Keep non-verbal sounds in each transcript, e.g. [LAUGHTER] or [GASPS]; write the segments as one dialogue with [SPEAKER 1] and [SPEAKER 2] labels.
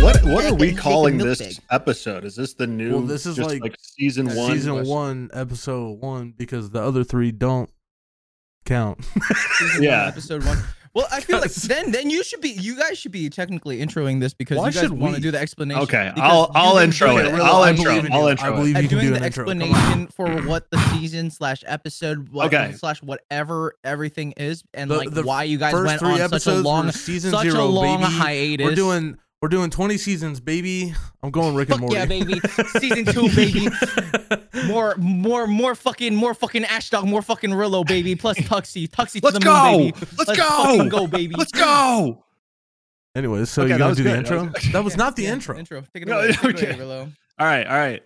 [SPEAKER 1] what are
[SPEAKER 2] back
[SPEAKER 1] we
[SPEAKER 2] and take a
[SPEAKER 1] calling
[SPEAKER 2] milk
[SPEAKER 1] this
[SPEAKER 2] bag.
[SPEAKER 1] episode? Is this the new?
[SPEAKER 3] Well, this is
[SPEAKER 1] just
[SPEAKER 3] like-
[SPEAKER 1] season one.
[SPEAKER 3] season
[SPEAKER 1] question?
[SPEAKER 3] one, episode one, because the other three don't count.
[SPEAKER 2] Season
[SPEAKER 1] Yeah.
[SPEAKER 2] one, episode one. Well, I feel like
[SPEAKER 3] Because-
[SPEAKER 2] then then you should be you guys should be technically introing this because
[SPEAKER 3] Why
[SPEAKER 2] you guys
[SPEAKER 3] should
[SPEAKER 2] want
[SPEAKER 3] we?
[SPEAKER 2] to do the explanation.
[SPEAKER 1] Okay,
[SPEAKER 2] because
[SPEAKER 1] I'll
[SPEAKER 2] you've
[SPEAKER 1] I'll
[SPEAKER 2] been
[SPEAKER 1] intro
[SPEAKER 2] doing
[SPEAKER 1] it.
[SPEAKER 2] it really
[SPEAKER 1] I'll intro.
[SPEAKER 2] long.
[SPEAKER 3] I
[SPEAKER 1] it.
[SPEAKER 3] believe in
[SPEAKER 1] I'll
[SPEAKER 3] you.
[SPEAKER 1] intro.
[SPEAKER 3] I believe
[SPEAKER 2] at
[SPEAKER 3] you can
[SPEAKER 2] doing
[SPEAKER 3] do
[SPEAKER 2] the
[SPEAKER 3] an intro. Come on.
[SPEAKER 2] explanation for what the season slash episode what
[SPEAKER 1] Okay.
[SPEAKER 2] slash whatever everything is and
[SPEAKER 3] The-
[SPEAKER 2] like
[SPEAKER 3] the
[SPEAKER 2] why you guys
[SPEAKER 3] First
[SPEAKER 2] went
[SPEAKER 3] three
[SPEAKER 2] on
[SPEAKER 3] episodes
[SPEAKER 2] such a long
[SPEAKER 3] were season
[SPEAKER 2] such
[SPEAKER 3] zero,
[SPEAKER 2] a long
[SPEAKER 3] baby.
[SPEAKER 2] hiatus.
[SPEAKER 3] We're doing we're doing twenty seasons, baby. I'm going Rick
[SPEAKER 2] Fuck
[SPEAKER 3] and Morty.
[SPEAKER 2] yeah,
[SPEAKER 3] [LAUGHS]
[SPEAKER 2] baby. Season two, baby. More, more, more fucking, more fucking Ash Dog, more fucking Rillo, baby. Plus Tuxie, Tuxie to
[SPEAKER 1] Let's
[SPEAKER 2] the
[SPEAKER 1] go!
[SPEAKER 2] moon, baby.
[SPEAKER 1] Let's go!
[SPEAKER 2] fucking go, baby.
[SPEAKER 1] Let's go.
[SPEAKER 3] Anyways, so
[SPEAKER 1] Okay,
[SPEAKER 3] you
[SPEAKER 1] that
[SPEAKER 3] gonna
[SPEAKER 1] was
[SPEAKER 3] do the
[SPEAKER 1] good. That
[SPEAKER 3] intro?
[SPEAKER 1] was-
[SPEAKER 3] That was not the
[SPEAKER 2] Yeah,
[SPEAKER 3] intro.
[SPEAKER 2] Intro. Take it
[SPEAKER 1] No,
[SPEAKER 2] away. Take it
[SPEAKER 1] okay.
[SPEAKER 2] away, Rillo.
[SPEAKER 1] All right, all right.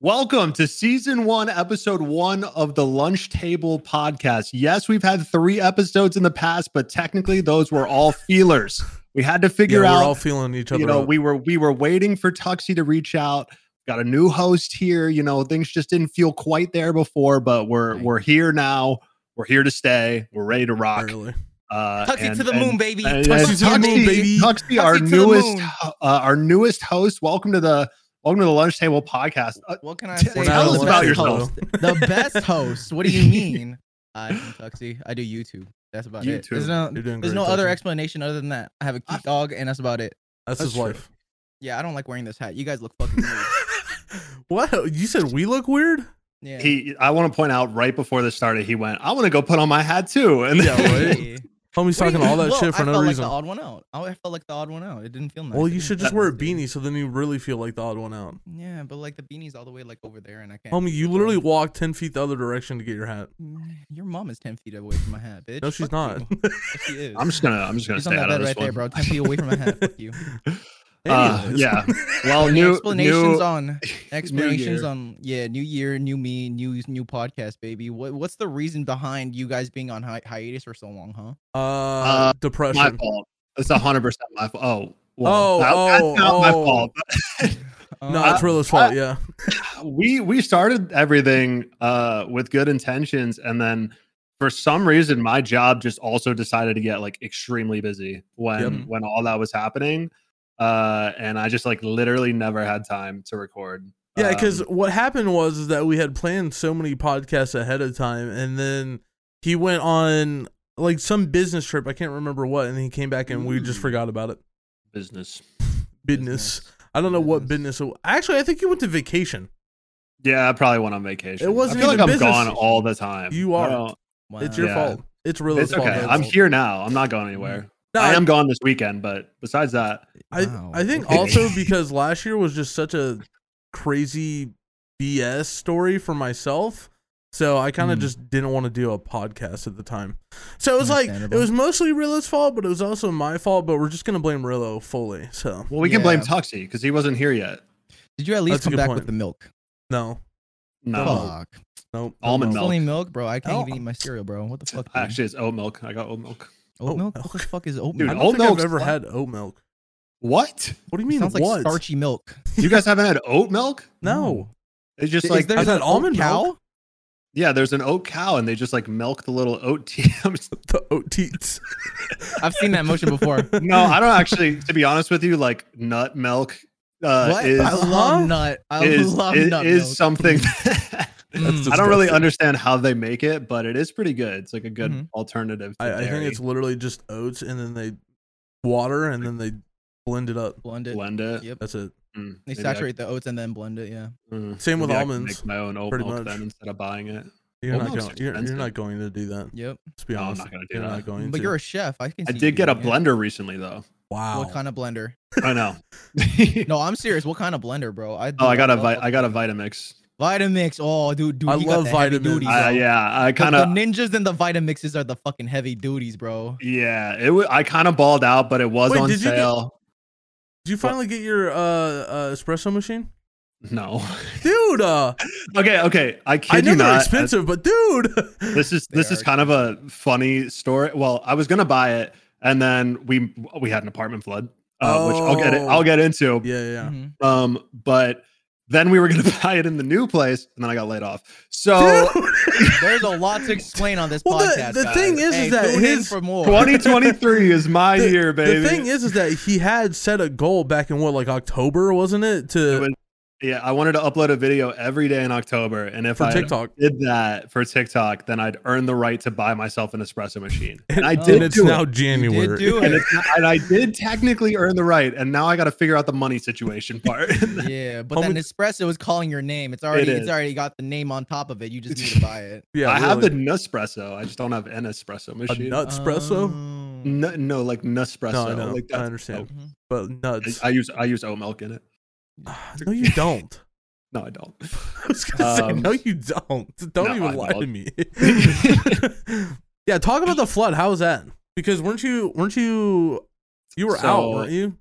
[SPEAKER 1] Welcome to season one, episode one of the Lunch Table Podcast. Yes, we've had three episodes in the past, but technically those were all feelers. We had to
[SPEAKER 3] Yeah,
[SPEAKER 1] figure
[SPEAKER 3] we're
[SPEAKER 1] out
[SPEAKER 3] all feeling each other.
[SPEAKER 1] you know
[SPEAKER 3] out.
[SPEAKER 1] we were we were waiting for tuxie to reach out got a new host here you know things just didn't feel quite there before but we're
[SPEAKER 2] Right.
[SPEAKER 1] we're here now we're here to stay we're ready to rock
[SPEAKER 3] Barely.
[SPEAKER 1] uh
[SPEAKER 2] Tuxie
[SPEAKER 1] and-
[SPEAKER 2] to the
[SPEAKER 1] and-
[SPEAKER 2] moon, baby.
[SPEAKER 1] and- and
[SPEAKER 3] Tuxie to the moon, baby.
[SPEAKER 1] tuxie
[SPEAKER 2] Tuxie
[SPEAKER 1] our
[SPEAKER 2] to the
[SPEAKER 1] newest
[SPEAKER 2] moon.
[SPEAKER 1] uh, our newest host welcome to the welcome to the lunch table podcast uh,
[SPEAKER 2] What can I
[SPEAKER 1] T-
[SPEAKER 2] say?
[SPEAKER 1] tell
[SPEAKER 2] The
[SPEAKER 1] us
[SPEAKER 2] best
[SPEAKER 1] about yourself.
[SPEAKER 2] host. the best
[SPEAKER 3] [LAUGHS]
[SPEAKER 2] host. What do you mean? I'm Tuxie. I do YouTube. That's about it.
[SPEAKER 1] YouTube.
[SPEAKER 2] There's no,
[SPEAKER 3] You're doing
[SPEAKER 2] there's
[SPEAKER 3] great,
[SPEAKER 2] no other
[SPEAKER 3] Tuxie.
[SPEAKER 2] explanation other than that. I have a cute dog, and that's about it.
[SPEAKER 3] That's
[SPEAKER 1] That's
[SPEAKER 3] his
[SPEAKER 1] true.
[SPEAKER 3] life. [LAUGHS]
[SPEAKER 2] Yeah, I don't like wearing this hat. You guys look fucking weird.
[SPEAKER 3] What you said? We look weird.
[SPEAKER 2] Yeah. [LAUGHS]
[SPEAKER 1] he i want to point out right before this started he went i want to go put on my hat too and
[SPEAKER 3] Yeah, right? Homie's
[SPEAKER 2] What do
[SPEAKER 3] talking
[SPEAKER 2] you-
[SPEAKER 3] all that
[SPEAKER 2] Well,
[SPEAKER 3] shit for
[SPEAKER 2] I
[SPEAKER 3] no
[SPEAKER 2] felt
[SPEAKER 3] reason.
[SPEAKER 2] Like the odd one out. I I felt like the odd one out. It didn't feel nice.
[SPEAKER 3] well,
[SPEAKER 2] It
[SPEAKER 3] you
[SPEAKER 2] didn't
[SPEAKER 3] should
[SPEAKER 2] feel
[SPEAKER 3] just wear a
[SPEAKER 2] nice, dude.
[SPEAKER 3] beanie, so then you really feel like the odd one out.
[SPEAKER 2] Yeah, but like the beanie's all the way like over there, and I can't.
[SPEAKER 3] Homie, you literally walked ten feet the other direction to get your hat.
[SPEAKER 2] Your mom is ten feet away from my hat, bitch.
[SPEAKER 3] No, she's
[SPEAKER 2] Fuck
[SPEAKER 3] not. [LAUGHS]
[SPEAKER 2] you. Yes, she is.
[SPEAKER 1] [LAUGHS] i'm just gonna i'm just gonna
[SPEAKER 2] She's
[SPEAKER 1] stay
[SPEAKER 2] on
[SPEAKER 1] out
[SPEAKER 2] that
[SPEAKER 1] of this
[SPEAKER 2] bed right
[SPEAKER 1] one.
[SPEAKER 2] there, bro. Ten feet away from my hat. Fuck [LAUGHS] you.
[SPEAKER 1] Uh,
[SPEAKER 3] Anyways.
[SPEAKER 1] yeah well
[SPEAKER 2] Any
[SPEAKER 1] new
[SPEAKER 2] explanations
[SPEAKER 1] new- [LAUGHS]
[SPEAKER 2] on explanations
[SPEAKER 1] year.
[SPEAKER 2] on yeah, new year, new me, new new podcast, baby. What what's the reason behind you guys being on hi- hiatus for so long, huh?
[SPEAKER 3] [LAUGHS]
[SPEAKER 1] [LAUGHS]
[SPEAKER 3] Uh,
[SPEAKER 1] Uh, my
[SPEAKER 3] depression.
[SPEAKER 1] fault. It's hundred percent my fault. Oh, well,
[SPEAKER 3] Oh,
[SPEAKER 1] that-
[SPEAKER 3] oh,
[SPEAKER 1] that's not my
[SPEAKER 3] oh.
[SPEAKER 1] fault.
[SPEAKER 2] Um,
[SPEAKER 1] Uh,
[SPEAKER 3] No, it's Rilla's fault. Yeah.
[SPEAKER 1] We we started everything uh, with good intentions, and then for some reason, my job just also decided to get like extremely busy when
[SPEAKER 2] Yep.
[SPEAKER 1] when all that was happening, uh, and I just like literally never had time to record.
[SPEAKER 3] Yeah,
[SPEAKER 1] Um,
[SPEAKER 3] because what happened was is that we had planned so many podcasts ahead of time, and then he went on like some business trip. I can't remember what, and he came back and we just
[SPEAKER 1] Ooh.
[SPEAKER 3] forgot about it.
[SPEAKER 1] business.
[SPEAKER 3] Business. I don't know what business. it- Actually, I think you went to vacation.
[SPEAKER 1] Yeah, I probably went on vacation.
[SPEAKER 3] It wasn't
[SPEAKER 1] I feel like
[SPEAKER 3] even
[SPEAKER 1] I'm
[SPEAKER 3] business.
[SPEAKER 1] gone all the time.
[SPEAKER 3] You
[SPEAKER 1] I
[SPEAKER 3] are.
[SPEAKER 1] don't-
[SPEAKER 2] Wow.
[SPEAKER 3] It's your
[SPEAKER 1] Yeah.
[SPEAKER 3] fault. It's really
[SPEAKER 1] It's
[SPEAKER 3] fault.
[SPEAKER 1] okay.
[SPEAKER 3] though. Mm-hmm.
[SPEAKER 1] I'm here now. I'm not going anywhere.
[SPEAKER 3] No,
[SPEAKER 1] I am gone this weekend, but besides that,
[SPEAKER 3] I,
[SPEAKER 2] Wow.
[SPEAKER 3] I think
[SPEAKER 2] Okay.
[SPEAKER 3] also because last year was just such a crazy BS story for myself. So I kind of
[SPEAKER 2] Mm.
[SPEAKER 3] just didn't want to do a podcast at the time. So it was like it
[SPEAKER 2] Understandable.
[SPEAKER 3] was mostly Rillo's fault, but it was also my fault. But we're just gonna blame Rillo fully. So
[SPEAKER 1] well, we can blame
[SPEAKER 2] Yeah.
[SPEAKER 1] Tuxie because he wasn't here yet.
[SPEAKER 2] [LAUGHS] Did you at
[SPEAKER 3] That's
[SPEAKER 2] least
[SPEAKER 3] a
[SPEAKER 2] come
[SPEAKER 3] good
[SPEAKER 2] back
[SPEAKER 3] point.
[SPEAKER 2] with the milk?
[SPEAKER 3] no,
[SPEAKER 1] No.
[SPEAKER 3] Oh.
[SPEAKER 2] Fuck.
[SPEAKER 3] no, no,
[SPEAKER 1] Almond
[SPEAKER 3] no.
[SPEAKER 2] It's
[SPEAKER 1] milk.
[SPEAKER 2] only milk, bro. I can't
[SPEAKER 3] Oh.
[SPEAKER 2] even eat my cereal, bro. What the fuck? dude?
[SPEAKER 1] Actually, it's oat milk. I got oat milk.
[SPEAKER 2] oat
[SPEAKER 3] oat
[SPEAKER 2] milk.
[SPEAKER 3] milk.
[SPEAKER 2] What the fuck is oat
[SPEAKER 1] Dude,
[SPEAKER 3] I
[SPEAKER 2] milk?
[SPEAKER 3] don't
[SPEAKER 1] oat
[SPEAKER 3] think I've
[SPEAKER 1] milk's
[SPEAKER 3] ever
[SPEAKER 1] fun.
[SPEAKER 3] had oat milk.
[SPEAKER 1] What?
[SPEAKER 3] What do you mean?
[SPEAKER 2] sounds like
[SPEAKER 3] what?
[SPEAKER 2] starchy milk.
[SPEAKER 1] You guys haven't had oat milk?
[SPEAKER 3] No,
[SPEAKER 1] It's just
[SPEAKER 2] Is
[SPEAKER 1] like
[SPEAKER 2] there- There's
[SPEAKER 3] I've
[SPEAKER 2] an
[SPEAKER 3] had
[SPEAKER 2] oat
[SPEAKER 3] almond
[SPEAKER 2] cow?
[SPEAKER 3] milk.
[SPEAKER 1] yeah, there's an oat cow, and they just like milk the little oat tea. [LAUGHS] I'm just-
[SPEAKER 3] The oat teats.
[SPEAKER 2] I've seen that motion [LAUGHS] before.
[SPEAKER 1] no, I [LAUGHS] don't actually. To be honest with you, like nut milk uh,
[SPEAKER 2] what?
[SPEAKER 1] is
[SPEAKER 2] I love
[SPEAKER 3] Huh?
[SPEAKER 2] nut. I
[SPEAKER 1] is,
[SPEAKER 2] love
[SPEAKER 1] is,
[SPEAKER 2] nut
[SPEAKER 1] is
[SPEAKER 2] milk.
[SPEAKER 1] something. [LAUGHS]
[SPEAKER 2] Mm.
[SPEAKER 1] I don't really
[SPEAKER 3] disgusting.
[SPEAKER 1] understand how they make it, but it is pretty good. It's like a good
[SPEAKER 2] Mhm.
[SPEAKER 1] alternative. To
[SPEAKER 3] I, I think
[SPEAKER 1] dairy.
[SPEAKER 3] it's literally just oats and then they water and then they blend it up.
[SPEAKER 2] blend it.
[SPEAKER 1] blend it.
[SPEAKER 2] Yep.
[SPEAKER 3] That's it.
[SPEAKER 1] Mm,
[SPEAKER 2] They
[SPEAKER 1] maybe I-
[SPEAKER 2] saturate the oats and then blend it. Yeah.
[SPEAKER 1] mm,
[SPEAKER 3] Same with
[SPEAKER 1] maybe I can
[SPEAKER 3] almonds,
[SPEAKER 1] Make my own oat
[SPEAKER 3] pretty
[SPEAKER 1] milk
[SPEAKER 3] much.
[SPEAKER 1] then instead of buying it.
[SPEAKER 3] You're
[SPEAKER 1] Oat
[SPEAKER 3] not
[SPEAKER 1] milk's
[SPEAKER 3] going. You're, you're
[SPEAKER 1] expensive.
[SPEAKER 3] not going to do that.
[SPEAKER 2] Yep.
[SPEAKER 3] Let's be
[SPEAKER 1] No, I'm
[SPEAKER 3] honest.
[SPEAKER 1] not gonna do
[SPEAKER 3] you're
[SPEAKER 1] that.
[SPEAKER 3] not going
[SPEAKER 2] But
[SPEAKER 3] to.
[SPEAKER 2] you're a chef. I can.
[SPEAKER 1] I
[SPEAKER 2] see
[SPEAKER 1] did
[SPEAKER 2] you
[SPEAKER 1] get a
[SPEAKER 2] doing it.
[SPEAKER 1] blender recently though.
[SPEAKER 3] wow.
[SPEAKER 2] What kind of blender?
[SPEAKER 1] I
[SPEAKER 3] [LAUGHS]
[SPEAKER 1] know.
[SPEAKER 2] No, I'm serious. What kind of blender, bro? I
[SPEAKER 1] Oh, I got a
[SPEAKER 2] love-
[SPEAKER 1] vi- I got a Vitamix.
[SPEAKER 2] Vitamix. Oh, dude, dude,
[SPEAKER 3] I
[SPEAKER 2] he got
[SPEAKER 3] love
[SPEAKER 2] the heavy
[SPEAKER 3] Vitamix.
[SPEAKER 2] duties,
[SPEAKER 1] Uh,
[SPEAKER 2] bro.
[SPEAKER 1] yeah, I
[SPEAKER 2] The-
[SPEAKER 1] kind of
[SPEAKER 2] the ninjas and the Vitamixes are the fucking heavy duties, bro.
[SPEAKER 1] yeah. It wa- I kind of balled out, but it was
[SPEAKER 3] Wait,
[SPEAKER 1] on
[SPEAKER 3] did you get-
[SPEAKER 1] sale.
[SPEAKER 3] Did you finally get your uh, uh
[SPEAKER 1] [LAUGHS]
[SPEAKER 3] espresso machine,
[SPEAKER 1] No.
[SPEAKER 3] dude? Uh,
[SPEAKER 1] okay, okay. I kid
[SPEAKER 3] I know
[SPEAKER 1] you
[SPEAKER 3] they're
[SPEAKER 1] not. uh,
[SPEAKER 3] expensive, but dude, [LAUGHS]
[SPEAKER 1] This is
[SPEAKER 2] They
[SPEAKER 1] this is
[SPEAKER 2] are
[SPEAKER 1] kind of a funny story. Well, I was gonna buy it, and then we we had an apartment flood, uh, which I'll get it. [LAUGHS]
[SPEAKER 3] Oh.
[SPEAKER 1] I'll get into.
[SPEAKER 2] Mm-hmm.
[SPEAKER 3] yeah, yeah, yeah.
[SPEAKER 2] Mhm.
[SPEAKER 1] Um, but Then we were going to [LAUGHS] buy it in the new place, and then I got laid off. So
[SPEAKER 3] Dude. [LAUGHS]
[SPEAKER 2] There's a lot to explain on this
[SPEAKER 3] Well, the-
[SPEAKER 2] podcast.
[SPEAKER 3] the
[SPEAKER 2] guys.
[SPEAKER 3] thing is, is
[SPEAKER 2] Hey,
[SPEAKER 3] that
[SPEAKER 2] tune in
[SPEAKER 3] his-
[SPEAKER 2] for more.
[SPEAKER 1] 2023 is my year, baby.
[SPEAKER 3] The thing is, is that he had set a goal back in what, like October, wasn't it?
[SPEAKER 1] It
[SPEAKER 3] To
[SPEAKER 1] was- yeah, I wanted to upload a video every day in October, and if
[SPEAKER 3] for
[SPEAKER 1] I
[SPEAKER 3] TikTok,
[SPEAKER 1] did that for TikTok, then I'd earn the right to buy myself an espresso machine. And I
[SPEAKER 2] And
[SPEAKER 1] did
[SPEAKER 3] and it's
[SPEAKER 1] do
[SPEAKER 3] now
[SPEAKER 1] it.
[SPEAKER 2] You
[SPEAKER 3] January.
[SPEAKER 2] did do
[SPEAKER 1] And,
[SPEAKER 2] it.
[SPEAKER 1] it's not, and I did technically earn the right, and now I got to figure out the money situation
[SPEAKER 3] [LAUGHS]
[SPEAKER 1] part.
[SPEAKER 2] Yeah, but that
[SPEAKER 3] Homie-
[SPEAKER 2] Nespresso is calling your name. It's already
[SPEAKER 1] It
[SPEAKER 2] it's
[SPEAKER 1] is.
[SPEAKER 2] already got the name on top of it. You just need to
[SPEAKER 3] [LAUGHS]
[SPEAKER 2] buy it.
[SPEAKER 3] [LAUGHS] Yeah,
[SPEAKER 1] I have the
[SPEAKER 3] really.
[SPEAKER 1] Nespresso. I just don't have an espresso machine.
[SPEAKER 3] nut- Espresso?
[SPEAKER 2] Um,
[SPEAKER 1] No, no, like Nespresso.
[SPEAKER 3] No, I know.
[SPEAKER 1] Like
[SPEAKER 3] I
[SPEAKER 1] that's-
[SPEAKER 3] understand.
[SPEAKER 2] Mhm.
[SPEAKER 3] But nuts.
[SPEAKER 1] I, I use I use oat milk in it.
[SPEAKER 3] [SIGHS] no, you don't.
[SPEAKER 1] No, I don't.
[SPEAKER 3] [LAUGHS] I was gonna
[SPEAKER 1] Um,
[SPEAKER 3] say, no, you don't. [LAUGHS] Don't
[SPEAKER 1] no,
[SPEAKER 3] even
[SPEAKER 1] I
[SPEAKER 3] lie to
[SPEAKER 1] don't.
[SPEAKER 3] me.
[SPEAKER 1] [LAUGHS]
[SPEAKER 3] [LAUGHS] yeah, talk about the flood. How was that? Because weren't you weren't you you were out,
[SPEAKER 1] So-
[SPEAKER 3] weren't you?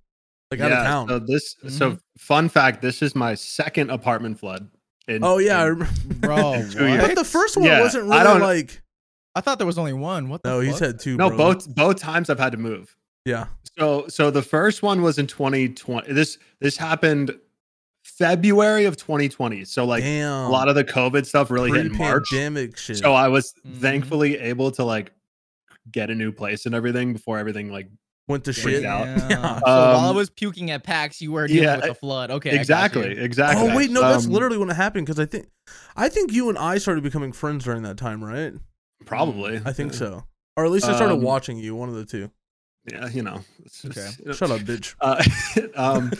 [SPEAKER 3] Like out of town. Mm-hmm.
[SPEAKER 1] So this. So fun fact: this is my second apartment flood. In,
[SPEAKER 3] oh yeah, I
[SPEAKER 1] in-
[SPEAKER 3] remember.
[SPEAKER 2] Bro,
[SPEAKER 1] Two years.
[SPEAKER 2] what?
[SPEAKER 3] But the first one
[SPEAKER 1] Yeah,
[SPEAKER 3] wasn't
[SPEAKER 1] I don't-
[SPEAKER 3] really like.
[SPEAKER 2] I thought there was only one. What the
[SPEAKER 3] No, he
[SPEAKER 2] fuck?
[SPEAKER 3] said two.
[SPEAKER 1] no,
[SPEAKER 3] bro.
[SPEAKER 1] both both times I've had to move.
[SPEAKER 3] Yeah,
[SPEAKER 1] So so the first one was in 2020. This this happened February of 2020. So like
[SPEAKER 3] damn.
[SPEAKER 1] a lot of the COVID stuff really hit in March.
[SPEAKER 3] Pandemic shit.
[SPEAKER 1] So I was
[SPEAKER 3] Mm-hmm.
[SPEAKER 2] Mhm.
[SPEAKER 1] thankfully able to like get a new place and everything before everything like
[SPEAKER 3] went to
[SPEAKER 1] freaked [LAUGHS]
[SPEAKER 3] shit.
[SPEAKER 1] out.
[SPEAKER 2] Damn.
[SPEAKER 3] Yeah.
[SPEAKER 2] So while I
[SPEAKER 1] Um,
[SPEAKER 2] was puking at PAX, you were dealing
[SPEAKER 1] yeah, e,
[SPEAKER 2] with the flood. Okay, I got
[SPEAKER 1] exactly
[SPEAKER 2] you.
[SPEAKER 1] exactly.
[SPEAKER 3] Oh wait, no, that's
[SPEAKER 1] Um,
[SPEAKER 3] literally when it happened. Because I think, I think you and I started becoming friends during that time, right?
[SPEAKER 1] probably. Uh, [LAUGHS]
[SPEAKER 3] I think so, or at least I started
[SPEAKER 1] Um,
[SPEAKER 3] watching you. One of the two.
[SPEAKER 1] Yeah, you know. it's just-
[SPEAKER 2] Okay.
[SPEAKER 1] you know,
[SPEAKER 3] Shut up, bitch.
[SPEAKER 1] Uh, [LAUGHS] um,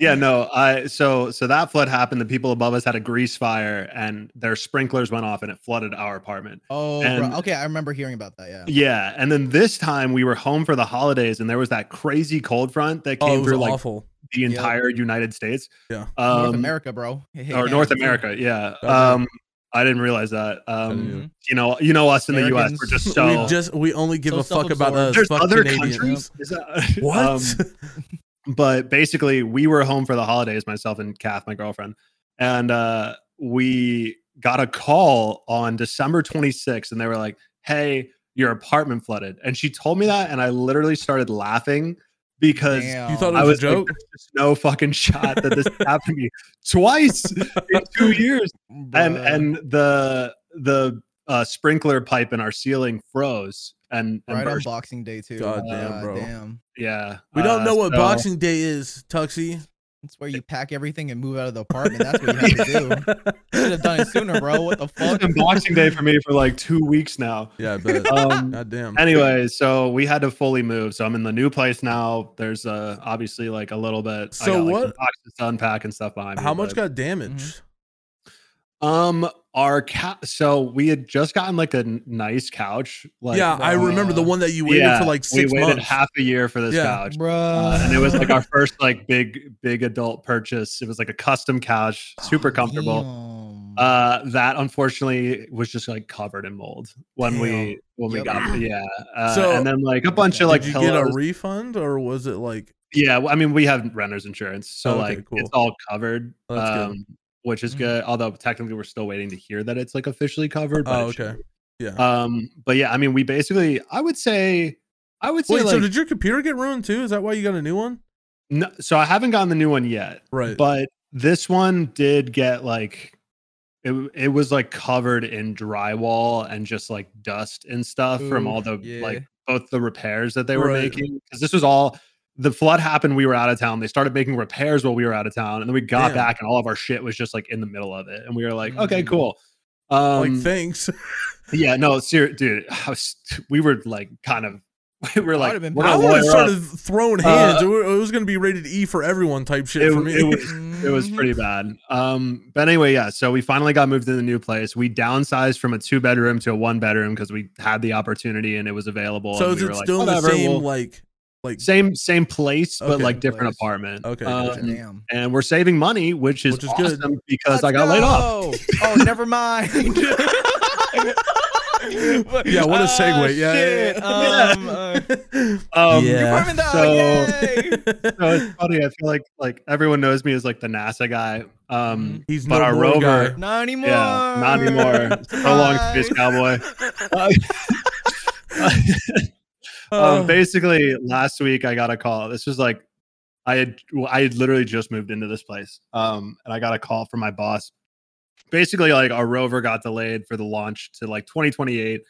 [SPEAKER 1] yeah, no, I so so that flood happened. The people above us had a grease fire, and their sprinklers went off, and it flooded our apartment.
[SPEAKER 2] Oh,
[SPEAKER 1] And-
[SPEAKER 2] bro. okay. I remember hearing about that. Yeah.
[SPEAKER 1] Yeah, and then this time we were home for the holidays, and there was that crazy cold front that
[SPEAKER 3] Oh, it
[SPEAKER 1] came
[SPEAKER 3] was
[SPEAKER 1] through like
[SPEAKER 3] awful.
[SPEAKER 1] the
[SPEAKER 2] Yep.
[SPEAKER 1] entire United States.
[SPEAKER 3] Yeah.
[SPEAKER 1] um,
[SPEAKER 2] North America, bro. [LAUGHS] It hit
[SPEAKER 1] or North
[SPEAKER 2] Canada, too.
[SPEAKER 1] America. Yeah,
[SPEAKER 3] Gotcha.
[SPEAKER 1] um, I didn't realize that. Um,
[SPEAKER 3] didn't
[SPEAKER 2] either.
[SPEAKER 1] you know, you know us in the U.S. We're
[SPEAKER 2] Americans.
[SPEAKER 1] just so.
[SPEAKER 3] [LAUGHS] we just we only give
[SPEAKER 2] so
[SPEAKER 3] a fuck about
[SPEAKER 2] self-absorbed.
[SPEAKER 3] us.
[SPEAKER 1] there's
[SPEAKER 3] fuck
[SPEAKER 1] other
[SPEAKER 3] Canadians.
[SPEAKER 1] countries. Is that-
[SPEAKER 3] What?
[SPEAKER 1] [LAUGHS] Um, but basically we were home for the holidays myself and kath my girlfriend and uh, we got a call on december 26th and they were like hey your apartment flooded and she told me that and i literally started laughing because
[SPEAKER 3] you thought it
[SPEAKER 1] i
[SPEAKER 3] was,
[SPEAKER 1] was
[SPEAKER 3] a
[SPEAKER 1] like,
[SPEAKER 3] joke?
[SPEAKER 1] "There's just no fucking shot that
[SPEAKER 3] [LAUGHS]
[SPEAKER 1] this happened to me twice in two years and
[SPEAKER 2] Bruh.
[SPEAKER 1] and the the uh, sprinkler pipe in our ceiling froze and, and
[SPEAKER 2] right on
[SPEAKER 1] burst.
[SPEAKER 2] Boxing Day too.
[SPEAKER 3] God damn,
[SPEAKER 2] God
[SPEAKER 3] bro.
[SPEAKER 2] Damn.
[SPEAKER 1] yeah
[SPEAKER 3] [LAUGHS] we don't
[SPEAKER 1] Uh,
[SPEAKER 3] know what
[SPEAKER 1] so-
[SPEAKER 3] Boxing Day is, Tuxie.
[SPEAKER 2] That's where you pack everything and move out of the apartment. That's what
[SPEAKER 1] [LAUGHS]
[SPEAKER 2] you have to do. You should have done it sooner, bro. What the
[SPEAKER 1] It's
[SPEAKER 2] fuck?
[SPEAKER 1] been Boxing Day for me for like two weeks now.
[SPEAKER 3] [LAUGHS] yeah, I bet. [LAUGHS]
[SPEAKER 1] Um,
[SPEAKER 3] God damn.
[SPEAKER 1] anyway, so we had to fully move. So I'm in the new place now. There's uh, obviously like a little bit. I
[SPEAKER 3] So
[SPEAKER 1] got, like,
[SPEAKER 3] what-
[SPEAKER 1] some boxes to unpack and stuff behind me.
[SPEAKER 3] How much
[SPEAKER 1] but-
[SPEAKER 3] got damaged?
[SPEAKER 2] Mm-hmm.
[SPEAKER 1] um our cat? So we had just gotten like a n- nice couch. Like
[SPEAKER 3] yeah, I remember the
[SPEAKER 2] uh,
[SPEAKER 3] one that you waited
[SPEAKER 1] yeah,
[SPEAKER 3] for like six
[SPEAKER 1] we waited
[SPEAKER 3] months.
[SPEAKER 1] half a year for this
[SPEAKER 3] Yeah.
[SPEAKER 1] couch.
[SPEAKER 2] Bro.
[SPEAKER 1] Uh, and it was like our first like big big adult purchase. It was like a custom couch, super comfortable. uh that unfortunately was just like covered in mold when we when we
[SPEAKER 2] Yep.
[SPEAKER 1] got yeah uh,
[SPEAKER 3] So-
[SPEAKER 1] and then like a bunch of
[SPEAKER 3] Did
[SPEAKER 1] like
[SPEAKER 3] you
[SPEAKER 1] pillows.
[SPEAKER 3] get a refund or was it like
[SPEAKER 1] yeah well, i mean we have renter's insurance so
[SPEAKER 3] Oh, Okay,
[SPEAKER 1] like
[SPEAKER 3] cool.
[SPEAKER 1] it's all covered
[SPEAKER 3] Oh, that's good.
[SPEAKER 1] um which is
[SPEAKER 2] Mhm.
[SPEAKER 1] good although technically we're still waiting to hear that it's like officially covered but
[SPEAKER 3] Oh,
[SPEAKER 1] it should
[SPEAKER 3] okay. Yeah.
[SPEAKER 1] be. um but yeah i mean we basically i would say i would say
[SPEAKER 3] Wait,
[SPEAKER 1] like
[SPEAKER 3] so did your computer get ruined too? Is that why you got a new one?
[SPEAKER 1] no, so i haven't gotten the new one yet
[SPEAKER 3] Right.
[SPEAKER 1] but this one did get like it, it was like covered in drywall and just like dust and stuff Uh, from
[SPEAKER 2] Oof,
[SPEAKER 1] all the
[SPEAKER 2] yeah.
[SPEAKER 1] like both the repairs that they were
[SPEAKER 3] Right.
[SPEAKER 1] making because this was all the flood happened we were out of town they started making repairs while we were out of town and then we got
[SPEAKER 3] Damn.
[SPEAKER 1] back and all of our shit was just like in the middle of it and we were like okay
[SPEAKER 2] Mm.
[SPEAKER 1] cool um
[SPEAKER 3] like
[SPEAKER 1] [LAUGHS]
[SPEAKER 3] thanks.
[SPEAKER 1] yeah no ser- dude [SIGHS] I was, we were like kind of [LAUGHS] we were
[SPEAKER 2] I
[SPEAKER 1] like
[SPEAKER 2] would've been
[SPEAKER 1] we're
[SPEAKER 3] I
[SPEAKER 1] gonna
[SPEAKER 3] would have
[SPEAKER 1] lawyer up.
[SPEAKER 3] started throwing hands. it wa- it was going to be rated E for everyone type shit
[SPEAKER 1] uh, It-
[SPEAKER 3] for me. [LAUGHS]
[SPEAKER 1] it was- it
[SPEAKER 2] Mm-hmm.
[SPEAKER 1] was pretty bad. Um, but anyway, yeah. So we finally got moved to the new place. We downsized from a two bedroom to a one bedroom because we had the opportunity and it was available.
[SPEAKER 3] so
[SPEAKER 1] and
[SPEAKER 3] is
[SPEAKER 1] we
[SPEAKER 3] it
[SPEAKER 1] were like,
[SPEAKER 3] still in the
[SPEAKER 1] "Whatever,
[SPEAKER 3] same
[SPEAKER 1] we'll-"
[SPEAKER 3] like like
[SPEAKER 1] same same place, but
[SPEAKER 3] Okay.
[SPEAKER 1] like different
[SPEAKER 2] Place.
[SPEAKER 1] apartment.
[SPEAKER 3] Okay,
[SPEAKER 1] Um,
[SPEAKER 3] gotcha.
[SPEAKER 2] Damn.
[SPEAKER 1] and we're saving money, which is,
[SPEAKER 3] Which is good.
[SPEAKER 1] awesome because I got laid off.
[SPEAKER 2] oh, never
[SPEAKER 3] [LAUGHS]
[SPEAKER 2] mind.
[SPEAKER 3] Yeah, what a segue. Yeah,
[SPEAKER 2] Ah, Shit.
[SPEAKER 3] yeah, yeah.
[SPEAKER 2] Um, uh,
[SPEAKER 3] [LAUGHS]
[SPEAKER 1] Um,
[SPEAKER 3] Yeah.
[SPEAKER 2] Department dog,
[SPEAKER 1] So-
[SPEAKER 2] yay!
[SPEAKER 1] so it's funny. I feel like like everyone knows me as like the NASA guy. Um,
[SPEAKER 3] He's
[SPEAKER 1] But
[SPEAKER 3] no
[SPEAKER 1] our
[SPEAKER 3] more
[SPEAKER 1] rover-
[SPEAKER 3] [LAUGHS] guy. um,
[SPEAKER 2] Not anymore.
[SPEAKER 1] yeah, not anymore. so long, space cowboy.
[SPEAKER 2] Surprise.
[SPEAKER 3] Uh, Oh.
[SPEAKER 1] um, basically last week I got a call. This was like I had well, I had literally just moved into this place, um, and I got a call from my boss. Basically, like our rover got delayed for the launch to like 2028.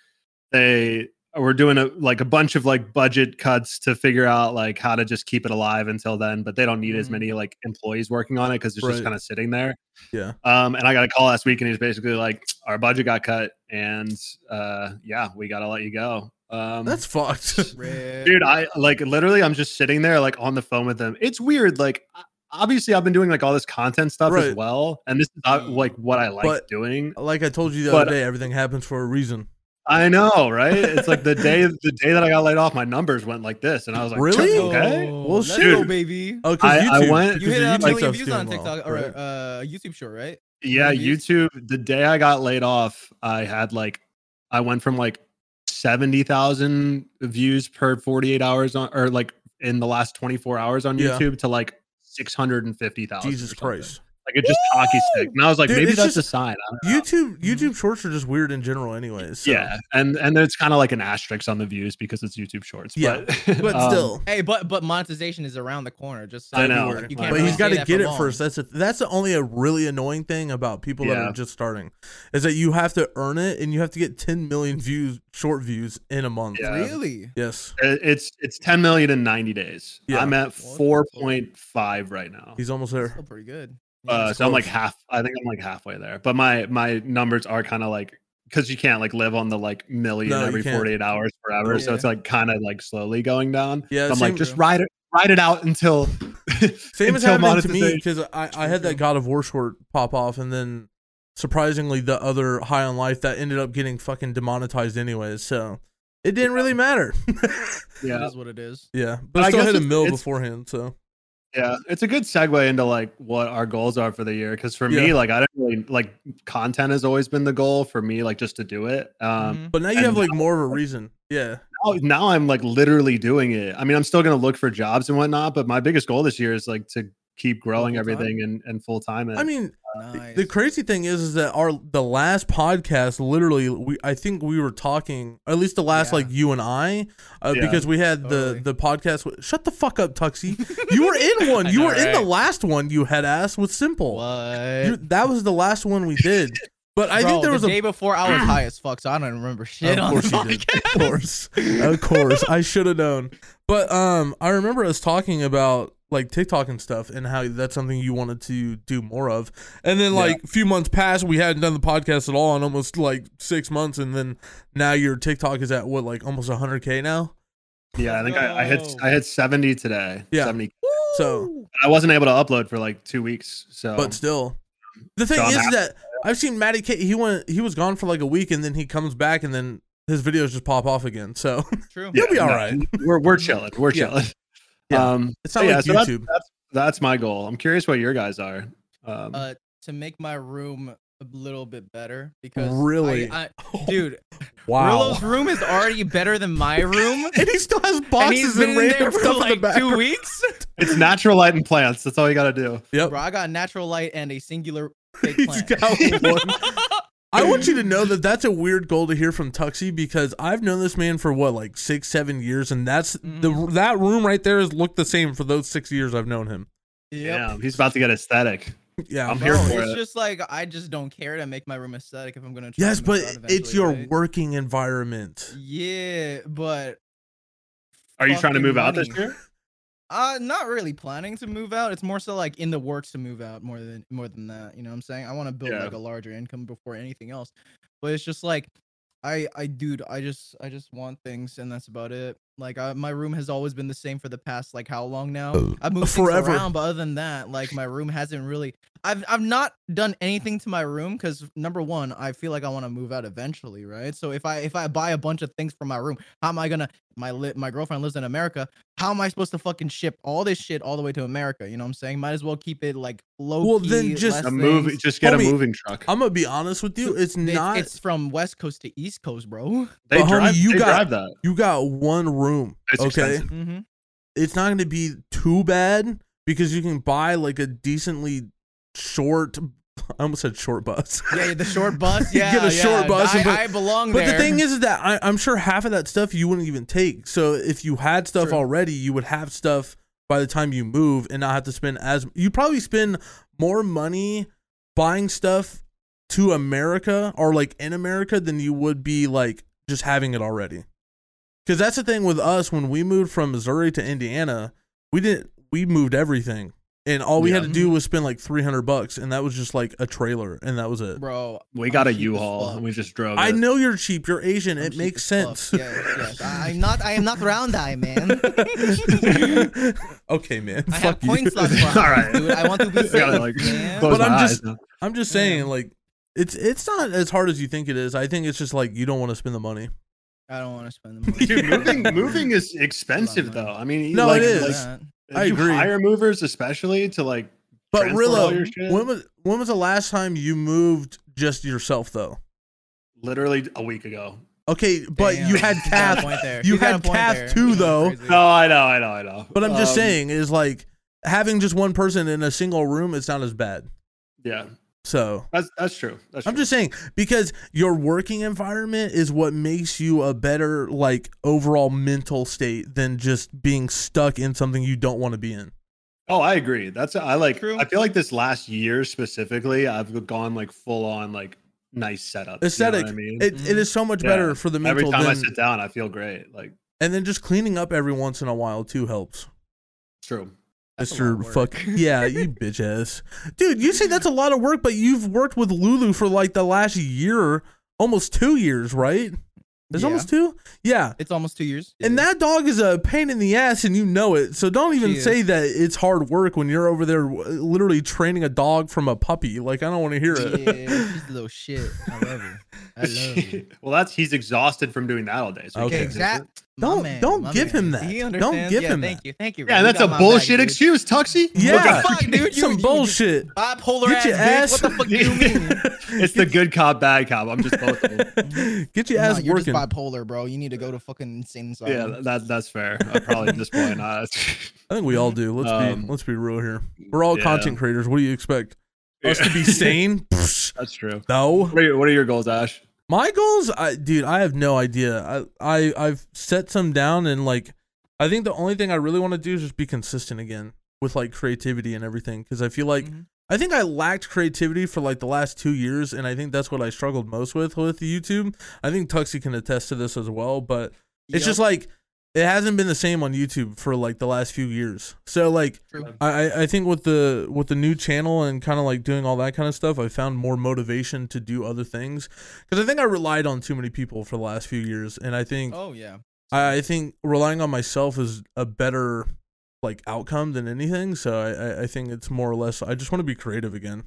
[SPEAKER 1] They were doing a like a bunch of like budget cuts to figure out like how to just keep it alive until then, but they don't need as
[SPEAKER 2] Mhm.
[SPEAKER 1] many like employees working on it because it's just
[SPEAKER 3] Mm-hmm. Right.
[SPEAKER 1] kind of sitting there.
[SPEAKER 3] Yeah.
[SPEAKER 1] Um, and I got a call last week, and he was basically like, "Our budget got cut, and uh, yeah, we gotta let you go." Um,
[SPEAKER 3] That's fucked.
[SPEAKER 1] dude i like literally i'm just sitting there like on the phone with them it's weird like o- obviously i've been doing like all this content stuff as
[SPEAKER 3] Right. Mm.
[SPEAKER 1] well and this is not, like what i like
[SPEAKER 3] But-
[SPEAKER 1] doing
[SPEAKER 3] [LAUGHS] like I told you the
[SPEAKER 1] But-
[SPEAKER 3] other day, everything happens for a reason.
[SPEAKER 1] i know right it's like the
[SPEAKER 3] [LAUGHS]
[SPEAKER 1] day the day that i got laid off my numbers went like this and i was like
[SPEAKER 3] Really? Oh,
[SPEAKER 1] okay
[SPEAKER 3] Well,
[SPEAKER 2] let's go,
[SPEAKER 3] shoot.
[SPEAKER 2] baby.
[SPEAKER 3] Oh,
[SPEAKER 1] I,
[SPEAKER 3] because
[SPEAKER 1] I
[SPEAKER 3] YouTube.
[SPEAKER 1] went
[SPEAKER 2] You hit
[SPEAKER 3] your
[SPEAKER 2] a
[SPEAKER 3] YouTube
[SPEAKER 2] million
[SPEAKER 3] stuff's
[SPEAKER 2] views on
[SPEAKER 3] doing well,
[SPEAKER 2] TikTok or
[SPEAKER 3] right?
[SPEAKER 2] uh, YouTube short, right?
[SPEAKER 1] yeah
[SPEAKER 2] Movies?
[SPEAKER 1] youtube the day i got laid off i had like i went from like 70,000 views per 48 hours on or like in the last 24 hours on
[SPEAKER 3] Yeah.
[SPEAKER 1] youtube to like 650,000 or
[SPEAKER 3] Jesus
[SPEAKER 1] something.
[SPEAKER 3] Christ.
[SPEAKER 1] like it just hockey stick. And I was like,
[SPEAKER 3] Dude,
[SPEAKER 1] maybe
[SPEAKER 3] it's
[SPEAKER 1] that's
[SPEAKER 3] just-
[SPEAKER 1] a sign. I don't know.
[SPEAKER 3] YouTube YouTube shorts are just weird in general, anyways. so-
[SPEAKER 1] yeah, and and it's kind of like an asterisk on the views because it's YouTube Shorts.
[SPEAKER 3] Yeah,
[SPEAKER 1] but,
[SPEAKER 3] [LAUGHS] but
[SPEAKER 1] um,
[SPEAKER 3] still.
[SPEAKER 2] Hey, but but monetization is around the corner. Just so
[SPEAKER 1] I
[SPEAKER 2] you
[SPEAKER 1] know.
[SPEAKER 2] aware. You can't
[SPEAKER 3] But
[SPEAKER 2] really
[SPEAKER 3] he's got
[SPEAKER 2] say
[SPEAKER 3] to
[SPEAKER 2] that
[SPEAKER 3] get
[SPEAKER 2] for
[SPEAKER 3] it
[SPEAKER 2] long.
[SPEAKER 3] first. That's a, that's the only a really annoying thing about people that
[SPEAKER 1] Yeah.
[SPEAKER 3] are just starting, is that you have to earn it and you have to get 10 million views, short views in a month.
[SPEAKER 1] Yeah.
[SPEAKER 2] Really?
[SPEAKER 3] Yes,
[SPEAKER 1] it- it's it's 10 million in 90 days.
[SPEAKER 3] Yeah.
[SPEAKER 1] I'm at
[SPEAKER 2] What?
[SPEAKER 1] 4.5 right now.
[SPEAKER 3] he's almost
[SPEAKER 2] That's
[SPEAKER 3] there.
[SPEAKER 2] Still pretty good.
[SPEAKER 1] Uh,
[SPEAKER 3] it's
[SPEAKER 1] so I'm like
[SPEAKER 3] close.
[SPEAKER 1] half. I think I'm like halfway there. But my my numbers are kind of like because you can't like live on the like million
[SPEAKER 3] No, you
[SPEAKER 1] every
[SPEAKER 3] can't.
[SPEAKER 1] 48 hours forever. So it's
[SPEAKER 2] Yeah.
[SPEAKER 1] like kind of like slowly going down.
[SPEAKER 3] Yeah,
[SPEAKER 1] So I'm like
[SPEAKER 3] same-
[SPEAKER 1] just ride it ride it out until [LAUGHS]
[SPEAKER 3] Same as
[SPEAKER 1] until
[SPEAKER 3] happened to me
[SPEAKER 1] monetization.
[SPEAKER 3] because I, I had that God of War short pop off, and then surprisingly, the other High on Life that ended up getting fucking demonetized anyways. So it didn't really matter.
[SPEAKER 2] It
[SPEAKER 1] Yeah,
[SPEAKER 2] is what it is.
[SPEAKER 3] yeah,
[SPEAKER 1] But
[SPEAKER 3] but
[SPEAKER 1] I
[SPEAKER 3] I still
[SPEAKER 1] guess
[SPEAKER 3] had a
[SPEAKER 1] it's-
[SPEAKER 3] mill
[SPEAKER 1] it's-
[SPEAKER 3] beforehand. So
[SPEAKER 1] Yeah, it's a good segue into like what our goals are for the year. Because for me,
[SPEAKER 3] Yeah.
[SPEAKER 1] like I don't really like content has always been the goal for me, like just to do it. Um,
[SPEAKER 2] Mhm.
[SPEAKER 3] But now you
[SPEAKER 1] And
[SPEAKER 3] have like more of a reason. Yeah.
[SPEAKER 1] now, now I'm like literally doing it. I mean, I'm still gonna look for jobs and whatnot, but my biggest goal this year is like to keep growing
[SPEAKER 2] full-time?
[SPEAKER 1] everything and and full time.
[SPEAKER 3] Oh, I mean,
[SPEAKER 2] Mm-hmm. Nice.
[SPEAKER 3] the crazy thing is, is that our the last podcast, literally, we I think we were talking, at least the last
[SPEAKER 2] Yeah.
[SPEAKER 3] like you and I, uh,
[SPEAKER 1] Yeah.
[SPEAKER 3] because we had
[SPEAKER 2] Totally.
[SPEAKER 3] the the podcast. With, shut the fuck up, Tuxie. You were in one.
[SPEAKER 2] I
[SPEAKER 3] you
[SPEAKER 2] know,
[SPEAKER 3] were in the
[SPEAKER 2] right?
[SPEAKER 3] last one. You had asked with simple.
[SPEAKER 2] what?
[SPEAKER 3] You, that was the last one we did. But I
[SPEAKER 2] Bro,
[SPEAKER 3] think there was
[SPEAKER 2] the
[SPEAKER 3] a
[SPEAKER 2] day before I
[SPEAKER 3] [CLEARS THROAT]
[SPEAKER 2] was high as fuck, so I don't remember shit on the
[SPEAKER 3] course
[SPEAKER 2] [LAUGHS]
[SPEAKER 3] you did.
[SPEAKER 2] podcast.
[SPEAKER 3] Of course. of course. I should have known. But um I remember us talking about like TikTok and stuff and how that's something you wanted to do more of. And then
[SPEAKER 1] Yeah.
[SPEAKER 3] like a few months passed, we hadn't done the podcast at all in almost like 6 months and then now your TikTok is at what like almost 100k now.
[SPEAKER 1] yeah, I think I, I hit
[SPEAKER 2] No.
[SPEAKER 1] I hit 70 today.
[SPEAKER 3] Yeah.
[SPEAKER 1] 70.
[SPEAKER 3] So
[SPEAKER 2] Woo!
[SPEAKER 1] I wasn't able to upload for like two weeks. So
[SPEAKER 3] but still the thing
[SPEAKER 1] So I'm
[SPEAKER 3] is
[SPEAKER 1] happy.
[SPEAKER 3] that I've seen Matty K he went he was gone for like a week and then he comes back and then his videos just pop off again. So [LAUGHS]
[SPEAKER 2] true.
[SPEAKER 3] you'll be all
[SPEAKER 1] no,
[SPEAKER 3] right.
[SPEAKER 1] We're
[SPEAKER 3] [LAUGHS]
[SPEAKER 1] we're chilling. We're
[SPEAKER 3] Yeah.
[SPEAKER 1] chilling.
[SPEAKER 3] Yeah.
[SPEAKER 1] Um,
[SPEAKER 3] it's
[SPEAKER 1] so
[SPEAKER 3] not
[SPEAKER 1] yeah,
[SPEAKER 3] like
[SPEAKER 1] so that's,
[SPEAKER 3] YouTube.
[SPEAKER 1] that's that's my goal. I'm curious what your guys are. Um,
[SPEAKER 2] Uh, to make my room a little bit better because
[SPEAKER 3] Really? [LAUGHS] Oh,
[SPEAKER 2] I, I, dude,
[SPEAKER 3] wow.
[SPEAKER 2] Rillo's room is already better than my room.
[SPEAKER 3] [LAUGHS] and he still has
[SPEAKER 2] and he's
[SPEAKER 3] boxes
[SPEAKER 2] been
[SPEAKER 3] and
[SPEAKER 2] in there
[SPEAKER 3] random
[SPEAKER 2] for
[SPEAKER 3] stuff in the
[SPEAKER 2] like
[SPEAKER 3] back.
[SPEAKER 2] two weeks.
[SPEAKER 1] It's natural light and plants. That's all you got to do.
[SPEAKER 3] [LAUGHS] Yep.
[SPEAKER 2] Bro, I got natural light and a
[SPEAKER 3] [LAUGHS]
[SPEAKER 2] singular fake
[SPEAKER 3] He's
[SPEAKER 2] plant.
[SPEAKER 3] got one.
[SPEAKER 2] [LAUGHS]
[SPEAKER 3] I want you to know that that's a weird goal to hear from Tuxie because I've known this man for what like six, seven years, and that's
[SPEAKER 2] Mm-hmm.
[SPEAKER 3] the that room right there has looked the same for those six years I've known him. [LAUGHS]
[SPEAKER 2] Yep.
[SPEAKER 1] Damn, he's about to get aesthetic.
[SPEAKER 3] Yeah.
[SPEAKER 1] I'm
[SPEAKER 2] Bro,
[SPEAKER 1] here for
[SPEAKER 2] it's
[SPEAKER 1] it.
[SPEAKER 2] just like I just don't care to make my room aesthetic if I'm gonna. Try
[SPEAKER 3] yes,
[SPEAKER 2] to
[SPEAKER 3] but
[SPEAKER 2] move out
[SPEAKER 3] it's
[SPEAKER 2] eventually,
[SPEAKER 3] your
[SPEAKER 2] right?
[SPEAKER 3] working environment.
[SPEAKER 2] Yeah, but
[SPEAKER 1] Are you trying to
[SPEAKER 2] fucking
[SPEAKER 1] move out this
[SPEAKER 2] money.
[SPEAKER 1] year?
[SPEAKER 2] Uh, not really planning to move out. It's more so like in the works to move out more than more than that. You know what I'm saying? I want to build
[SPEAKER 1] Yeah.
[SPEAKER 2] like a larger income before anything else. But it's just like, I I dude, I just I just want things and that's about it. Like I, my room has always been the same for the past like how long now?
[SPEAKER 3] Oh,
[SPEAKER 2] I've moved
[SPEAKER 3] forever.
[SPEAKER 2] things around, but other than that, like my room hasn't really. I've I've not done anything to my room because number one, I feel like I want to move out eventually, right? So if I if I buy a bunch of things for my room, how am I gonna? My li- my girlfriend lives in America. How am I supposed to fucking ship all this shit all the way to America? You know what I'm saying? Might as well keep it like low.
[SPEAKER 3] Well, then
[SPEAKER 2] key,
[SPEAKER 3] just
[SPEAKER 2] less
[SPEAKER 1] A move,
[SPEAKER 2] things.
[SPEAKER 1] just get a
[SPEAKER 3] Homie, uh,
[SPEAKER 1] moving truck.
[SPEAKER 3] I'm gonna be honest with you. It's
[SPEAKER 2] It's-
[SPEAKER 3] not.
[SPEAKER 2] It's from West Coast to East Coast, bro.
[SPEAKER 1] they
[SPEAKER 3] but homie,
[SPEAKER 1] drive.
[SPEAKER 3] you
[SPEAKER 1] they
[SPEAKER 3] got-
[SPEAKER 1] drive that.
[SPEAKER 3] you got one room.
[SPEAKER 1] It's
[SPEAKER 3] okay.
[SPEAKER 1] expensive.
[SPEAKER 2] Mm-hmm.
[SPEAKER 3] it's not going to be too bad because you can buy like a decently short. [LAUGHS] I almost said short bus.
[SPEAKER 2] Yeah, the
[SPEAKER 3] [LAUGHS]
[SPEAKER 2] short bus.
[SPEAKER 3] You
[SPEAKER 2] Yeah,
[SPEAKER 3] get a short
[SPEAKER 2] yeah,
[SPEAKER 3] bus
[SPEAKER 2] I,
[SPEAKER 3] and put-
[SPEAKER 2] I belong
[SPEAKER 3] But
[SPEAKER 2] there.
[SPEAKER 3] the thing is, is that I, I'm sure half of that stuff you wouldn't even take. So if you had stuff
[SPEAKER 2] True.
[SPEAKER 3] already, you would have stuff by the time you move and not have to spend as you probably spend more money buying stuff to America or like in America than you would be like just having it already. Cuz that's the thing with us when we moved from Missouri to Indiana, we didn't we moved everything and all we had
[SPEAKER 1] Yeah.
[SPEAKER 3] to
[SPEAKER 2] Mm-hmm.
[SPEAKER 3] do was spend like 300 bucks and that was just like a trailer and that was it.
[SPEAKER 2] bro.
[SPEAKER 1] We got a
[SPEAKER 2] I'm cheap as
[SPEAKER 1] U-Haul
[SPEAKER 2] fuck.
[SPEAKER 1] and we just drove.
[SPEAKER 3] I
[SPEAKER 1] it. [LAUGHS]
[SPEAKER 3] know you're cheap, you're Asian,
[SPEAKER 2] I'm
[SPEAKER 3] it
[SPEAKER 2] cheap
[SPEAKER 3] makes
[SPEAKER 2] as fuck.
[SPEAKER 3] sense.
[SPEAKER 2] Yes, yes. I- I'm not. I am not round eye,
[SPEAKER 3] [LAUGHS]
[SPEAKER 2] man.
[SPEAKER 3] okay, man.
[SPEAKER 2] I have
[SPEAKER 3] fuck you.
[SPEAKER 2] points
[SPEAKER 3] [LAUGHS]
[SPEAKER 2] left.
[SPEAKER 1] All right.
[SPEAKER 2] dude. I want to
[SPEAKER 1] [LAUGHS]
[SPEAKER 2] be
[SPEAKER 1] I
[SPEAKER 2] safe.
[SPEAKER 1] gotta, like,
[SPEAKER 2] man.
[SPEAKER 1] close
[SPEAKER 3] But I'm
[SPEAKER 1] my
[SPEAKER 3] just- [LAUGHS]
[SPEAKER 1] eyes.
[SPEAKER 3] I'm just
[SPEAKER 2] Yeah.
[SPEAKER 3] saying, like, it's it's not as hard as you think it is. I think it's just like you don't want to spend the money.
[SPEAKER 2] I don't want to spend the money.
[SPEAKER 1] Dude, moving moving is expensive
[SPEAKER 2] Hold on,
[SPEAKER 1] though.
[SPEAKER 2] man.
[SPEAKER 1] I mean,
[SPEAKER 3] No,
[SPEAKER 1] like,
[SPEAKER 3] it is.
[SPEAKER 1] Like,
[SPEAKER 2] Yeah.
[SPEAKER 1] if
[SPEAKER 3] I
[SPEAKER 1] you
[SPEAKER 3] agree.
[SPEAKER 1] Hire movers, especially to like.
[SPEAKER 3] But
[SPEAKER 1] Transport all
[SPEAKER 3] Rilla,
[SPEAKER 1] your shit.
[SPEAKER 3] when was when was the last time you moved just yourself though?
[SPEAKER 1] Literally a week ago.
[SPEAKER 3] Okay, but
[SPEAKER 2] Damn,
[SPEAKER 3] you had
[SPEAKER 2] got a
[SPEAKER 3] calf.
[SPEAKER 2] [LAUGHS] point there.
[SPEAKER 3] you
[SPEAKER 2] got a
[SPEAKER 3] had
[SPEAKER 2] point
[SPEAKER 3] calf
[SPEAKER 2] there.
[SPEAKER 3] too,
[SPEAKER 2] That's
[SPEAKER 3] though.
[SPEAKER 2] crazy.
[SPEAKER 1] No, Oh, I know, I know, I know.
[SPEAKER 3] But I'm just
[SPEAKER 1] Um,
[SPEAKER 3] saying, is like having just one person in a single room, it's not as bad.
[SPEAKER 1] Yeah,
[SPEAKER 3] So
[SPEAKER 1] that's that's true. That's
[SPEAKER 3] I'm
[SPEAKER 1] true.
[SPEAKER 3] just saying because your working environment is what makes you a better like overall mental state than just being stuck in something you don't want to be in.
[SPEAKER 1] Oh, I agree. That's I like.
[SPEAKER 2] True.
[SPEAKER 1] I feel like this last year specifically, I've gone like full on like nice setup. You know
[SPEAKER 3] Aesthetic.
[SPEAKER 1] what I mean,
[SPEAKER 3] It,
[SPEAKER 2] Mm-hmm.
[SPEAKER 3] it is so much
[SPEAKER 1] Yeah.
[SPEAKER 3] better for the
[SPEAKER 1] every
[SPEAKER 3] mental
[SPEAKER 1] time I
[SPEAKER 3] than,
[SPEAKER 1] sit down, I feel great. Like
[SPEAKER 3] and then just cleaning up every once in a while too helps.
[SPEAKER 1] [LAUGHS] true.
[SPEAKER 2] That's a lot
[SPEAKER 3] Mr.
[SPEAKER 2] of work.
[SPEAKER 3] Fuck yeah, you bitch ass, dude. You say that's a lot of work, but you've worked with Lulu for like the last year, almost two years, right? It's
[SPEAKER 2] Yeah.
[SPEAKER 3] almost two. Yeah,
[SPEAKER 2] [LAUGHS] It's almost two years.
[SPEAKER 3] And that dog is a pain in the ass, and you know it. So don't even
[SPEAKER 2] She is.
[SPEAKER 3] say that it's hard work when you're over there w- literally training a dog from a puppy. Like, I don't want to hear it.
[SPEAKER 2] Yeah,
[SPEAKER 3] [LAUGHS]
[SPEAKER 2] she's a little shit. I love her. I love her.
[SPEAKER 1] well, that's he's exhausted from doing that all day. So he
[SPEAKER 3] Okay.
[SPEAKER 1] can't fix it.
[SPEAKER 2] Exactly.
[SPEAKER 3] Don't- don't give him that.
[SPEAKER 2] He
[SPEAKER 3] Don't
[SPEAKER 2] understands.
[SPEAKER 3] give
[SPEAKER 2] yeah,
[SPEAKER 3] him
[SPEAKER 2] thank
[SPEAKER 3] that.
[SPEAKER 2] you, thank you. bro.
[SPEAKER 1] Yeah,
[SPEAKER 2] You
[SPEAKER 1] that's
[SPEAKER 2] got
[SPEAKER 1] a
[SPEAKER 2] my
[SPEAKER 1] bullshit
[SPEAKER 2] back, dude.
[SPEAKER 1] excuse, Tuxie.
[SPEAKER 3] [LAUGHS] Yeah.
[SPEAKER 2] Fuck, dude, you-
[SPEAKER 3] Some
[SPEAKER 2] you- [LAUGHS]
[SPEAKER 3] bullshit.
[SPEAKER 2] Bipolar
[SPEAKER 3] Get your
[SPEAKER 2] ass,
[SPEAKER 3] ass-
[SPEAKER 2] bitch. What the fuck
[SPEAKER 3] [LAUGHS]
[SPEAKER 2] do you mean?
[SPEAKER 1] [LAUGHS] It's the good cop, bad cop. I'm just both. of them.
[SPEAKER 3] Get your ass
[SPEAKER 2] you're
[SPEAKER 3] working.
[SPEAKER 2] just bipolar, bro. You need to go to fucking insane asylum.
[SPEAKER 1] Yeah, that that's fair. I'm probably at this point. Uh, [LAUGHS]
[SPEAKER 3] I think we all do. Let's
[SPEAKER 1] Um,
[SPEAKER 3] be let's be real here. We're all
[SPEAKER 1] yeah.
[SPEAKER 3] content creators. What do you expect? Us to be
[SPEAKER 2] [LAUGHS]
[SPEAKER 3] sane? Psh,
[SPEAKER 1] That's true.
[SPEAKER 3] no.
[SPEAKER 1] What are, your, what are your goals, Ash?
[SPEAKER 3] My goals, I, dude, I have no idea. I, I I've set some down, and like, I think the only thing I really want to do is just be consistent again with like creativity and everything, because I feel like
[SPEAKER 2] Mhm.
[SPEAKER 3] I think I lacked creativity for like the last two years, and I think that's what I struggled most with with YouTube. I think Tuxie can attest to this as well, but it's just like it hasn't been the same on YouTube for like the last few years. So like
[SPEAKER 2] True.
[SPEAKER 3] I I- I think with the with the new channel and kind of like doing all that kind of stuff, I found more motivation to do other things because I think I relied on too many people for the last few years, and I think
[SPEAKER 2] Oh yeah.
[SPEAKER 3] I, I think relying on myself is a better like outcome than anything. So I I, I think it's more or less I just want to be creative again.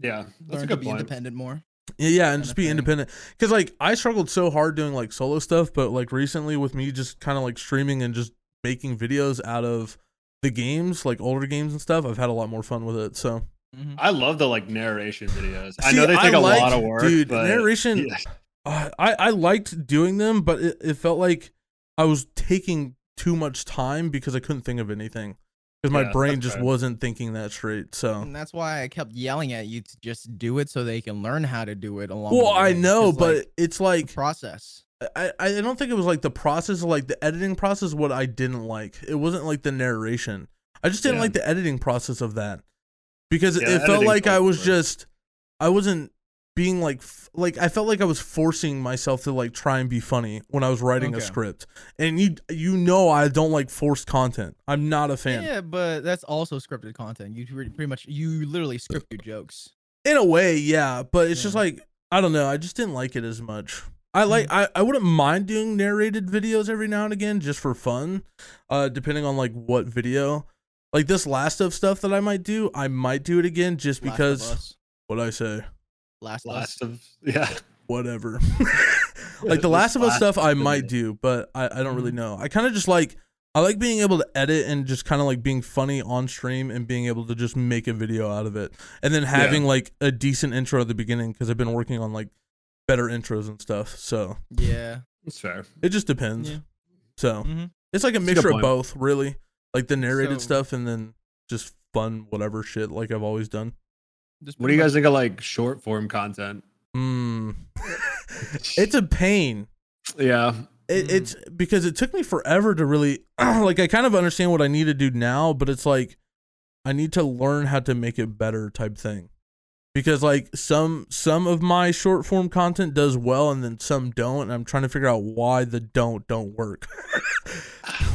[SPEAKER 1] Yeah, that's
[SPEAKER 2] Learn
[SPEAKER 1] a
[SPEAKER 2] to
[SPEAKER 1] good
[SPEAKER 2] be
[SPEAKER 1] point.
[SPEAKER 2] independent more.
[SPEAKER 3] Yeah, yeah, and
[SPEAKER 2] Kinda
[SPEAKER 3] just be
[SPEAKER 2] thing.
[SPEAKER 3] independent. Because like I struggled so hard doing like solo stuff, but like recently with me just kind of like streaming and just making videos out of the games, like older games and stuff, I've had a lot more fun with it. So
[SPEAKER 2] Mhm.
[SPEAKER 1] I love the like narration videos. I
[SPEAKER 3] See,
[SPEAKER 1] know they take a
[SPEAKER 3] liked-
[SPEAKER 1] lot of work,
[SPEAKER 3] dude.
[SPEAKER 1] but
[SPEAKER 3] narration,
[SPEAKER 1] Yeah.
[SPEAKER 3] uh, I I liked doing them, but it, it felt like I was taking too much time because I couldn't think of anything because my
[SPEAKER 1] Yeah,
[SPEAKER 3] brain
[SPEAKER 1] that's
[SPEAKER 3] just
[SPEAKER 1] fair.
[SPEAKER 3] wasn't thinking that straight. So
[SPEAKER 1] Oh.
[SPEAKER 2] And that's why I kept yelling at you to just do it so they can learn how to do it along.
[SPEAKER 3] well,
[SPEAKER 2] the way.
[SPEAKER 3] I know,
[SPEAKER 2] 'Cause,
[SPEAKER 3] but
[SPEAKER 2] like,
[SPEAKER 3] it's
[SPEAKER 2] the
[SPEAKER 3] like
[SPEAKER 2] process.
[SPEAKER 3] I, I I don't think it was like the process, like the editing process, what I didn't like. It wasn't like the narration. I just didn't
[SPEAKER 1] Yeah.
[SPEAKER 3] like the editing process of that because it-
[SPEAKER 1] Yeah, the
[SPEAKER 3] it, felt
[SPEAKER 1] editing
[SPEAKER 3] like I
[SPEAKER 1] process
[SPEAKER 3] was
[SPEAKER 1] was-
[SPEAKER 3] just, I wasn't being like, f- like I felt like I was forcing myself to like try and be funny when I was writing a
[SPEAKER 2] Okay.
[SPEAKER 3] script. And you you know I don't like forced content. I'm not a fan.
[SPEAKER 2] Yeah, but that's also scripted content. You pretty pretty much you literally script your jokes.
[SPEAKER 3] In a way, yeah, but it's just
[SPEAKER 2] Yeah.
[SPEAKER 3] like I don't know. I just didn't like it as much. I like I, I wouldn't mind doing narrated videos every now and again just for fun, uh, depending on like what video. Like this Last of stuff that I might do, I might do it again just because what I say,
[SPEAKER 2] Last of Us.
[SPEAKER 1] last of [LAUGHS] yeah.
[SPEAKER 3] whatever. [LAUGHS] like
[SPEAKER 1] This
[SPEAKER 3] the Last of Us
[SPEAKER 1] Last
[SPEAKER 3] stuff, I
[SPEAKER 1] of Us
[SPEAKER 3] might
[SPEAKER 1] video.
[SPEAKER 3] do, but I, I don't really
[SPEAKER 2] Mm-hmm.
[SPEAKER 3] know. I kind of just like I like being able to edit and just kind of like being funny on stream and being able to just make a video out of it, and then having like a decent intro at the beginning because I've been working on like better intros and stuff. So
[SPEAKER 2] Yeah.
[SPEAKER 1] That's fair.
[SPEAKER 3] it just depends.
[SPEAKER 2] Yeah.
[SPEAKER 3] So
[SPEAKER 2] Mhm.
[SPEAKER 3] it's like a
[SPEAKER 1] a good
[SPEAKER 3] mixture of
[SPEAKER 1] point.
[SPEAKER 3] both, really, like the narrated
[SPEAKER 2] So-
[SPEAKER 3] stuff and then just fun whatever shit like I've always done.
[SPEAKER 2] Just
[SPEAKER 1] What do you
[SPEAKER 2] pretty
[SPEAKER 1] guys think of like
[SPEAKER 3] Hmm.
[SPEAKER 1] short form content?
[SPEAKER 3] Mm. it's a pain.
[SPEAKER 1] [SIGHS] Yeah,
[SPEAKER 3] It,
[SPEAKER 2] Mm.
[SPEAKER 3] It's because it took me forever to really [CLEARS THROAT] like. I kind of understand what I need to do now, but it's like I need to learn how to make it better, type thing. Because like some some of my short form content does well, and then some don't, and I'm trying to figure out why the don't don't work. [LAUGHS]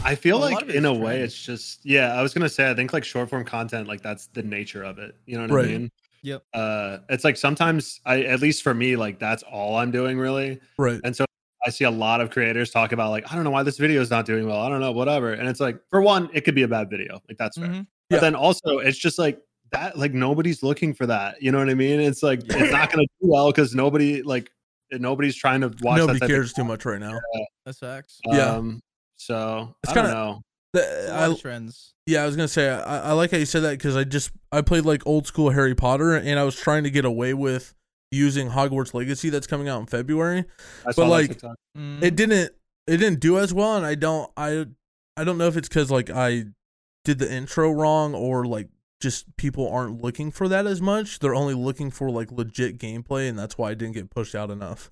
[SPEAKER 1] I feel
[SPEAKER 2] Well, a lot
[SPEAKER 1] like
[SPEAKER 2] of it
[SPEAKER 1] in
[SPEAKER 2] is
[SPEAKER 1] a way
[SPEAKER 2] trend.
[SPEAKER 1] it's just yeah, I was gonna say I think like short form content, like that's the nature of it. You know what
[SPEAKER 3] Right.
[SPEAKER 1] I mean?
[SPEAKER 2] Yep.
[SPEAKER 1] Uh it's like sometimes I at least for me, like that's all I'm doing really.
[SPEAKER 3] right.
[SPEAKER 1] And so I see a lot of creators talk about like, I don't know why this video is not doing well. I don't know, whatever. And it's like, for one, it could be a bad video. Like that's fair.
[SPEAKER 2] Mhm.
[SPEAKER 1] But
[SPEAKER 3] Yeah.
[SPEAKER 1] then also it's just like that, like nobody's looking for that. You know what I mean? It's like it's not gonna do well because nobody like nobody's trying to watch
[SPEAKER 3] Nobody
[SPEAKER 1] that type of-
[SPEAKER 3] cares too much right now.
[SPEAKER 2] That's facts.
[SPEAKER 3] Yeah.
[SPEAKER 1] Um, so
[SPEAKER 3] It's
[SPEAKER 1] I don't
[SPEAKER 3] kinda-
[SPEAKER 1] know.
[SPEAKER 3] The-
[SPEAKER 2] A
[SPEAKER 3] uh,
[SPEAKER 2] lot
[SPEAKER 3] I,
[SPEAKER 2] of trends.
[SPEAKER 3] Yeah, I was gonna say I, I like how you said that because I just I played like old school Harry Potter and I was trying to get away with using Hogwarts Legacy that's coming out in February.
[SPEAKER 1] I saw that
[SPEAKER 3] like,
[SPEAKER 1] TikTok.
[SPEAKER 2] Mhm.
[SPEAKER 3] It didn't it didn't do as well, and I don't I I don't know if it's because like I did the intro wrong or like just people aren't looking for that as much. They're only looking for like legit gameplay, and that's why I didn't get pushed out enough.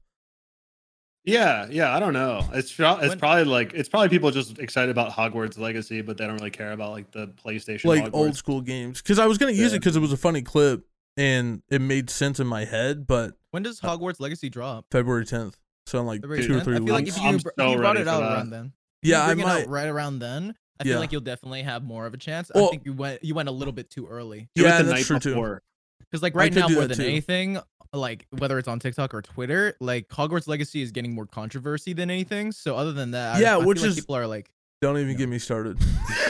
[SPEAKER 1] Yeah, yeah, I don't know. It's pro- it's
[SPEAKER 2] When-
[SPEAKER 1] probably like it's probably people just excited about Hogwarts Legacy, but they don't really care about like the PlayStation
[SPEAKER 3] like
[SPEAKER 1] Hogwarts.
[SPEAKER 3] old school games because I was gonna use it
[SPEAKER 1] Yeah.
[SPEAKER 3] because it was a funny clip and it made sense in my head, but
[SPEAKER 2] When does Hogwarts Legacy drop?
[SPEAKER 3] February tenth. So in like
[SPEAKER 2] February
[SPEAKER 3] two or
[SPEAKER 2] 10th?
[SPEAKER 3] three
[SPEAKER 2] I feel like
[SPEAKER 3] weeks.
[SPEAKER 2] if
[SPEAKER 1] weeks.
[SPEAKER 2] you,
[SPEAKER 1] I'm
[SPEAKER 2] br- if
[SPEAKER 1] so
[SPEAKER 2] you brought
[SPEAKER 1] ready
[SPEAKER 2] it
[SPEAKER 1] for
[SPEAKER 2] out
[SPEAKER 1] that.
[SPEAKER 2] around then, if
[SPEAKER 3] yeah,
[SPEAKER 2] you
[SPEAKER 3] I
[SPEAKER 2] bring it out
[SPEAKER 3] might.
[SPEAKER 2] right around then. I
[SPEAKER 3] Yeah.
[SPEAKER 2] feel like you'll definitely have more of a chance.
[SPEAKER 3] Well-
[SPEAKER 2] I think you went you went a little bit too early
[SPEAKER 1] Do it
[SPEAKER 3] Yeah,
[SPEAKER 1] the
[SPEAKER 3] that's
[SPEAKER 1] night
[SPEAKER 3] true too.
[SPEAKER 1] before.
[SPEAKER 2] because like
[SPEAKER 3] I
[SPEAKER 2] right
[SPEAKER 3] could
[SPEAKER 2] now
[SPEAKER 3] do
[SPEAKER 2] more
[SPEAKER 3] that
[SPEAKER 2] than
[SPEAKER 3] too.
[SPEAKER 2] anything, like whether it's on TikTok or Twitter, like Hogwarts Legacy is getting more controversy than anything. So other than that, I-
[SPEAKER 3] Yeah,
[SPEAKER 2] I feel
[SPEAKER 3] which
[SPEAKER 2] like
[SPEAKER 3] is-
[SPEAKER 2] people are like
[SPEAKER 3] Don't even get me started.
[SPEAKER 1] [LAUGHS]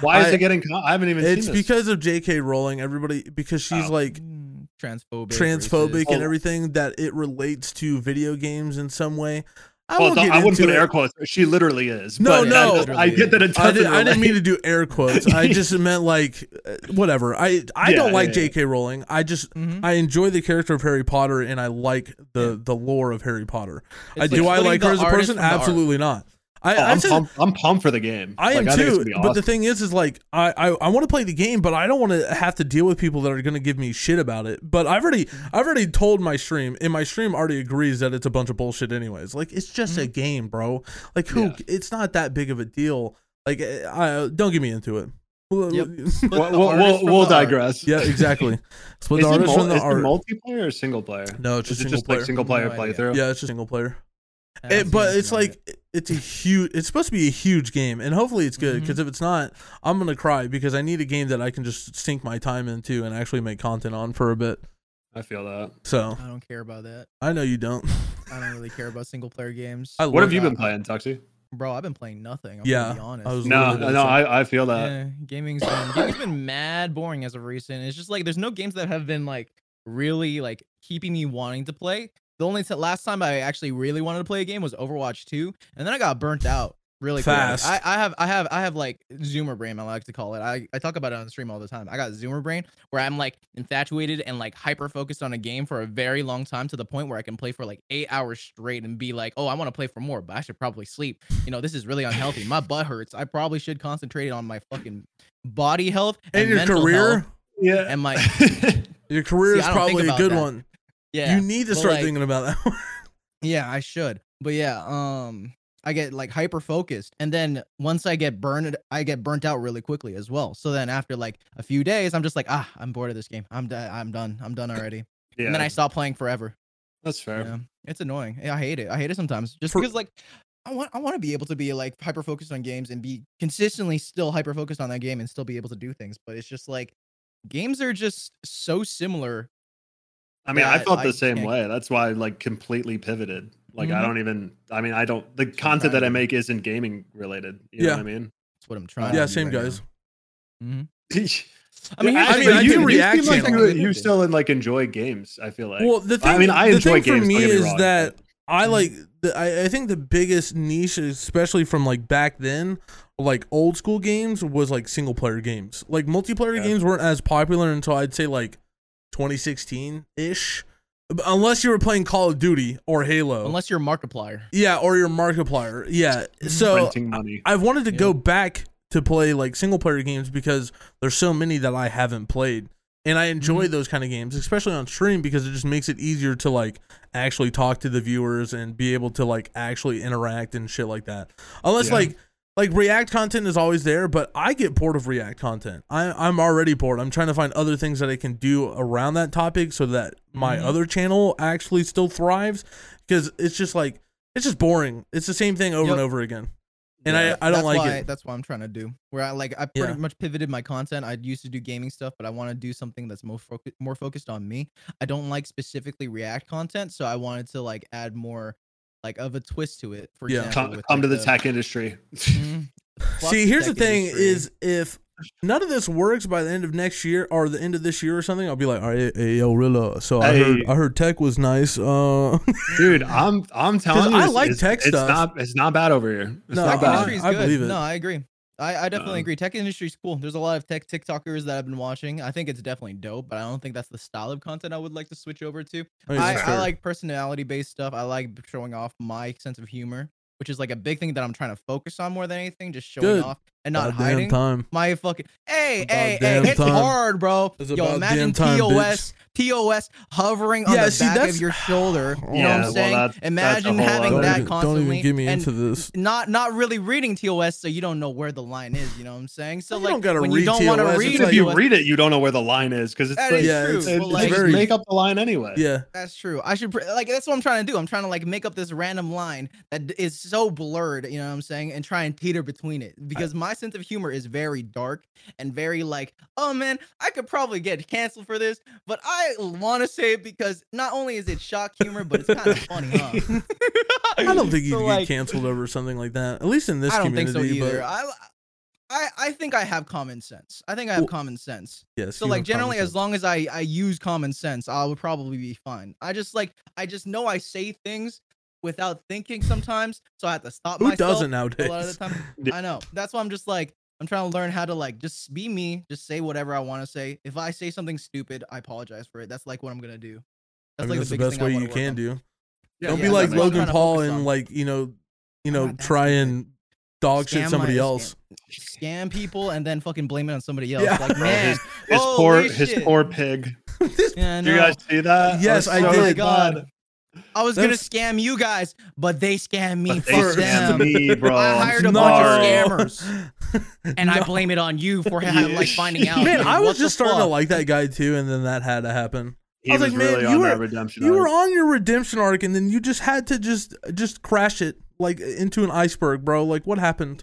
[SPEAKER 1] Why is
[SPEAKER 3] I-
[SPEAKER 1] it getting? co- I haven't even
[SPEAKER 3] It's
[SPEAKER 1] seen this.
[SPEAKER 3] because of J.K. Rowling. Everybody because she's
[SPEAKER 1] Oh.
[SPEAKER 3] like
[SPEAKER 2] mm, transphobic,
[SPEAKER 3] transphobic
[SPEAKER 2] racist.
[SPEAKER 3] and
[SPEAKER 1] Oh.
[SPEAKER 3] everything that it relates to video games in some way. I
[SPEAKER 1] well,
[SPEAKER 3] won't
[SPEAKER 1] th- Oh,
[SPEAKER 3] get
[SPEAKER 1] I wouldn't
[SPEAKER 3] into
[SPEAKER 1] put
[SPEAKER 3] it.
[SPEAKER 1] air quotes. She literally is.
[SPEAKER 3] No,
[SPEAKER 1] but
[SPEAKER 3] no.
[SPEAKER 1] that- I get that it
[SPEAKER 3] I,
[SPEAKER 1] doesn't.
[SPEAKER 3] did, I
[SPEAKER 1] [LAUGHS]
[SPEAKER 3] didn't
[SPEAKER 1] relate.
[SPEAKER 3] mean to do air
[SPEAKER 1] [LAUGHS]
[SPEAKER 3] quotes. I just meant like uh, whatever. I I
[SPEAKER 1] Yeah,
[SPEAKER 3] don't like
[SPEAKER 1] yeah, yeah. Mm-hmm.
[SPEAKER 3] J.K. Rowling. I just
[SPEAKER 2] Mhm.
[SPEAKER 3] I enjoy the character of Harry Potter and I like the the lore of Harry Potter.
[SPEAKER 2] It's
[SPEAKER 3] I, do I
[SPEAKER 2] splitting
[SPEAKER 3] like
[SPEAKER 2] the
[SPEAKER 3] her as a
[SPEAKER 2] artist
[SPEAKER 3] person?
[SPEAKER 2] from the art.
[SPEAKER 3] Absolutely not. I,
[SPEAKER 1] Oh,
[SPEAKER 3] I
[SPEAKER 1] I'm,
[SPEAKER 3] said-
[SPEAKER 1] pumped, I'm pumped for the game.
[SPEAKER 3] I am
[SPEAKER 1] Like, think it's
[SPEAKER 3] too.
[SPEAKER 1] gonna be
[SPEAKER 3] But the
[SPEAKER 1] awesome.
[SPEAKER 3] thing is, is like I I, I want to play the game, but I don't want to have to deal with people that are going to give me shit about it. But I've already I've already told my stream, and my stream already agrees that it's a bunch of bullshit. Anyways, like it's just a game, bro. Like who?
[SPEAKER 1] Mm-hmm. Yeah.
[SPEAKER 3] It's not that big of a deal. Like eh, I, I- don't get me into it.
[SPEAKER 2] Yep. Split
[SPEAKER 1] we'll
[SPEAKER 2] the
[SPEAKER 1] we'll,
[SPEAKER 2] artist
[SPEAKER 1] we'll,
[SPEAKER 2] from
[SPEAKER 1] we'll
[SPEAKER 2] the art.
[SPEAKER 1] digress.
[SPEAKER 3] [LAUGHS]
[SPEAKER 1] [LAUGHS]
[SPEAKER 3] yeah, exactly. Split
[SPEAKER 1] Is
[SPEAKER 3] the
[SPEAKER 1] it,
[SPEAKER 3] artist
[SPEAKER 1] mul-
[SPEAKER 3] from the
[SPEAKER 1] is it
[SPEAKER 3] art.
[SPEAKER 1] multiplayer or single player?
[SPEAKER 3] no, it's
[SPEAKER 1] Is
[SPEAKER 3] just
[SPEAKER 1] it
[SPEAKER 3] single
[SPEAKER 1] just
[SPEAKER 3] player.
[SPEAKER 1] like single player
[SPEAKER 2] No idea.
[SPEAKER 1] playthrough?
[SPEAKER 3] yeah, it's just single player.
[SPEAKER 2] I haven't
[SPEAKER 3] It,
[SPEAKER 2] seen
[SPEAKER 3] but
[SPEAKER 2] anything
[SPEAKER 3] it's
[SPEAKER 2] on
[SPEAKER 3] like
[SPEAKER 2] it.
[SPEAKER 3] it- it's a huge. It's supposed to be a huge game, and hopefully it's
[SPEAKER 2] Mm-hmm.
[SPEAKER 3] good. Because if it's not, I'm gonna cry because I need a game that I can just sink my time into and actually make content on for a bit.
[SPEAKER 1] I feel that.
[SPEAKER 3] So
[SPEAKER 2] I don't care about that.
[SPEAKER 3] I know you don't.
[SPEAKER 2] I don't really care about single player games.
[SPEAKER 3] I
[SPEAKER 1] What
[SPEAKER 3] love
[SPEAKER 1] have you
[SPEAKER 2] that.
[SPEAKER 1] been playing, Tuxie?
[SPEAKER 2] Bro, I've been playing nothing. I'm
[SPEAKER 3] Yeah,
[SPEAKER 2] gonna be honest.
[SPEAKER 3] I was
[SPEAKER 1] No,
[SPEAKER 3] literally
[SPEAKER 1] no,
[SPEAKER 3] gonna say-
[SPEAKER 1] I, I feel that.
[SPEAKER 2] yeah, gaming's been, gaming's been mad boring as of recent. It's just like there's no games that have been like really like keeping me wanting to play. The only t- last time I actually really wanted to play a game was Overwatch 2, and then I got burnt out really quick.
[SPEAKER 3] Fast.
[SPEAKER 2] I, I have I have I have like zoomer brain, I like to call it. I, I talk about it on stream all the time. I got zoomer brain where I'm like infatuated and like hyper focused on a game for a very long time to the point where I can play for like eight hours straight and be like, oh, I want to play for more, but I should probably sleep you know, this is really unhealthy. My butt hurts. I probably should concentrate on my fucking body health and,
[SPEAKER 3] And your
[SPEAKER 2] mental
[SPEAKER 3] career, [LAUGHS]
[SPEAKER 2] health
[SPEAKER 1] Yeah.
[SPEAKER 2] and my
[SPEAKER 1] [LAUGHS]
[SPEAKER 3] your career
[SPEAKER 2] See,
[SPEAKER 3] is
[SPEAKER 2] I don't think
[SPEAKER 3] probably a
[SPEAKER 2] about
[SPEAKER 3] good
[SPEAKER 2] that.
[SPEAKER 3] one.
[SPEAKER 2] yeah
[SPEAKER 3] you need to
[SPEAKER 2] but,
[SPEAKER 3] start
[SPEAKER 2] like-
[SPEAKER 3] thinking about that. [LAUGHS] one.
[SPEAKER 2] yeah I should. But yeah, um, I get like hyper focused, and then once I get burned, I get burnt out really quickly as well. So then after like a few days, I'm just like, ah, I'm bored of this game. I'm done. I'm done. I'm done already.
[SPEAKER 1] yeah.
[SPEAKER 2] And then I stop playing forever.
[SPEAKER 1] that's fair.
[SPEAKER 2] Yeah, it's annoying. I hate it. I hate it sometimes. Just
[SPEAKER 3] For-
[SPEAKER 2] because like I want I want to be able to be like hyper focused on games and be consistently still hyper focused on that game and still be able to do things. But it's just like games are just so similar.
[SPEAKER 1] I mean, I
[SPEAKER 2] that
[SPEAKER 1] felt
[SPEAKER 2] I
[SPEAKER 1] the same
[SPEAKER 2] can't-
[SPEAKER 1] way. That's why I like completely pivoted. Like I
[SPEAKER 2] Mhm.
[SPEAKER 1] don't even I mean, I don't the content that I
[SPEAKER 2] proud.
[SPEAKER 1] make isn't gaming related. You
[SPEAKER 3] Yeah.
[SPEAKER 1] know what I [LAUGHS] mean?
[SPEAKER 2] That's what I'm trying.
[SPEAKER 3] yeah,
[SPEAKER 2] to do
[SPEAKER 3] same
[SPEAKER 2] right
[SPEAKER 3] guys.
[SPEAKER 2] now. I mean, here's
[SPEAKER 3] I
[SPEAKER 2] the
[SPEAKER 3] mean,
[SPEAKER 2] thing,
[SPEAKER 3] I
[SPEAKER 2] you
[SPEAKER 3] do
[SPEAKER 2] can-
[SPEAKER 3] react
[SPEAKER 1] You seem like
[SPEAKER 2] channel.
[SPEAKER 1] you, you
[SPEAKER 3] [LAUGHS]
[SPEAKER 1] still in, like enjoy games. I feel like.
[SPEAKER 3] well, the thing
[SPEAKER 1] I mean, I
[SPEAKER 3] the
[SPEAKER 1] enjoy
[SPEAKER 3] thing
[SPEAKER 1] games.
[SPEAKER 3] for me
[SPEAKER 1] don't get
[SPEAKER 3] is
[SPEAKER 1] wrong,
[SPEAKER 3] that
[SPEAKER 1] but-
[SPEAKER 3] I
[SPEAKER 2] Mhm.
[SPEAKER 3] like the, I, I think the biggest niche, especially from like back then, like old school games was like single player games. Like multiplayer
[SPEAKER 1] Yeah.
[SPEAKER 3] games weren't as popular until I'd say like 2016 ish, unless you were playing Call of Duty or Halo.
[SPEAKER 2] Unless you're Markiplier.
[SPEAKER 3] yeah, or your Markiplier. Yeah, so
[SPEAKER 1] printing money.
[SPEAKER 3] I've wanted to
[SPEAKER 2] Yeah.
[SPEAKER 3] go back to play like single player games because there's so many that I haven't played. and I
[SPEAKER 2] Mm-hmm.
[SPEAKER 3] enjoy those kind of games, especially on stream because it just makes it easier to like actually talk to the viewers and be able to like actually interact and shit like that. Unless
[SPEAKER 1] Yeah.
[SPEAKER 3] like like React content is always there, but I get bored of React content. I I'm already bored. I'm trying to find other things that I can do around that topic so that my
[SPEAKER 2] Mhm.
[SPEAKER 3] other channel actually still thrives because it's just like it's just boring. It's the same thing over and
[SPEAKER 2] Yep.
[SPEAKER 3] over again. And
[SPEAKER 1] Yeah.
[SPEAKER 3] I, I
[SPEAKER 2] that's
[SPEAKER 3] don't like
[SPEAKER 2] why,
[SPEAKER 3] it.
[SPEAKER 2] That's what I'm trying to do. Where I like I pretty
[SPEAKER 3] Yeah.
[SPEAKER 2] much pivoted my content. I used to do gaming stuff, but I want to do something that's more focu- more focused on me. I don't like specifically React content, so I wanted to like add more like of a twist to it. For
[SPEAKER 3] Yeah.
[SPEAKER 2] example,
[SPEAKER 1] Come,
[SPEAKER 2] with,
[SPEAKER 1] come
[SPEAKER 2] like,
[SPEAKER 1] to the tech industry.
[SPEAKER 2] Mm, fuck
[SPEAKER 3] See, here's the
[SPEAKER 2] tech
[SPEAKER 3] thing:
[SPEAKER 2] industry.
[SPEAKER 3] is if none of this works by the end of next year or the end of this year or something, I'll be like, all right, hey, yo, Rilla. So I heard,
[SPEAKER 1] Hey.
[SPEAKER 3] I heard tech was nice. Uh, [LAUGHS]
[SPEAKER 1] Dude, I'm I'm telling you,
[SPEAKER 3] I
[SPEAKER 1] it's-
[SPEAKER 3] like
[SPEAKER 1] it's,
[SPEAKER 3] tech
[SPEAKER 1] it's
[SPEAKER 3] stuff.
[SPEAKER 1] Not, it's not bad over here. It's
[SPEAKER 3] No,
[SPEAKER 1] not
[SPEAKER 2] tech
[SPEAKER 3] I-
[SPEAKER 1] bad.
[SPEAKER 2] industry is
[SPEAKER 3] uh, I
[SPEAKER 2] good.
[SPEAKER 3] believe it.
[SPEAKER 2] No, I agree. I, I definitely
[SPEAKER 1] Um,
[SPEAKER 2] agree. Tech industry is cool. There's a lot of tech TikTokers that I've been watching. I think it's definitely dope, but I don't think that's the style of content I would like to switch over to.
[SPEAKER 3] mean,
[SPEAKER 2] I,
[SPEAKER 3] it's
[SPEAKER 2] I
[SPEAKER 3] fair.
[SPEAKER 2] like personality based stuff. I like b- showing off my sense of humor, which is like a big thing that I'm trying to focus on more than anything, just showing
[SPEAKER 3] Good.
[SPEAKER 2] off and not
[SPEAKER 3] About damn
[SPEAKER 2] hiding.
[SPEAKER 3] time.
[SPEAKER 2] My fucking hey,
[SPEAKER 3] About
[SPEAKER 2] hey, hey,
[SPEAKER 3] damn
[SPEAKER 2] it's
[SPEAKER 3] time.
[SPEAKER 2] hard, bro.
[SPEAKER 3] It's
[SPEAKER 2] Yo,
[SPEAKER 3] about damn
[SPEAKER 2] imagine
[SPEAKER 3] time, bitch.
[SPEAKER 2] TOS, TOS hovering on
[SPEAKER 3] Yeah,
[SPEAKER 2] the
[SPEAKER 3] see,
[SPEAKER 2] back
[SPEAKER 3] that's-
[SPEAKER 2] of your
[SPEAKER 3] [SIGHS]
[SPEAKER 2] shoulder. You know
[SPEAKER 1] Yeah,
[SPEAKER 2] what
[SPEAKER 1] well,
[SPEAKER 2] I'm saying?
[SPEAKER 1] that's- that's a
[SPEAKER 2] imagine
[SPEAKER 1] whole
[SPEAKER 2] having
[SPEAKER 1] other-
[SPEAKER 3] Don't
[SPEAKER 2] that
[SPEAKER 3] even, don't
[SPEAKER 2] constantly.
[SPEAKER 3] even get me
[SPEAKER 2] and
[SPEAKER 3] into this.
[SPEAKER 2] not not really reading TOS, so you don't know where the line is. You know what I'm saying? So
[SPEAKER 3] You
[SPEAKER 2] like
[SPEAKER 3] don't gotta
[SPEAKER 2] when you
[SPEAKER 3] read
[SPEAKER 2] don't want
[SPEAKER 3] TOS,
[SPEAKER 2] to
[SPEAKER 3] it's
[SPEAKER 1] Even
[SPEAKER 2] read
[SPEAKER 3] like-
[SPEAKER 1] if you
[SPEAKER 2] TOS
[SPEAKER 1] read it, you don't know where the line is because it's
[SPEAKER 2] That
[SPEAKER 1] like,
[SPEAKER 2] is
[SPEAKER 3] Yeah,
[SPEAKER 2] true.
[SPEAKER 3] it's-
[SPEAKER 1] it-
[SPEAKER 2] but,
[SPEAKER 1] it's
[SPEAKER 2] like,
[SPEAKER 1] just
[SPEAKER 3] very-
[SPEAKER 1] make up the line anyway.
[SPEAKER 3] Yeah,
[SPEAKER 2] That's true. I should pr- like that's what I'm trying to do. I'm trying to like make up this random line that d- is so blurred, you know what I'm saying, and try and teeter between it because my sense of humor is very dark and very like, oh man, I could probably get canceled for this, but I want to say it because not only is it shock humor, but it's kind of funny, huh?
[SPEAKER 3] [LAUGHS] I don't think you
[SPEAKER 2] So,
[SPEAKER 3] can
[SPEAKER 2] like,
[SPEAKER 3] get canceled over something like that. At least in this
[SPEAKER 2] I don't think
[SPEAKER 3] community.
[SPEAKER 2] so either.
[SPEAKER 3] But
[SPEAKER 2] I, I I think I have common sense. I think I have
[SPEAKER 3] Well,
[SPEAKER 2] common sense.
[SPEAKER 3] yes,
[SPEAKER 2] So
[SPEAKER 3] you
[SPEAKER 2] like
[SPEAKER 3] have
[SPEAKER 2] generally,
[SPEAKER 3] common
[SPEAKER 2] as long as I I use common sense, I would probably be fine. I just like I just know I say things without thinking sometimes, so I have to stop
[SPEAKER 3] sense. who
[SPEAKER 2] myself
[SPEAKER 3] doesn't nowadays?
[SPEAKER 2] a lot of the
[SPEAKER 3] [LAUGHS]
[SPEAKER 2] time.
[SPEAKER 1] Yeah.
[SPEAKER 2] I know that's why I'm just like I'm trying to learn how to like just be me, just say whatever I want to say. If I say something stupid, I apologize for it. That's like what I'm gonna do.
[SPEAKER 3] I mean, that's the
[SPEAKER 2] biggest
[SPEAKER 3] best
[SPEAKER 2] thing I
[SPEAKER 3] way
[SPEAKER 2] wanna
[SPEAKER 3] you
[SPEAKER 2] work
[SPEAKER 3] can
[SPEAKER 2] on.
[SPEAKER 3] do.
[SPEAKER 1] Yeah,
[SPEAKER 3] Don't
[SPEAKER 1] yeah,
[SPEAKER 3] be like
[SPEAKER 1] that makes-
[SPEAKER 2] I'm
[SPEAKER 3] Logan
[SPEAKER 2] trying to
[SPEAKER 3] Paul
[SPEAKER 2] focus on-
[SPEAKER 3] and like you know, you
[SPEAKER 2] I'm
[SPEAKER 3] know,
[SPEAKER 2] not that
[SPEAKER 3] try
[SPEAKER 2] stupid.
[SPEAKER 3] and dog
[SPEAKER 2] Scam
[SPEAKER 3] shit
[SPEAKER 2] my-
[SPEAKER 3] somebody
[SPEAKER 2] scam-
[SPEAKER 3] else.
[SPEAKER 2] Scam people and then fucking blame it on
[SPEAKER 3] [LAUGHS]
[SPEAKER 2] somebody else.
[SPEAKER 3] Yeah.
[SPEAKER 2] Like
[SPEAKER 1] Bro,
[SPEAKER 2] man,
[SPEAKER 1] his, his
[SPEAKER 2] holy
[SPEAKER 1] poor his
[SPEAKER 2] shit.
[SPEAKER 1] poor pig.
[SPEAKER 2] Yeah, I
[SPEAKER 1] Do you
[SPEAKER 2] know.
[SPEAKER 1] guys see that?
[SPEAKER 3] Yes,
[SPEAKER 1] Oh,
[SPEAKER 3] I
[SPEAKER 1] so
[SPEAKER 3] did. Oh my
[SPEAKER 2] God.
[SPEAKER 1] bad.
[SPEAKER 2] I was gonna
[SPEAKER 3] That's-
[SPEAKER 2] scam you guys, but they scammed me.
[SPEAKER 1] But they
[SPEAKER 2] Fuck
[SPEAKER 3] first.
[SPEAKER 1] scammed
[SPEAKER 2] them.
[SPEAKER 1] me, bro.
[SPEAKER 2] I
[SPEAKER 1] I'm
[SPEAKER 2] hired a bunch of
[SPEAKER 1] sorry.
[SPEAKER 2] scammers.
[SPEAKER 3] [LAUGHS]
[SPEAKER 2] and I
[SPEAKER 3] Oh, No.
[SPEAKER 2] blame it on you for
[SPEAKER 1] Yeah.
[SPEAKER 2] ha- like
[SPEAKER 3] [LAUGHS]
[SPEAKER 2] finding out.
[SPEAKER 3] Man,
[SPEAKER 2] dude.
[SPEAKER 3] I
[SPEAKER 2] What
[SPEAKER 3] was
[SPEAKER 2] Um, the
[SPEAKER 3] just starting to
[SPEAKER 2] fuck?
[SPEAKER 3] like that guy too, and then that had to happen.
[SPEAKER 1] He
[SPEAKER 3] I was
[SPEAKER 1] was,
[SPEAKER 3] like, man,
[SPEAKER 1] really
[SPEAKER 3] you
[SPEAKER 1] on
[SPEAKER 3] were-
[SPEAKER 1] that redemption.
[SPEAKER 3] You were
[SPEAKER 1] arc.
[SPEAKER 3] on your redemption arc, and then you just had to just just crash it like into an iceberg, bro. Like
[SPEAKER 1] [LAUGHS]
[SPEAKER 3] what happened?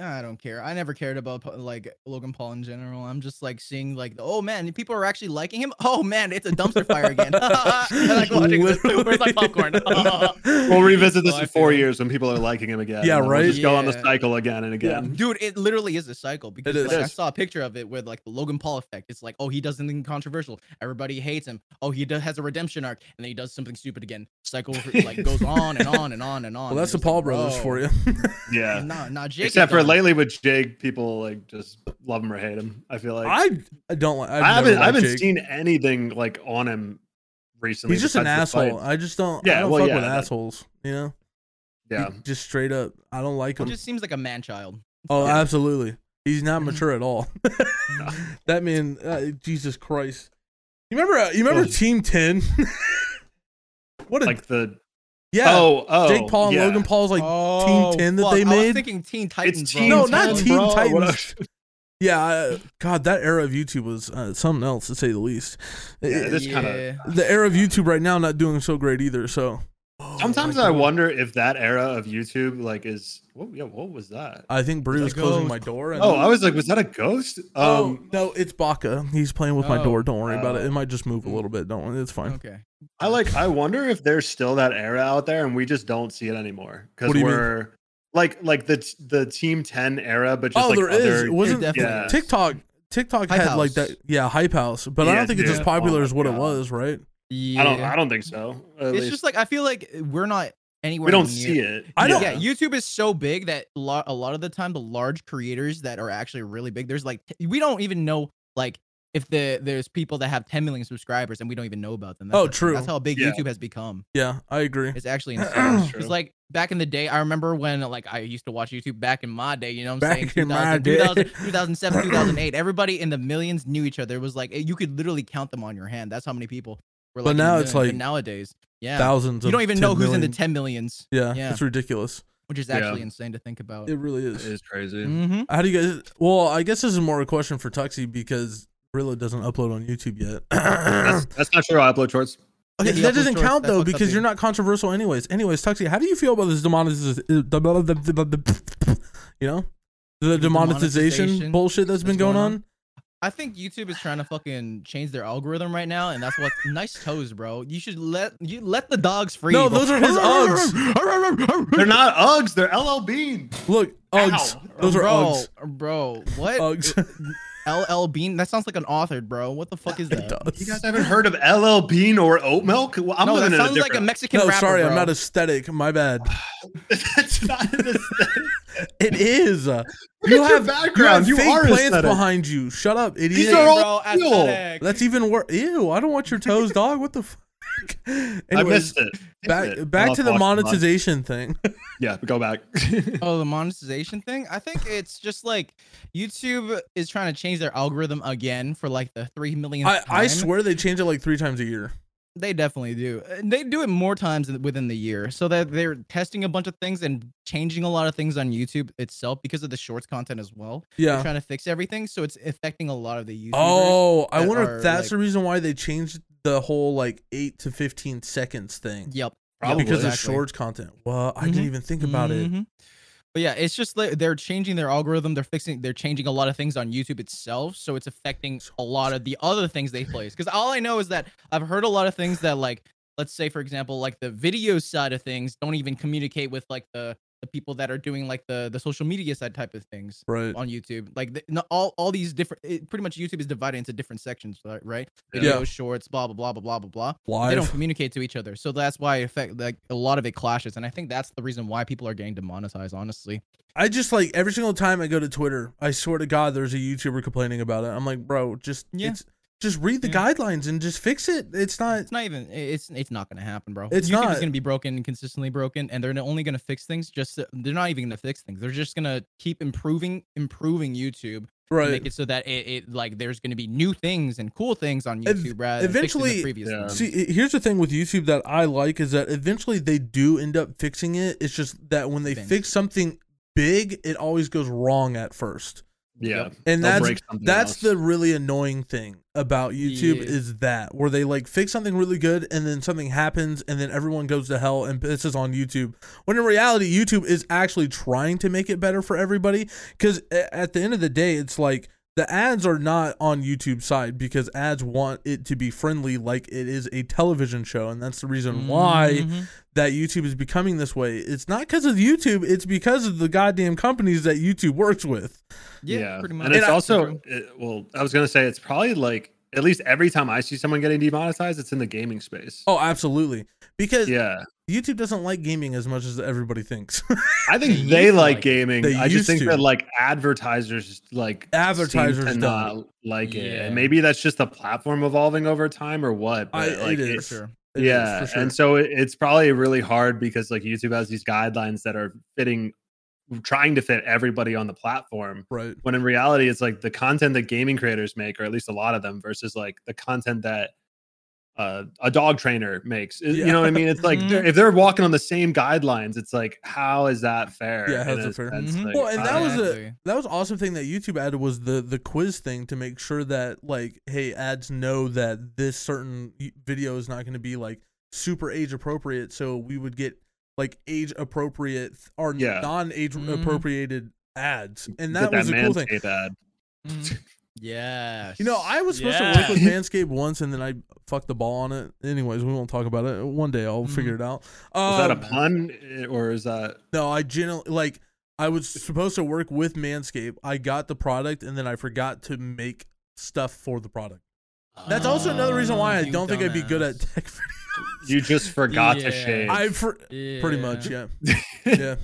[SPEAKER 2] I don't care. I never cared about po- like Logan Paul in general. I'm just like seeing like, oh man, people are actually liking him. Oh man, it's a dumpster fire again. [LAUGHS] I like watching
[SPEAKER 3] [LAUGHS]
[SPEAKER 2] this.
[SPEAKER 1] [LAUGHS]
[SPEAKER 2] Where's my popcorn? [LAUGHS]
[SPEAKER 1] We'll revisit this
[SPEAKER 2] Oh, I
[SPEAKER 1] in four
[SPEAKER 2] feel-
[SPEAKER 1] years when people are liking him again.
[SPEAKER 3] Yeah,
[SPEAKER 1] and then
[SPEAKER 3] right?
[SPEAKER 1] We'll just go on the
[SPEAKER 2] Yeah.
[SPEAKER 1] cycle again and again.
[SPEAKER 2] Dude, it literally is a cycle because
[SPEAKER 3] is.
[SPEAKER 2] like,
[SPEAKER 1] It
[SPEAKER 2] I
[SPEAKER 1] is.
[SPEAKER 2] saw a picture of it with like the Logan Paul effect. It's like, oh, he does something controversial, everybody hates him. Oh, he does, has a redemption arc, and then he does something stupid again. Cycle like
[SPEAKER 3] [LAUGHS]
[SPEAKER 2] goes on and on and on and on.
[SPEAKER 3] Well, that's the
[SPEAKER 2] It's
[SPEAKER 3] Paul
[SPEAKER 2] like,
[SPEAKER 3] brothers for
[SPEAKER 2] bro.
[SPEAKER 3] you.
[SPEAKER 1] Yeah.
[SPEAKER 2] Nah, nah, Jake. is
[SPEAKER 1] Except for
[SPEAKER 2] done.
[SPEAKER 1] lately with Jake, people like just love him or hate him. I feel like
[SPEAKER 3] I I don't like.
[SPEAKER 1] I haven't I haven't
[SPEAKER 3] Jake.
[SPEAKER 1] seen anything like on him recently.
[SPEAKER 3] He's just an
[SPEAKER 1] besides the
[SPEAKER 3] asshole.
[SPEAKER 1] fight.
[SPEAKER 3] I just don't.
[SPEAKER 1] Yeah,
[SPEAKER 3] I don't
[SPEAKER 1] well,
[SPEAKER 3] fuck
[SPEAKER 1] yeah,
[SPEAKER 3] with
[SPEAKER 1] that-
[SPEAKER 3] assholes. You know,
[SPEAKER 1] Yeah.
[SPEAKER 3] He- just straight up. I don't like
[SPEAKER 2] He
[SPEAKER 3] him.
[SPEAKER 2] just seems like a man child.
[SPEAKER 3] oh,
[SPEAKER 1] yeah. Mm-hmm.
[SPEAKER 3] absolutely. He's not mature at all. [LAUGHS] that man, uh, Jesus Christ. You remember? Uh, you remember
[SPEAKER 1] Ugh.
[SPEAKER 3] Team Ten? [LAUGHS] what a
[SPEAKER 1] Oh. Like the
[SPEAKER 3] yeah.
[SPEAKER 1] oh oh
[SPEAKER 3] Jake Paul and
[SPEAKER 1] yeah.
[SPEAKER 3] Logan Paul's like
[SPEAKER 2] oh,
[SPEAKER 3] 10 that
[SPEAKER 2] fuck,
[SPEAKER 3] they
[SPEAKER 2] I
[SPEAKER 3] made?
[SPEAKER 2] was thinking Teen Titans.
[SPEAKER 1] It's
[SPEAKER 2] bro.
[SPEAKER 1] Teen
[SPEAKER 3] No, not
[SPEAKER 1] Titan,
[SPEAKER 3] Teen
[SPEAKER 1] bro.
[SPEAKER 3] Titans.
[SPEAKER 1] What a-
[SPEAKER 3] yeah. I, God, that era of YouTube was uh, something else to say the least.
[SPEAKER 1] Yeah,
[SPEAKER 3] It-
[SPEAKER 1] it is- It's kinda-
[SPEAKER 2] Yeah.
[SPEAKER 3] the era of YouTube right now not doing so great either. So [LAUGHS] Oh,
[SPEAKER 1] Sometimes
[SPEAKER 3] my
[SPEAKER 1] I
[SPEAKER 3] God.
[SPEAKER 1] wonder if that era of YouTube like is what yeah, what was that?
[SPEAKER 3] I think Bree
[SPEAKER 2] It's
[SPEAKER 3] was
[SPEAKER 2] like,
[SPEAKER 3] closing
[SPEAKER 2] oh,
[SPEAKER 3] my door. And
[SPEAKER 1] Oh, I was like, was that a ghost?
[SPEAKER 3] Oh,
[SPEAKER 1] Um
[SPEAKER 3] no, it's Baka. He's playing with my
[SPEAKER 2] Oh.
[SPEAKER 3] door. Don't worry about it.
[SPEAKER 1] Oh.
[SPEAKER 3] It might just move a little bit. Don't worry. It's fine.
[SPEAKER 2] Okay.
[SPEAKER 1] I like I wonder if there's still that era out there and we just don't see it anymore. Because
[SPEAKER 3] What do you mean?
[SPEAKER 1] we're like like the t- the team ten era, but just
[SPEAKER 3] Oh,
[SPEAKER 1] like
[SPEAKER 3] there is.
[SPEAKER 1] other,
[SPEAKER 3] It wasn't
[SPEAKER 2] definitely
[SPEAKER 1] yeah.
[SPEAKER 2] is.
[SPEAKER 3] TikTok. TikTok
[SPEAKER 2] Hype
[SPEAKER 3] had like
[SPEAKER 2] House.
[SPEAKER 3] that. Yeah, hype house. But I
[SPEAKER 1] Yeah,
[SPEAKER 3] don't think it's
[SPEAKER 1] dude.
[SPEAKER 3] as popular
[SPEAKER 1] Oh my
[SPEAKER 3] as what it
[SPEAKER 1] God.
[SPEAKER 3] was, right?
[SPEAKER 2] Yeah.
[SPEAKER 1] I don't I don't think so. At
[SPEAKER 2] it's
[SPEAKER 1] least
[SPEAKER 2] just like I feel like we're not anywhere.
[SPEAKER 1] we don't
[SPEAKER 2] near-
[SPEAKER 1] see it.
[SPEAKER 3] I don't-
[SPEAKER 2] Yeah, YouTube is so big that lo- a lot of the time, the large creators that are actually really big, there's like t- we don't even know like if the there's people that have 10 million subscribers and we don't even know about them.
[SPEAKER 3] Oh,
[SPEAKER 2] that's-
[SPEAKER 3] true.
[SPEAKER 2] That's how big
[SPEAKER 1] Yeah.
[SPEAKER 2] YouTube has
[SPEAKER 3] [CLEARS THROAT]
[SPEAKER 2] become.
[SPEAKER 3] Yeah, I agree.
[SPEAKER 2] It's actually insane.
[SPEAKER 1] True.
[SPEAKER 2] It's like back in the day, I remember when like I used to watch YouTube back in my day, you know what I'm saying?
[SPEAKER 3] Back in my
[SPEAKER 2] 2000, 2000,
[SPEAKER 3] day. [CLEARS THROAT]
[SPEAKER 2] 2007, 2008. Everybody in the millions knew each other. It was like you could literally count them on your hand. That's how many people were
[SPEAKER 3] But
[SPEAKER 2] like in the
[SPEAKER 3] now it's,
[SPEAKER 2] millions. But
[SPEAKER 3] like,
[SPEAKER 2] nowadays. Yeah.
[SPEAKER 3] Thousands.
[SPEAKER 2] You
[SPEAKER 3] of
[SPEAKER 2] don't even
[SPEAKER 3] 10
[SPEAKER 2] know who's in
[SPEAKER 3] million.
[SPEAKER 2] the 10 millions,
[SPEAKER 3] Yeah,
[SPEAKER 2] Yeah.
[SPEAKER 3] it's ridiculous.
[SPEAKER 2] which is
[SPEAKER 1] Yeah.
[SPEAKER 2] actually insane to think about.
[SPEAKER 3] It really is.
[SPEAKER 1] It is crazy.
[SPEAKER 2] hmm
[SPEAKER 3] How do you guys? Well, I guess this is more a question for Tuxie because Rilla doesn't upload on YouTube yet.
[SPEAKER 1] [CLEARS THROAT]
[SPEAKER 3] [COUGHS]
[SPEAKER 1] That's, that's not true. I upload shorts.
[SPEAKER 3] Okay,
[SPEAKER 2] Yeah, he
[SPEAKER 3] that
[SPEAKER 2] uploads
[SPEAKER 3] doesn't
[SPEAKER 2] shorts.
[SPEAKER 3] count
[SPEAKER 2] That
[SPEAKER 3] though
[SPEAKER 2] fucks up
[SPEAKER 3] because
[SPEAKER 2] the-
[SPEAKER 3] you're not controversial, anyways. Anyways, Tuxie, how do you feel about this demonetization? You know, the demonetization
[SPEAKER 2] demonetization
[SPEAKER 3] bullshit that's been
[SPEAKER 2] that's
[SPEAKER 3] going
[SPEAKER 2] going
[SPEAKER 3] on.
[SPEAKER 2] on. I think YouTube is trying to fucking change their algorithm right now, and that's what [LAUGHS] nice toes, bro. You should let you let the dogs free.
[SPEAKER 3] No,
[SPEAKER 2] bro.
[SPEAKER 1] [LAUGHS]
[SPEAKER 2] [LAUGHS]
[SPEAKER 3] those are [LAUGHS] his
[SPEAKER 2] Uggs.
[SPEAKER 1] They're not Uggs. They're LL Bean.
[SPEAKER 3] Look, Uggs. Those are
[SPEAKER 2] bro,
[SPEAKER 3] Uggs.
[SPEAKER 2] Bro, what?
[SPEAKER 3] Uggs.
[SPEAKER 2] LL Bean? That sounds like an author, bro. What the
[SPEAKER 1] [LAUGHS]
[SPEAKER 2] fuck is
[SPEAKER 3] It
[SPEAKER 2] that?
[SPEAKER 1] You
[SPEAKER 3] does.
[SPEAKER 1] guys haven't heard of LL Bean or oat milk? Well, I'm
[SPEAKER 2] no, that
[SPEAKER 1] living in a
[SPEAKER 2] sounds like a
[SPEAKER 1] different.
[SPEAKER 2] Mexican
[SPEAKER 3] No,
[SPEAKER 2] rapper.
[SPEAKER 3] sorry, I'm
[SPEAKER 2] bro.
[SPEAKER 3] not aesthetic.
[SPEAKER 1] [SIGHS]
[SPEAKER 3] My bad.
[SPEAKER 1] [LAUGHS] That's not an aesthetic.
[SPEAKER 3] It is. You have,
[SPEAKER 1] Look at your
[SPEAKER 3] you have
[SPEAKER 1] background. You
[SPEAKER 3] fake
[SPEAKER 1] are
[SPEAKER 3] plants
[SPEAKER 1] aesthetic.
[SPEAKER 3] behind you. Shut up, idiot.
[SPEAKER 1] These are all
[SPEAKER 2] bro,
[SPEAKER 1] real.
[SPEAKER 2] aesthetic.
[SPEAKER 3] That's even worse. Ew, I don't want
[SPEAKER 1] [LAUGHS]
[SPEAKER 3] your toes, dog. What the fuck?
[SPEAKER 1] I
[SPEAKER 3] Anyways,
[SPEAKER 1] missed it. Missed
[SPEAKER 3] Back,
[SPEAKER 1] it.
[SPEAKER 3] back
[SPEAKER 1] I'm
[SPEAKER 3] to
[SPEAKER 1] not watching
[SPEAKER 3] the
[SPEAKER 1] mine.
[SPEAKER 3] monetization thing.
[SPEAKER 1] Yeah, go
[SPEAKER 3] [LAUGHS]
[SPEAKER 1] back.
[SPEAKER 2] Oh, the monetization thing? I think it's just like YouTube is trying to change their algorithm again for like the three millionth
[SPEAKER 3] I, I
[SPEAKER 2] time.
[SPEAKER 3] swear they change it like three times a year.
[SPEAKER 2] They definitely do. And They do it more times in- within the year, so that they're testing a bunch of things and changing a lot of things on YouTube itself because of the shorts content as well. They're
[SPEAKER 3] Yeah.
[SPEAKER 2] trying to fix everything, so it's affecting a lot of the YouTubers.
[SPEAKER 3] Oh, I
[SPEAKER 2] that
[SPEAKER 3] wonder
[SPEAKER 2] are,
[SPEAKER 3] if that's
[SPEAKER 2] like-
[SPEAKER 3] the reason why they changed the whole like eight to fifteen seconds thing.
[SPEAKER 2] yep,
[SPEAKER 1] Probably.
[SPEAKER 3] Because of
[SPEAKER 2] Exactly.
[SPEAKER 3] shorts content. Well, I didn't
[SPEAKER 2] Mhm.
[SPEAKER 3] even think about it.
[SPEAKER 2] Mhm. But yeah, it's just like they're changing their algorithm. They're fixing. They're changing a lot of things on YouTube itself, so it's affecting a lot of the other things they place. Because all I know is that I've heard a lot of things that like, let's say for example, like the video side of things don't even communicate with like the the people that are doing like the the social media side type of things
[SPEAKER 3] Right.
[SPEAKER 2] on YouTube. Like the, no- all all these different. It, pretty much YouTube is divided into different sections, right? Right.
[SPEAKER 1] Yeah.
[SPEAKER 2] Video, shorts, blah blah blah blah blah blah blah they don't
[SPEAKER 3] Live.
[SPEAKER 2] communicate to each other so that's why affect like a lot of it clashes and i think that's the reason why people are getting demonetized honestly
[SPEAKER 3] I just like every single time I go to Twitter, I swear to God, there's a YouTuber complaining about it. I'm like, bro, just
[SPEAKER 2] Yeah.
[SPEAKER 3] it's, just read the
[SPEAKER 2] Yeah.
[SPEAKER 3] guidelines and just fix it. It's not.
[SPEAKER 2] it's not even it's it's not gonna happen bro
[SPEAKER 3] It's
[SPEAKER 2] YouTube
[SPEAKER 3] not.
[SPEAKER 2] is gonna be broken and consistently broken and they're only gonna fix things just they're not even gonna fix things they're just gonna keep improving improving youtube to
[SPEAKER 3] Right.
[SPEAKER 2] make it so that it, it like there's gonna be new things and cool things on
[SPEAKER 3] Ev-
[SPEAKER 2] youtube rather than fixing
[SPEAKER 3] eventually-
[SPEAKER 2] the previous
[SPEAKER 1] Yeah.
[SPEAKER 2] ones.
[SPEAKER 3] See, i- here's the thing with YouTube that I like is that eventually they do end up fixing it. It's just that when they
[SPEAKER 2] Eventually.
[SPEAKER 3] fix something big, it always goes wrong at first.
[SPEAKER 1] yeah,
[SPEAKER 3] And
[SPEAKER 1] They'll
[SPEAKER 3] that's
[SPEAKER 1] break something
[SPEAKER 3] that's
[SPEAKER 1] else.
[SPEAKER 3] the really annoying thing about YouTube
[SPEAKER 2] Yeah.
[SPEAKER 3] is that where they like fix something really good and then something happens and then everyone goes to hell and pisses on YouTube. When in reality, YouTube is actually trying to make it better for everybody because at the end of the day, it's like the ads are not on YouTube's side because ads want it to be friendly, like it is a television show, and that's the reason why
[SPEAKER 1] Mm-hmm.
[SPEAKER 2] Mhm.
[SPEAKER 3] that YouTube is becoming this way. It's not because of YouTube; it's because of the goddamn companies that YouTube works with.
[SPEAKER 2] yeah, pretty much
[SPEAKER 1] And it's
[SPEAKER 3] And I-
[SPEAKER 1] also it, well, I was gonna say it's probably like at least every time I see someone getting demonetized, it's in the gaming space.
[SPEAKER 3] Oh, absolutely. Because
[SPEAKER 1] Yeah,
[SPEAKER 3] YouTube doesn't like gaming as much as everybody thinks. [LAUGHS]
[SPEAKER 1] I
[SPEAKER 2] They
[SPEAKER 1] think they
[SPEAKER 2] used to
[SPEAKER 1] like
[SPEAKER 2] like-
[SPEAKER 1] gaming.
[SPEAKER 3] They
[SPEAKER 1] I just
[SPEAKER 3] used
[SPEAKER 1] think
[SPEAKER 3] to.
[SPEAKER 1] that like advertisers like seem
[SPEAKER 3] Advertisers
[SPEAKER 1] to
[SPEAKER 3] don't.
[SPEAKER 1] not like it,
[SPEAKER 2] Yeah.
[SPEAKER 1] and maybe that's just the platform evolving over time or what.
[SPEAKER 3] I-
[SPEAKER 1] but, like,
[SPEAKER 3] it
[SPEAKER 2] for
[SPEAKER 3] is.
[SPEAKER 2] sure
[SPEAKER 3] It is,
[SPEAKER 1] yeah,
[SPEAKER 3] for sure.
[SPEAKER 1] and so it, it's probably really hard because like YouTube has these guidelines that are fitting, trying to fit everybody on the platform.
[SPEAKER 3] right.
[SPEAKER 1] when in reality it's like the content that gaming creators make or at least a lot of them versus like the content that uh, a dog trainer makes Is-
[SPEAKER 3] Yeah.
[SPEAKER 1] you know what i mean it's like
[SPEAKER 2] Mhm.
[SPEAKER 1] they're, if they're walking on the same guidelines it's like how is that fair
[SPEAKER 3] Yeah, how's
[SPEAKER 1] in
[SPEAKER 3] that
[SPEAKER 1] a
[SPEAKER 3] fair? Mm-hmm.
[SPEAKER 1] sense,
[SPEAKER 2] Mhm.
[SPEAKER 1] like,
[SPEAKER 3] Well, and
[SPEAKER 1] I
[SPEAKER 3] that
[SPEAKER 1] don't
[SPEAKER 3] was
[SPEAKER 1] know.
[SPEAKER 3] a-
[SPEAKER 2] Exactly.
[SPEAKER 3] That was awesome thing that YouTube added was the the quiz thing to make sure that like hey ads know that this certain y- video is not going to be like super age appropriate, so we would get like age appropriate or
[SPEAKER 1] Yeah.
[SPEAKER 3] non age
[SPEAKER 2] Mhm.
[SPEAKER 3] appropriated ads, and
[SPEAKER 1] Did
[SPEAKER 3] that was a cool thing.
[SPEAKER 1] Manscaped ad. [LAUGHS]
[SPEAKER 2] Mhm. yes
[SPEAKER 3] You know, I was supposed to
[SPEAKER 2] [LAUGHS]
[SPEAKER 3] work with Manscaped once, and then I fucked the ball on it. Anyways, we won't talk about it. One day I'll
[SPEAKER 2] Mhm.
[SPEAKER 3] figure it out.
[SPEAKER 1] Is that a
[SPEAKER 3] Um,
[SPEAKER 1] pun eh, or is that
[SPEAKER 3] No, I generally like I was supposed to work with Manscaped. I got the product and then I forgot to make stuff for the product. That's also another reason why I
[SPEAKER 2] you
[SPEAKER 3] don't think I'd be good at
[SPEAKER 2] dumbass.
[SPEAKER 3] tech. [LAUGHS]
[SPEAKER 1] [LAUGHS] You just forgot
[SPEAKER 2] Yeah.
[SPEAKER 1] to shave.
[SPEAKER 3] I for, pretty much
[SPEAKER 1] [LAUGHS]
[SPEAKER 3] yeah, yeah.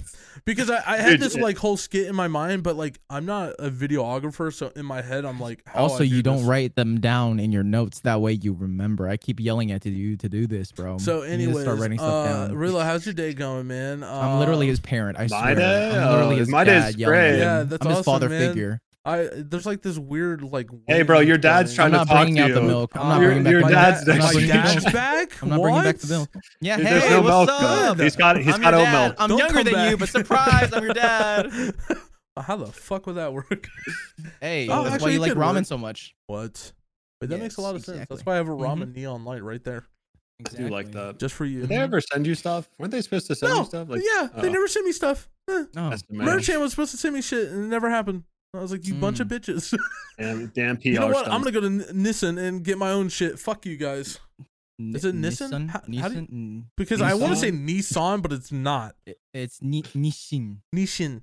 [SPEAKER 3] Because I, I had
[SPEAKER 1] Dude,
[SPEAKER 3] this
[SPEAKER 1] it-
[SPEAKER 3] like whole skit in my mind, but like I'm not a videographer, so in Oh, my head I'm like. How
[SPEAKER 2] [LAUGHS] also,
[SPEAKER 3] I do
[SPEAKER 2] you don't
[SPEAKER 3] this?
[SPEAKER 2] write them down in your notes. That way, you remember. I keep yelling at you to do this, bro. You
[SPEAKER 3] So,
[SPEAKER 2] need to
[SPEAKER 3] anyways,
[SPEAKER 2] start writing stuff
[SPEAKER 3] uh,
[SPEAKER 2] down.
[SPEAKER 3] Rilla, how's your day going, man? Uh,
[SPEAKER 2] I'm literally his parent. I
[SPEAKER 1] My
[SPEAKER 2] swear.
[SPEAKER 1] day?
[SPEAKER 2] I'm literally
[SPEAKER 1] Oh,
[SPEAKER 2] his
[SPEAKER 1] my day's
[SPEAKER 2] dad yelling at
[SPEAKER 1] great.
[SPEAKER 2] him.
[SPEAKER 3] Yeah, that's
[SPEAKER 2] I'm his
[SPEAKER 3] awesome,
[SPEAKER 2] father
[SPEAKER 3] man.
[SPEAKER 2] figure.
[SPEAKER 3] I there's like this weird like.
[SPEAKER 1] Hey, bro,
[SPEAKER 3] wave
[SPEAKER 1] your dad's
[SPEAKER 3] going.
[SPEAKER 1] trying
[SPEAKER 2] I'm
[SPEAKER 1] to
[SPEAKER 2] not
[SPEAKER 1] talk
[SPEAKER 2] bringing
[SPEAKER 1] to
[SPEAKER 2] out the
[SPEAKER 1] you.
[SPEAKER 2] milk. I'm
[SPEAKER 3] Uh,
[SPEAKER 2] not bringing back
[SPEAKER 1] your
[SPEAKER 2] the
[SPEAKER 3] my
[SPEAKER 2] milk.
[SPEAKER 1] dad's
[SPEAKER 3] dad-
[SPEAKER 1] next
[SPEAKER 3] my
[SPEAKER 1] to you. [LAUGHS]
[SPEAKER 3] dad's back.
[SPEAKER 2] I'm not bringing back the
[SPEAKER 3] What?
[SPEAKER 2] milk. Yeah,
[SPEAKER 1] Dude,
[SPEAKER 2] hey,
[SPEAKER 1] there's no milk.
[SPEAKER 2] what's up?
[SPEAKER 1] He's got he's
[SPEAKER 2] I'm
[SPEAKER 1] got
[SPEAKER 2] your
[SPEAKER 1] oat
[SPEAKER 2] dad.
[SPEAKER 1] milk.
[SPEAKER 2] I'm
[SPEAKER 3] Don't
[SPEAKER 2] younger
[SPEAKER 3] come
[SPEAKER 2] than you,
[SPEAKER 3] back.
[SPEAKER 2] but surprise, I'm your dad.
[SPEAKER 3] [LAUGHS] How the fuck would that work?
[SPEAKER 2] Hey,
[SPEAKER 3] Oh,
[SPEAKER 2] that's why
[SPEAKER 3] actually, it
[SPEAKER 2] you like
[SPEAKER 3] could
[SPEAKER 2] ramen
[SPEAKER 3] work.
[SPEAKER 2] so much.
[SPEAKER 3] What? But that makes a
[SPEAKER 2] Yes,
[SPEAKER 3] lot of sense. That's
[SPEAKER 2] exactly. Mm-hmm.
[SPEAKER 3] why I have a ramen neon light right there,
[SPEAKER 1] I do like that.
[SPEAKER 3] just for you.
[SPEAKER 1] Did they ever send you stuff? Weren't they supposed to send
[SPEAKER 3] Mm-hmm. No,
[SPEAKER 1] you stuff? Like
[SPEAKER 3] yeah, they
[SPEAKER 1] oh.
[SPEAKER 3] never sent me stuff. Eh.
[SPEAKER 2] No.
[SPEAKER 1] that's the man.
[SPEAKER 3] Merchant was supposed to send me shit, and it never happened. I was like, you bunch
[SPEAKER 2] Mm.
[SPEAKER 3] of bitches. [LAUGHS]
[SPEAKER 1] Damn, damn PR
[SPEAKER 3] you know what?
[SPEAKER 1] stuff.
[SPEAKER 3] I'm gonna go to N- Nissen and get my own shit. Fuck you guys,
[SPEAKER 2] N-
[SPEAKER 3] Is it Nissan?
[SPEAKER 2] Nissan?
[SPEAKER 3] How- how do you-
[SPEAKER 2] Nissan?
[SPEAKER 3] because I want to
[SPEAKER 1] Nissan?
[SPEAKER 3] say Nissan, but it's not
[SPEAKER 2] It- It's Ni- Nissin. [LAUGHS]
[SPEAKER 3] Nishin.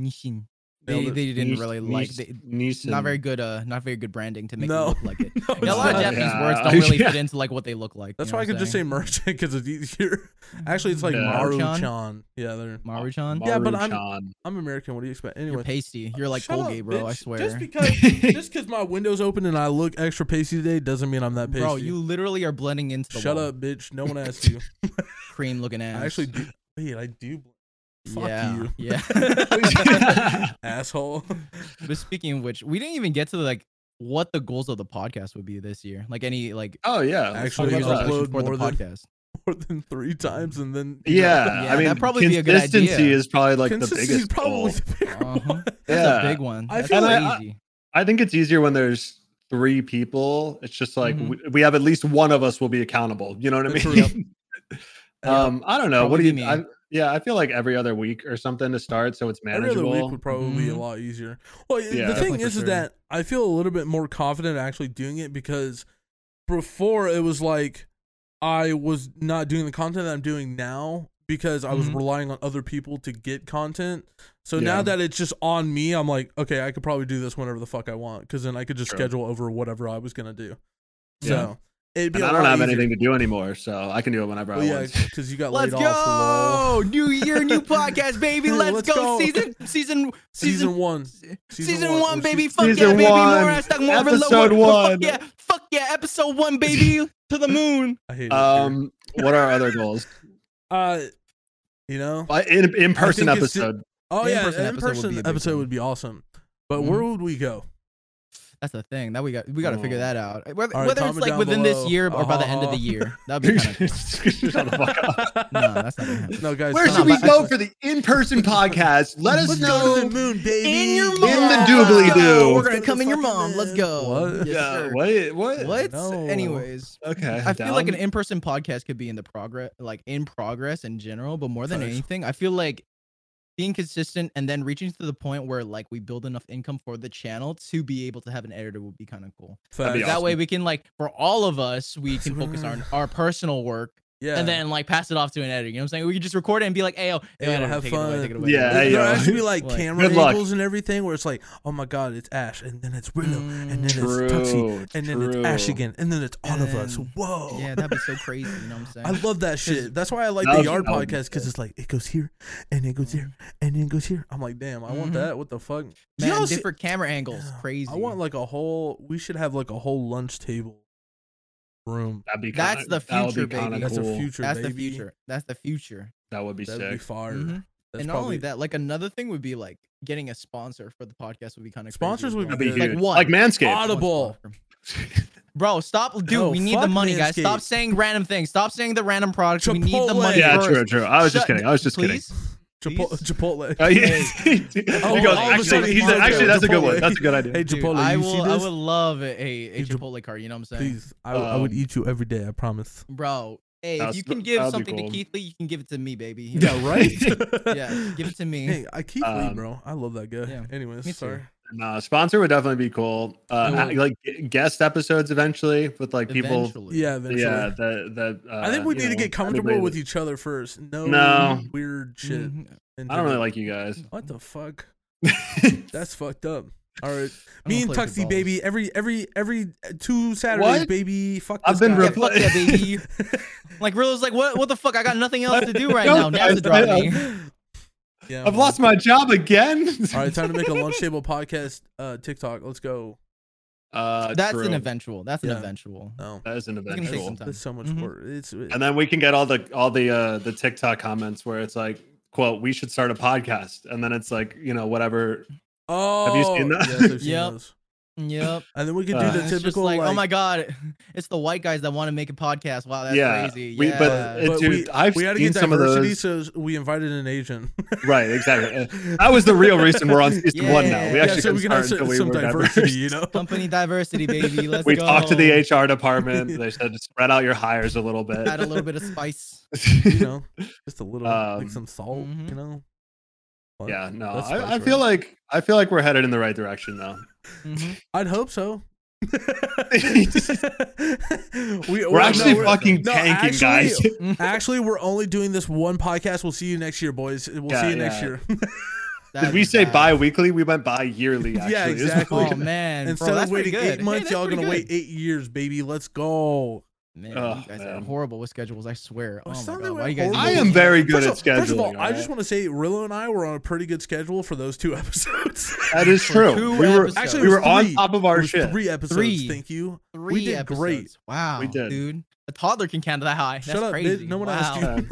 [SPEAKER 2] Nissin.
[SPEAKER 3] Nailed
[SPEAKER 2] They,
[SPEAKER 3] it.
[SPEAKER 2] they didn't
[SPEAKER 1] Nis-
[SPEAKER 2] really
[SPEAKER 1] Nis-
[SPEAKER 2] like. They,
[SPEAKER 1] Nissan.
[SPEAKER 2] not very good. Uh, not very good branding to make
[SPEAKER 3] No.
[SPEAKER 2] it look
[SPEAKER 3] [LAUGHS]
[SPEAKER 2] like it.
[SPEAKER 3] No,
[SPEAKER 2] Yeah, a lot of
[SPEAKER 1] not.
[SPEAKER 2] Japanese
[SPEAKER 1] Yeah.
[SPEAKER 3] [LAUGHS]
[SPEAKER 2] words don't really
[SPEAKER 1] Yeah.
[SPEAKER 2] fit into like what they look like.
[SPEAKER 3] That's
[SPEAKER 2] you know
[SPEAKER 3] why I
[SPEAKER 2] what I'm
[SPEAKER 3] could just say
[SPEAKER 2] saying?
[SPEAKER 3] merchant because it's easier. Actually, it's like
[SPEAKER 1] Yeah.
[SPEAKER 3] Maruchan. Yeah, they're.
[SPEAKER 2] Maruchan.
[SPEAKER 3] Yeah, but I'm-
[SPEAKER 1] Maruchan.
[SPEAKER 3] I'm American. What do you expect?
[SPEAKER 2] You're
[SPEAKER 3] Anyway,
[SPEAKER 2] pasty. You're like
[SPEAKER 3] Shut up,
[SPEAKER 2] Colgate, bro. I
[SPEAKER 3] bitch.
[SPEAKER 2] swear.
[SPEAKER 3] Just because
[SPEAKER 2] [LAUGHS]
[SPEAKER 3] [LAUGHS] just because my window's open and I look extra pasty today doesn't mean I'm that pasty.
[SPEAKER 2] Bro, you literally are blending into the
[SPEAKER 3] shut
[SPEAKER 2] wall.
[SPEAKER 3] up, bitch.
[SPEAKER 2] [LAUGHS]
[SPEAKER 3] No one asked you.
[SPEAKER 2] Cream looking ass.
[SPEAKER 3] I actually do. Wait, I do. Fuck
[SPEAKER 2] yeah,
[SPEAKER 3] you,
[SPEAKER 2] Yeah.
[SPEAKER 3] [LAUGHS]
[SPEAKER 2] [LAUGHS]
[SPEAKER 3] asshole. [LAUGHS]
[SPEAKER 2] but speaking of which, we didn't even get to like what the goals of the podcast would be this year. Like any like
[SPEAKER 1] [LAUGHS] oh yeah. Let's talk
[SPEAKER 3] Actually,
[SPEAKER 1] about that.
[SPEAKER 3] upload
[SPEAKER 2] resolution for the
[SPEAKER 3] more than-
[SPEAKER 2] podcast.
[SPEAKER 3] [LAUGHS] More than three times, and then you know,
[SPEAKER 1] yeah,
[SPEAKER 2] Yeah,
[SPEAKER 1] I mean,
[SPEAKER 2] that'd probably be a good
[SPEAKER 1] consistency
[SPEAKER 2] idea.
[SPEAKER 1] is probably like the
[SPEAKER 3] consistency is
[SPEAKER 1] biggest
[SPEAKER 3] probably [LAUGHS]
[SPEAKER 1] goal.
[SPEAKER 3] the bigger
[SPEAKER 2] Uh-huh.
[SPEAKER 3] one.
[SPEAKER 2] That's
[SPEAKER 1] Yeah,
[SPEAKER 2] a big one.
[SPEAKER 3] I
[SPEAKER 2] That's
[SPEAKER 3] feel
[SPEAKER 2] not
[SPEAKER 1] like-
[SPEAKER 2] easy.
[SPEAKER 1] I think it's easier when there's three people. It's just like
[SPEAKER 2] Mhm.
[SPEAKER 1] we, we have at least one of us will be accountable. You know what I
[SPEAKER 3] Mm-hmm.
[SPEAKER 1] [LAUGHS]
[SPEAKER 3] That's
[SPEAKER 1] mean? um, I don't know. What do
[SPEAKER 2] Probably
[SPEAKER 1] you?
[SPEAKER 2] me.
[SPEAKER 1] I, yeah, I feel like every other week or something to start, so it's
[SPEAKER 3] Every other
[SPEAKER 1] manageable.
[SPEAKER 3] week would probably be a
[SPEAKER 2] Mhm.
[SPEAKER 3] lot easier. Well,
[SPEAKER 1] Yeah.
[SPEAKER 3] the thing
[SPEAKER 2] Definitely for
[SPEAKER 3] is,
[SPEAKER 2] sure.
[SPEAKER 3] is that I feel a little bit more confident actually doing it because before it was like I was not doing the content that I'm doing now because I was
[SPEAKER 2] Mhm.
[SPEAKER 3] relying on other people to get content. So
[SPEAKER 1] Yeah.
[SPEAKER 3] now that it's just on me, I'm like, okay, I could probably do this whenever the fuck I want because then I could just
[SPEAKER 1] True.
[SPEAKER 3] schedule over whatever I was gonna do.
[SPEAKER 1] Yeah.
[SPEAKER 3] So it'd be.
[SPEAKER 1] And
[SPEAKER 3] a
[SPEAKER 1] I don't
[SPEAKER 3] lot
[SPEAKER 1] have
[SPEAKER 3] easier.
[SPEAKER 1] anything to do anymore, so I can do it whenever
[SPEAKER 3] Well,
[SPEAKER 1] I
[SPEAKER 3] yeah,
[SPEAKER 1] want.
[SPEAKER 3] because you got
[SPEAKER 2] Let's
[SPEAKER 3] laid off. lol.
[SPEAKER 2] go! New year, [LAUGHS] new podcast, baby.
[SPEAKER 3] Dude,
[SPEAKER 2] Let's,
[SPEAKER 3] let's
[SPEAKER 2] go.
[SPEAKER 3] go.
[SPEAKER 2] Season, season,
[SPEAKER 3] Season
[SPEAKER 2] season,
[SPEAKER 3] one.
[SPEAKER 2] season,
[SPEAKER 3] one.
[SPEAKER 2] one,
[SPEAKER 3] Or
[SPEAKER 2] baby.
[SPEAKER 3] se-
[SPEAKER 2] Fuck yeah,
[SPEAKER 1] Season
[SPEAKER 2] baby. More
[SPEAKER 1] one.
[SPEAKER 2] hashtag more over
[SPEAKER 1] Episode
[SPEAKER 2] lower.
[SPEAKER 1] one.
[SPEAKER 2] Fuck yeah, fuck yeah. Episode one, baby. to the moon.
[SPEAKER 3] I hate it. here.
[SPEAKER 1] Um, what are other goals?
[SPEAKER 3] uh, you know.
[SPEAKER 1] Uh, In in person
[SPEAKER 3] think it's ju-
[SPEAKER 1] episode. [LAUGHS]
[SPEAKER 3] Oh
[SPEAKER 2] The
[SPEAKER 3] yeah,
[SPEAKER 2] in-person episode
[SPEAKER 3] an
[SPEAKER 2] would
[SPEAKER 3] in-person
[SPEAKER 2] be a
[SPEAKER 3] episode,
[SPEAKER 2] big one.
[SPEAKER 3] would be awesome. But
[SPEAKER 1] Mm-hmm.
[SPEAKER 3] where would we go?
[SPEAKER 2] That's the thing. That we got. We got to figure
[SPEAKER 1] Oh.
[SPEAKER 2] that out. Whether,
[SPEAKER 3] All right,
[SPEAKER 2] whether it's
[SPEAKER 3] comment
[SPEAKER 2] like
[SPEAKER 3] down
[SPEAKER 2] within
[SPEAKER 3] below.
[SPEAKER 2] this year or by the end of the
[SPEAKER 3] Uh-huh.
[SPEAKER 2] year, that'd be kind
[SPEAKER 1] [LAUGHS]
[SPEAKER 2] [LAUGHS] of.
[SPEAKER 1] Shut
[SPEAKER 3] [LAUGHS]
[SPEAKER 1] the fuck up.
[SPEAKER 2] no, that's not gonna happen.
[SPEAKER 3] No, guys.
[SPEAKER 1] Where
[SPEAKER 2] No,
[SPEAKER 1] should
[SPEAKER 2] but
[SPEAKER 1] we
[SPEAKER 2] I-
[SPEAKER 1] go for the in-person podcast? Let us
[SPEAKER 3] Let's go to
[SPEAKER 1] know.
[SPEAKER 3] the moon, baby.
[SPEAKER 2] In your
[SPEAKER 1] the
[SPEAKER 2] mom.
[SPEAKER 1] doobly-doo.
[SPEAKER 2] We're
[SPEAKER 3] Let's go
[SPEAKER 2] gonna
[SPEAKER 3] to
[SPEAKER 2] come
[SPEAKER 3] the
[SPEAKER 2] in your
[SPEAKER 3] fucking
[SPEAKER 2] mom. Let's
[SPEAKER 3] moon.
[SPEAKER 2] go.
[SPEAKER 3] What?
[SPEAKER 2] Yes,
[SPEAKER 1] yeah.
[SPEAKER 2] sir.
[SPEAKER 1] What? What?
[SPEAKER 2] What?
[SPEAKER 3] No.
[SPEAKER 2] Anyways.
[SPEAKER 1] Okay.
[SPEAKER 2] I feel like an
[SPEAKER 1] down.
[SPEAKER 2] in-person podcast could be in the progress, like in progress in general. But more than
[SPEAKER 3] Facts.
[SPEAKER 2] anything, I feel like being consistent and then reaching to the point where like we build enough income for the channel to be able to have an editor would be kind of cool.
[SPEAKER 1] That'd be
[SPEAKER 3] Facts.
[SPEAKER 2] That
[SPEAKER 1] awesome.
[SPEAKER 2] way we can like for all of us, we
[SPEAKER 3] That's
[SPEAKER 2] can
[SPEAKER 3] what
[SPEAKER 2] focus
[SPEAKER 3] I- [LAUGHS]
[SPEAKER 2] on our personal work
[SPEAKER 3] Yeah.
[SPEAKER 2] and then like pass it off to an editor. You know what I'm saying? We could just record it and be like, "Hey, yo,
[SPEAKER 3] Hey,
[SPEAKER 2] yo,
[SPEAKER 3] yo,
[SPEAKER 2] editor,
[SPEAKER 3] have
[SPEAKER 2] take
[SPEAKER 3] fun."
[SPEAKER 2] It away, take it away.
[SPEAKER 1] Yeah,
[SPEAKER 3] There-
[SPEAKER 1] hey,
[SPEAKER 3] there
[SPEAKER 1] yo.
[SPEAKER 3] [LAUGHS] actually be
[SPEAKER 2] [LAUGHS]
[SPEAKER 3] like
[SPEAKER 2] Like,
[SPEAKER 3] camera
[SPEAKER 1] good luck.
[SPEAKER 3] angles and everything where it's like, oh my god, it's Ash, and then it's Willow,
[SPEAKER 2] Mm,
[SPEAKER 3] and then
[SPEAKER 1] True.
[SPEAKER 3] it's Tuxie, and then it's Ash
[SPEAKER 1] true.
[SPEAKER 3] again, and then it's all of us.
[SPEAKER 2] And-
[SPEAKER 3] Whoa.
[SPEAKER 2] yeah, that'd be so crazy. You know what I'm saying?
[SPEAKER 3] I
[SPEAKER 2] [LAUGHS]
[SPEAKER 3] love that shit. That's why I like
[SPEAKER 1] That
[SPEAKER 3] the
[SPEAKER 1] was-
[SPEAKER 3] yard
[SPEAKER 1] that would be
[SPEAKER 3] podcast because it's like it goes here and
[SPEAKER 2] Mm.
[SPEAKER 3] it goes here and then it goes here. I'm like, damn, I want
[SPEAKER 2] Mhm.
[SPEAKER 3] that. What the fuck? Mm-hmm. Do
[SPEAKER 2] Man,
[SPEAKER 3] y'all see-
[SPEAKER 2] different camera angles,
[SPEAKER 3] Yeah.
[SPEAKER 2] crazy.
[SPEAKER 3] I want like a whole. We should have like a whole lunch table room.
[SPEAKER 1] That'd be
[SPEAKER 2] That's
[SPEAKER 1] kinda-
[SPEAKER 2] the
[SPEAKER 1] that would
[SPEAKER 2] future,
[SPEAKER 1] be kinda
[SPEAKER 2] baby.
[SPEAKER 3] That's
[SPEAKER 1] cool.
[SPEAKER 3] a future.
[SPEAKER 2] That's the
[SPEAKER 3] baby.
[SPEAKER 2] future. That's the future.
[SPEAKER 1] That would be
[SPEAKER 3] That'd be
[SPEAKER 1] sick.
[SPEAKER 3] fire.
[SPEAKER 2] Mhm.
[SPEAKER 3] That's
[SPEAKER 2] and not only
[SPEAKER 3] probably-
[SPEAKER 2] that, like another thing would be like getting a sponsor for the podcast would be kind of
[SPEAKER 3] Sponsors would
[SPEAKER 1] That'd
[SPEAKER 3] be
[SPEAKER 1] be
[SPEAKER 3] Like
[SPEAKER 1] huge.
[SPEAKER 2] Like
[SPEAKER 1] Like,
[SPEAKER 2] one.
[SPEAKER 1] Manscaped.
[SPEAKER 3] Auto-
[SPEAKER 2] one
[SPEAKER 3] Audible.
[SPEAKER 2] sponsor. Bro, stop, dude.
[SPEAKER 3] No,
[SPEAKER 2] we need the
[SPEAKER 3] fuck
[SPEAKER 2] money, guys. Stop
[SPEAKER 3] Manscaped.
[SPEAKER 2] saying random things. Stop saying the random products. We need the
[SPEAKER 3] Chipotle.
[SPEAKER 1] [LAUGHS]
[SPEAKER 2] money.
[SPEAKER 1] yeah,
[SPEAKER 2] first.
[SPEAKER 1] true, true. I was just
[SPEAKER 2] Shut-
[SPEAKER 1] kidding. I was just kidding. [LAUGHS]
[SPEAKER 2] please?
[SPEAKER 3] Chipo-
[SPEAKER 2] Please?
[SPEAKER 3] [LAUGHS] Chipotle.
[SPEAKER 1] Uh, yeah.
[SPEAKER 2] [LAUGHS] Hey.
[SPEAKER 1] [LAUGHS] he
[SPEAKER 3] Oh, all
[SPEAKER 1] goes,
[SPEAKER 3] of a sudden
[SPEAKER 1] actually, he's
[SPEAKER 3] he's
[SPEAKER 1] like,
[SPEAKER 3] on
[SPEAKER 1] actually,
[SPEAKER 3] Chipotle.
[SPEAKER 1] that's a good one. That's a good idea.
[SPEAKER 3] [LAUGHS] Hey
[SPEAKER 2] Dude,
[SPEAKER 3] Chipotle,
[SPEAKER 2] I
[SPEAKER 3] you
[SPEAKER 2] will.
[SPEAKER 3] see
[SPEAKER 2] I
[SPEAKER 3] this?
[SPEAKER 2] would love a, a, a
[SPEAKER 3] Dude, Chip-
[SPEAKER 2] Chipotle card. You know what I'm saying,
[SPEAKER 3] Please, I, I would
[SPEAKER 1] Um,
[SPEAKER 3] eat you every day. I promise.
[SPEAKER 2] bro? Hey, if
[SPEAKER 1] That's-
[SPEAKER 2] you can
[SPEAKER 1] that'd
[SPEAKER 2] give
[SPEAKER 1] be
[SPEAKER 2] something
[SPEAKER 1] cool.
[SPEAKER 2] to Keithley, you can give it to me, baby.
[SPEAKER 3] [LAUGHS] Yeah, right.
[SPEAKER 2] yeah, give it to me.
[SPEAKER 3] [LAUGHS] Hey, I keep Lee,
[SPEAKER 1] Um,
[SPEAKER 3] bro. I love that guy.
[SPEAKER 2] yeah.
[SPEAKER 3] Anyways,
[SPEAKER 2] Me too.
[SPEAKER 3] sorry.
[SPEAKER 1] Nah, sponsor would definitely be cool. Uh,
[SPEAKER 3] Mhm.
[SPEAKER 1] like guest episodes eventually with like people.
[SPEAKER 2] Eventually.
[SPEAKER 3] Yeah, eventually.
[SPEAKER 1] Yeah, that that. Uh,
[SPEAKER 3] I think we
[SPEAKER 1] you
[SPEAKER 3] need to
[SPEAKER 1] know,
[SPEAKER 3] get comfortable
[SPEAKER 1] anybody
[SPEAKER 3] with
[SPEAKER 1] that-
[SPEAKER 3] each other first. No,
[SPEAKER 1] No.
[SPEAKER 3] weird shit.
[SPEAKER 2] Mhm.
[SPEAKER 3] [LAUGHS]
[SPEAKER 1] I don't really like you guys. [SIGHS]
[SPEAKER 3] What the fuck? That's fucked up. All right.
[SPEAKER 2] I'm
[SPEAKER 3] Me and
[SPEAKER 2] gonna play with the
[SPEAKER 3] Tuxie,
[SPEAKER 2] balls.
[SPEAKER 3] baby. Every every every two Saturdays,
[SPEAKER 1] What?
[SPEAKER 3] baby. Fuck
[SPEAKER 1] I've
[SPEAKER 3] this
[SPEAKER 1] been
[SPEAKER 3] guy.
[SPEAKER 2] Yeah,
[SPEAKER 1] rep-
[SPEAKER 2] fuck
[SPEAKER 1] [LAUGHS]
[SPEAKER 2] yeah, baby.
[SPEAKER 3] [LAUGHS]
[SPEAKER 2] like Rilla's like, what? What the fuck? I got nothing else to do right now. Now's the
[SPEAKER 1] Guys,
[SPEAKER 2] drive
[SPEAKER 1] I-
[SPEAKER 2] me.
[SPEAKER 3] Yeah,
[SPEAKER 1] I've
[SPEAKER 3] man.
[SPEAKER 1] lost my job again.
[SPEAKER 3] [LAUGHS] All right, time to make a lunch table podcast uh, TikTok. Let's go.
[SPEAKER 1] Uh,
[SPEAKER 2] That's
[SPEAKER 1] true.
[SPEAKER 2] an eventual. That's an
[SPEAKER 3] Yeah.
[SPEAKER 2] eventual.
[SPEAKER 3] Oh,
[SPEAKER 1] That is an
[SPEAKER 2] gonna take
[SPEAKER 1] eventual.
[SPEAKER 2] some time.
[SPEAKER 3] that's so much
[SPEAKER 2] Mhm.
[SPEAKER 3] work. It's
[SPEAKER 1] And uh, then we can get all the all the uh the TikTok comments where it's like, quote, we should start a podcast. And then it's like, you know, whatever.
[SPEAKER 3] oh,
[SPEAKER 1] you seen that?
[SPEAKER 3] Yes, I've seen
[SPEAKER 2] Yep.
[SPEAKER 3] those.
[SPEAKER 2] Yep.
[SPEAKER 1] [LAUGHS]
[SPEAKER 3] And then we could do
[SPEAKER 1] Uh,
[SPEAKER 3] the
[SPEAKER 2] It's just
[SPEAKER 3] typical
[SPEAKER 2] like,
[SPEAKER 3] like,
[SPEAKER 2] oh my god, [LAUGHS] it's the white guys that want to make a podcast. Wow, that's
[SPEAKER 1] yeah.
[SPEAKER 2] crazy.
[SPEAKER 1] We,
[SPEAKER 2] yeah.
[SPEAKER 1] But, it,
[SPEAKER 3] But
[SPEAKER 1] dude,
[SPEAKER 3] we-
[SPEAKER 1] I've
[SPEAKER 3] we had to
[SPEAKER 1] seen
[SPEAKER 3] get
[SPEAKER 1] some of
[SPEAKER 3] diversity,
[SPEAKER 1] those.
[SPEAKER 3] so we invited an Asian.
[SPEAKER 1] Right, exactly. Uh, That was the real reason
[SPEAKER 3] [LAUGHS]
[SPEAKER 1] we're on season one now. We
[SPEAKER 2] Yeah,
[SPEAKER 1] actually
[SPEAKER 3] so we
[SPEAKER 1] couldn't
[SPEAKER 3] can have
[SPEAKER 1] start
[SPEAKER 3] some,
[SPEAKER 1] until we
[SPEAKER 3] some
[SPEAKER 1] were [LAUGHS]
[SPEAKER 3] diversity,
[SPEAKER 1] diverse.
[SPEAKER 3] you know.
[SPEAKER 2] Company
[SPEAKER 1] [LAUGHS]
[SPEAKER 2] diversity, baby. Let's
[SPEAKER 1] We
[SPEAKER 2] go.
[SPEAKER 1] talked to the HR
[SPEAKER 3] [LAUGHS]
[SPEAKER 1] department. They said to spread out your hires a little bit. [LAUGHS]
[SPEAKER 2] Add a little bit of spice.
[SPEAKER 3] you know, just a little,
[SPEAKER 1] Um,
[SPEAKER 3] like some salt,
[SPEAKER 2] Mhm.
[SPEAKER 3] you know.
[SPEAKER 1] [LAUGHS]
[SPEAKER 3] But
[SPEAKER 1] yeah, no,
[SPEAKER 3] That's
[SPEAKER 1] I, I
[SPEAKER 3] spice,
[SPEAKER 1] feel like I feel like we're headed in the right direction though. [LAUGHS]
[SPEAKER 2] Mhm.
[SPEAKER 3] I'd hope so. we,
[SPEAKER 1] We're actually
[SPEAKER 3] no, [LAUGHS] we're-
[SPEAKER 1] fucking
[SPEAKER 3] no,
[SPEAKER 1] tanking,
[SPEAKER 3] actually-
[SPEAKER 1] guys. [LAUGHS]
[SPEAKER 3] Actually, we're only doing this one podcast. We'll see you next year, boys. We'll
[SPEAKER 1] Yeah,
[SPEAKER 3] see you next
[SPEAKER 1] yeah. [LAUGHS]
[SPEAKER 3] year.
[SPEAKER 2] That
[SPEAKER 1] Did we
[SPEAKER 2] is
[SPEAKER 1] say
[SPEAKER 2] bad.
[SPEAKER 1] bi-weekly? We went
[SPEAKER 2] [LAUGHS]
[SPEAKER 1] bi-yearly. Actually,
[SPEAKER 3] Yeah,
[SPEAKER 1] is what
[SPEAKER 3] exactly.
[SPEAKER 1] we
[SPEAKER 2] Oh man,
[SPEAKER 3] Instead
[SPEAKER 2] bro,
[SPEAKER 3] of
[SPEAKER 2] that's pretty
[SPEAKER 3] waiting
[SPEAKER 2] good.
[SPEAKER 3] eight
[SPEAKER 2] Hey,
[SPEAKER 3] months,
[SPEAKER 2] that's
[SPEAKER 3] y'all
[SPEAKER 2] pretty
[SPEAKER 3] gonna wait
[SPEAKER 2] good.
[SPEAKER 3] eight years, baby. Let's go.
[SPEAKER 2] Man,
[SPEAKER 1] Ugh,
[SPEAKER 2] you guys are
[SPEAKER 1] Oh, man.
[SPEAKER 2] horrible with schedules. I swear. Oh,
[SPEAKER 3] It's
[SPEAKER 2] my
[SPEAKER 3] not that
[SPEAKER 2] god,
[SPEAKER 3] we're
[SPEAKER 2] why you guys?
[SPEAKER 3] horrible.
[SPEAKER 1] I am very good
[SPEAKER 3] First
[SPEAKER 1] at
[SPEAKER 3] of-
[SPEAKER 1] scheduling.
[SPEAKER 3] First of all, I
[SPEAKER 1] alright?
[SPEAKER 3] just want to say Rillo and I were on a pretty good schedule for those two [LAUGHS] episodes.
[SPEAKER 1] that is
[SPEAKER 2] For
[SPEAKER 1] true.
[SPEAKER 2] two
[SPEAKER 1] We were
[SPEAKER 2] episodes.
[SPEAKER 3] Actually, it
[SPEAKER 1] we
[SPEAKER 3] was
[SPEAKER 1] were on
[SPEAKER 3] three.
[SPEAKER 1] top of
[SPEAKER 3] It
[SPEAKER 1] our
[SPEAKER 3] was
[SPEAKER 1] shit.
[SPEAKER 3] Three episodes.
[SPEAKER 2] Three.
[SPEAKER 3] Thank you.
[SPEAKER 2] Three
[SPEAKER 3] we did
[SPEAKER 2] episodes.
[SPEAKER 3] great.
[SPEAKER 2] Wow,
[SPEAKER 1] did.
[SPEAKER 2] dude. A toddler can count that high. That's
[SPEAKER 3] Shut up,
[SPEAKER 2] crazy.
[SPEAKER 3] bitch. No one
[SPEAKER 2] wow.
[SPEAKER 3] asked you.
[SPEAKER 1] Uh,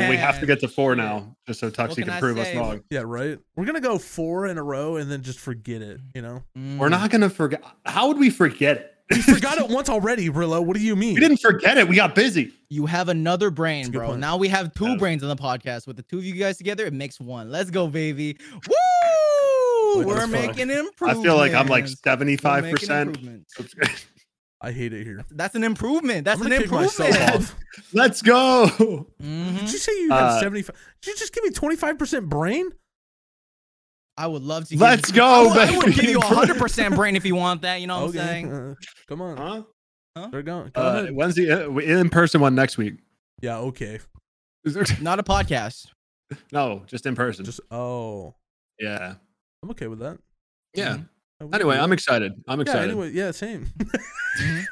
[SPEAKER 1] [LAUGHS] well, we have to get to four
[SPEAKER 2] Yeah.
[SPEAKER 1] now, just so
[SPEAKER 2] What
[SPEAKER 1] Tuxie
[SPEAKER 2] can
[SPEAKER 1] can
[SPEAKER 2] I
[SPEAKER 1] prove us
[SPEAKER 2] say?
[SPEAKER 1] wrong.
[SPEAKER 3] Yeah, right. We're gonna go four in a row and then just forget it.
[SPEAKER 1] [LAUGHS]
[SPEAKER 3] You know,
[SPEAKER 1] We're
[SPEAKER 2] Mm.
[SPEAKER 1] not gonna forget. How would we forget it?
[SPEAKER 3] we forgot it once already, Rillo. What do you mean?
[SPEAKER 1] We didn't forget it. We got busy.
[SPEAKER 2] You have another brain,
[SPEAKER 3] a good
[SPEAKER 2] bro.
[SPEAKER 3] point.
[SPEAKER 2] Now we have two
[SPEAKER 1] Yeah.
[SPEAKER 2] brains on the podcast. With the two of you guys together, it makes one. Let's go, baby. Woo!
[SPEAKER 3] Look
[SPEAKER 2] We're
[SPEAKER 3] at this fuck.
[SPEAKER 2] making
[SPEAKER 1] I
[SPEAKER 2] improvements.
[SPEAKER 1] feel like I'm like
[SPEAKER 2] We're
[SPEAKER 1] seventy-five
[SPEAKER 2] making
[SPEAKER 1] percent.
[SPEAKER 2] improvements.
[SPEAKER 3] I hate it here.
[SPEAKER 2] That's an improvement. That's
[SPEAKER 3] I'm
[SPEAKER 2] an
[SPEAKER 3] gonna kick myself
[SPEAKER 2] improvement.
[SPEAKER 3] off.
[SPEAKER 1] Let's go. [LAUGHS]
[SPEAKER 2] [LAUGHS]
[SPEAKER 3] Did
[SPEAKER 2] Mhm.
[SPEAKER 3] you say you had
[SPEAKER 1] Uh,
[SPEAKER 3] seventy five? Did you just give me twenty five percent brain?
[SPEAKER 2] I would love to. give
[SPEAKER 1] Let's
[SPEAKER 2] you-
[SPEAKER 1] go,
[SPEAKER 2] I would, I would
[SPEAKER 1] baby.
[SPEAKER 2] give you 100% brain if you want that. You know what I'm saying?
[SPEAKER 3] uh, come on,
[SPEAKER 1] [LAUGHS] Huh?
[SPEAKER 3] they're going. Go
[SPEAKER 1] Uh,
[SPEAKER 3] ahead.
[SPEAKER 1] Wednesday uh, in-person one next week.
[SPEAKER 3] Yeah, okay.
[SPEAKER 2] Not a podcast.
[SPEAKER 1] no, just in person.
[SPEAKER 3] Just oh,
[SPEAKER 1] yeah,
[SPEAKER 3] I'm okay with that.
[SPEAKER 1] yeah.
[SPEAKER 2] Mhm.
[SPEAKER 3] Uh, we can
[SPEAKER 1] Anyway,
[SPEAKER 3] do
[SPEAKER 1] I'm
[SPEAKER 3] it.
[SPEAKER 1] excited. I'm
[SPEAKER 3] yeah.
[SPEAKER 1] excited.
[SPEAKER 3] Anyway, yeah, same. [LAUGHS]
[SPEAKER 2] Mhm.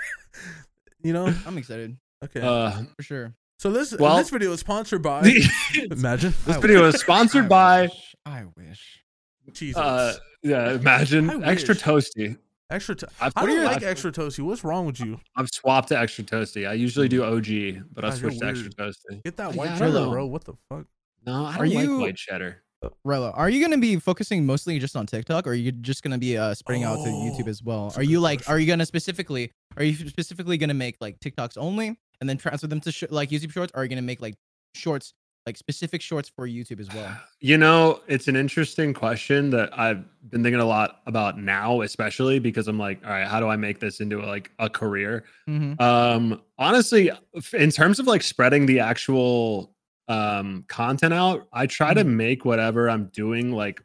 [SPEAKER 3] you know,
[SPEAKER 2] I'm excited
[SPEAKER 3] okay.
[SPEAKER 1] Uh,
[SPEAKER 2] for sure.
[SPEAKER 3] so this
[SPEAKER 1] well- Uh,
[SPEAKER 3] this video is sponsored
[SPEAKER 1] [LAUGHS]
[SPEAKER 3] by.
[SPEAKER 1] this
[SPEAKER 3] [LAUGHS]
[SPEAKER 1] [LAUGHS]
[SPEAKER 3] Imagine
[SPEAKER 2] I
[SPEAKER 1] video
[SPEAKER 2] wish.
[SPEAKER 1] is sponsored
[SPEAKER 2] I
[SPEAKER 1] by.
[SPEAKER 2] wish. I wish.
[SPEAKER 3] Jesus.
[SPEAKER 1] Uh, yeah, imagine
[SPEAKER 3] I
[SPEAKER 1] extra
[SPEAKER 3] wish.
[SPEAKER 1] toasty.
[SPEAKER 3] extra. To-
[SPEAKER 1] I've,
[SPEAKER 3] I
[SPEAKER 1] what are
[SPEAKER 3] don't
[SPEAKER 1] your-
[SPEAKER 3] like
[SPEAKER 1] I've,
[SPEAKER 3] extra toasty. What's wrong with you?
[SPEAKER 1] I've swapped to extra toasty. I usually do OG, but I
[SPEAKER 3] God, you're
[SPEAKER 1] switched to extra
[SPEAKER 3] weird.
[SPEAKER 1] toasty.
[SPEAKER 3] Get that
[SPEAKER 1] Yeah,
[SPEAKER 3] white
[SPEAKER 1] I
[SPEAKER 3] cheddar,
[SPEAKER 1] don't know.
[SPEAKER 3] bro. What the fuck?
[SPEAKER 1] No, I
[SPEAKER 2] Are
[SPEAKER 1] don't
[SPEAKER 2] you-
[SPEAKER 1] like white cheddar.
[SPEAKER 2] Rella, are you gonna be focusing mostly just on TikTok, or are you just gonna be uh, spreading out to YouTube
[SPEAKER 3] Oh,
[SPEAKER 2] as well?
[SPEAKER 3] that's a
[SPEAKER 2] Are
[SPEAKER 3] good
[SPEAKER 2] you like,
[SPEAKER 3] question.
[SPEAKER 2] are you gonna specifically, are you specifically gonna make like TikToks only, and then transfer them to sh- like YouTube Shorts? Or are you gonna make like shorts, like specific shorts for YouTube as well?
[SPEAKER 1] You know, it's an interesting question that I've been thinking a lot about now, especially because I'm like, all right, how do I make this into like a career?
[SPEAKER 2] Mm-hmm.
[SPEAKER 1] Um, honestly, f- in terms of like spreading the actual um content out, I try to make whatever I'm doing like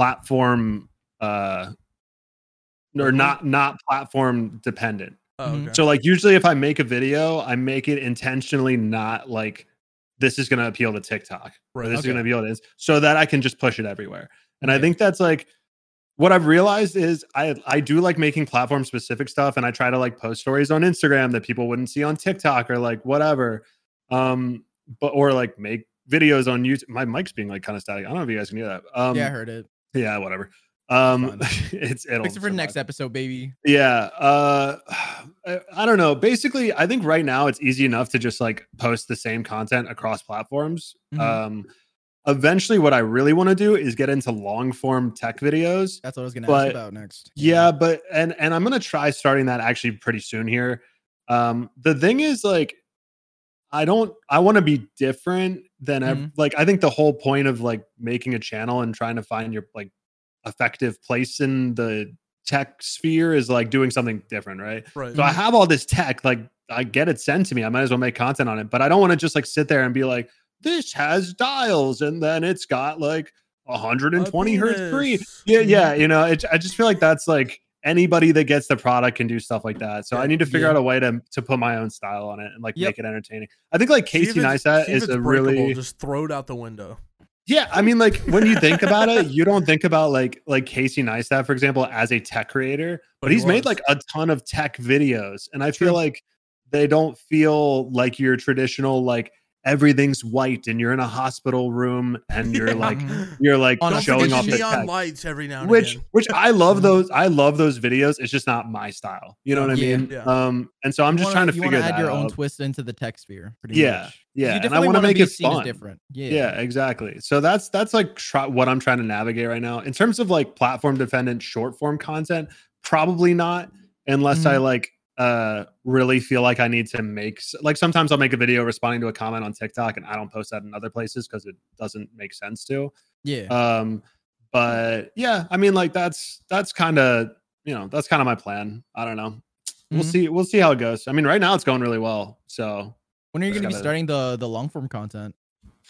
[SPEAKER 1] platform uh or not not platform dependent.
[SPEAKER 3] Oh,
[SPEAKER 2] Mhm.
[SPEAKER 3] okay.
[SPEAKER 1] Mm-hmm. So like usually if I make a video, I make it intentionally not like this is going to appeal to TikTok or
[SPEAKER 3] Right.
[SPEAKER 1] this
[SPEAKER 2] Okay.
[SPEAKER 1] is going to appeal to this so that I can just push it everywhere. And I
[SPEAKER 2] Okay.
[SPEAKER 1] think that's like what I've realized is I I do like making platform specific stuff and I try to like post stories on Instagram that people wouldn't see on TikTok or like whatever. Um but or like make videos on YouTube. My mic's being like kind of static. I don't know if you guys can hear that. Um
[SPEAKER 2] yeah, I
[SPEAKER 1] yeah,
[SPEAKER 2] heard it.
[SPEAKER 1] whatever. Um
[SPEAKER 2] Fine.
[SPEAKER 1] [LAUGHS] it's it'll
[SPEAKER 2] Fix it for
[SPEAKER 1] survive.
[SPEAKER 2] next episode, baby.
[SPEAKER 1] Yeah. Uh [SIGHS] I- I don't know. Basically, I think right now it's easy enough to just like post the same content across platforms.
[SPEAKER 2] Mhm.
[SPEAKER 1] Um eventually what I really want to do is get into long form tech videos.
[SPEAKER 2] That's what I was gonna
[SPEAKER 1] But-
[SPEAKER 2] ask about next.
[SPEAKER 1] Yeah, but and and I'm going to try starting that actually pretty soon here. Um the thing is like I don't I want to be different than ev-
[SPEAKER 2] Mhm.
[SPEAKER 1] like I think the whole point of like making a channel and trying to find your like effective place in the tech sphere is like doing something different, right?
[SPEAKER 3] right.
[SPEAKER 1] So I have all this tech, like I get it sent to me. I might as well make content on it, but I don't want to just like sit there and be like, this has dials and then it's got like 120 hertz free.
[SPEAKER 3] Happiness.
[SPEAKER 1] Yeah, yeah. You know, it, I just feel like that's like anybody that gets the product can do stuff like that. So I
[SPEAKER 3] Yeah.
[SPEAKER 1] need to figure
[SPEAKER 2] Yeah.
[SPEAKER 1] out a way to to put my own style on it and like
[SPEAKER 2] Yep.
[SPEAKER 1] make it entertaining. I think like
[SPEAKER 3] See if
[SPEAKER 1] Casey
[SPEAKER 3] it's-
[SPEAKER 1] Neistat
[SPEAKER 3] see if
[SPEAKER 1] is
[SPEAKER 3] it's
[SPEAKER 1] a
[SPEAKER 3] breakable,
[SPEAKER 1] really
[SPEAKER 3] just throw it out the window.
[SPEAKER 1] Yeah, I mean, like when you think about it, you don't think about like like Casey Neistat, for example, as a tech creator, but,
[SPEAKER 3] he
[SPEAKER 1] he's made
[SPEAKER 3] was.
[SPEAKER 1] like a ton of tech videos, and I feel
[SPEAKER 2] True.
[SPEAKER 1] like they don't feel like your traditional like everything's white and you're in a hospital room and you're
[SPEAKER 3] [LAUGHS] Yeah. Oh,
[SPEAKER 1] like you're like
[SPEAKER 2] On a
[SPEAKER 1] showing
[SPEAKER 2] freaking
[SPEAKER 1] off the
[SPEAKER 3] neon
[SPEAKER 1] tech.
[SPEAKER 3] lights every now and
[SPEAKER 1] which
[SPEAKER 3] again.
[SPEAKER 1] which
[SPEAKER 2] [LAUGHS]
[SPEAKER 1] I love
[SPEAKER 2] Mhm.
[SPEAKER 1] those I love those videos. It's just not my style. You know what I
[SPEAKER 2] Yeah.
[SPEAKER 1] mean?
[SPEAKER 3] Yeah.
[SPEAKER 1] Um, and so I'm
[SPEAKER 2] You
[SPEAKER 1] just
[SPEAKER 2] wanna-
[SPEAKER 1] trying to
[SPEAKER 2] you
[SPEAKER 1] figure
[SPEAKER 2] wanna
[SPEAKER 1] that
[SPEAKER 2] add your
[SPEAKER 1] out.
[SPEAKER 2] own twist into the text sphere. Pretty
[SPEAKER 1] Yeah,
[SPEAKER 2] much. 'Cause
[SPEAKER 1] yeah,
[SPEAKER 2] You
[SPEAKER 1] and I
[SPEAKER 2] definitely
[SPEAKER 1] wanna
[SPEAKER 2] wanna
[SPEAKER 1] make
[SPEAKER 2] be
[SPEAKER 1] it
[SPEAKER 2] seen as
[SPEAKER 1] fun.
[SPEAKER 2] different. Yeah.
[SPEAKER 1] yeah exactly so that's that's like try, what i'm trying to navigate right now in terms of like platform dependent short form content probably not unless
[SPEAKER 2] Mm-hmm.
[SPEAKER 1] i like uh really feel like i need to make s- like sometimes i'll make a video responding to a comment on tiktok and i don't post that in other places because it doesn't make sense to
[SPEAKER 2] Yeah.
[SPEAKER 1] um but yeah i mean like that's that's kind of you know that's kind of my plan i don't know we'll
[SPEAKER 2] Mhm.
[SPEAKER 1] see we'll see how it goes i mean right now it's going really well so
[SPEAKER 2] When are you
[SPEAKER 1] Just
[SPEAKER 2] going to be
[SPEAKER 1] gotta-
[SPEAKER 2] starting the the long form content?
[SPEAKER 1] [LAUGHS]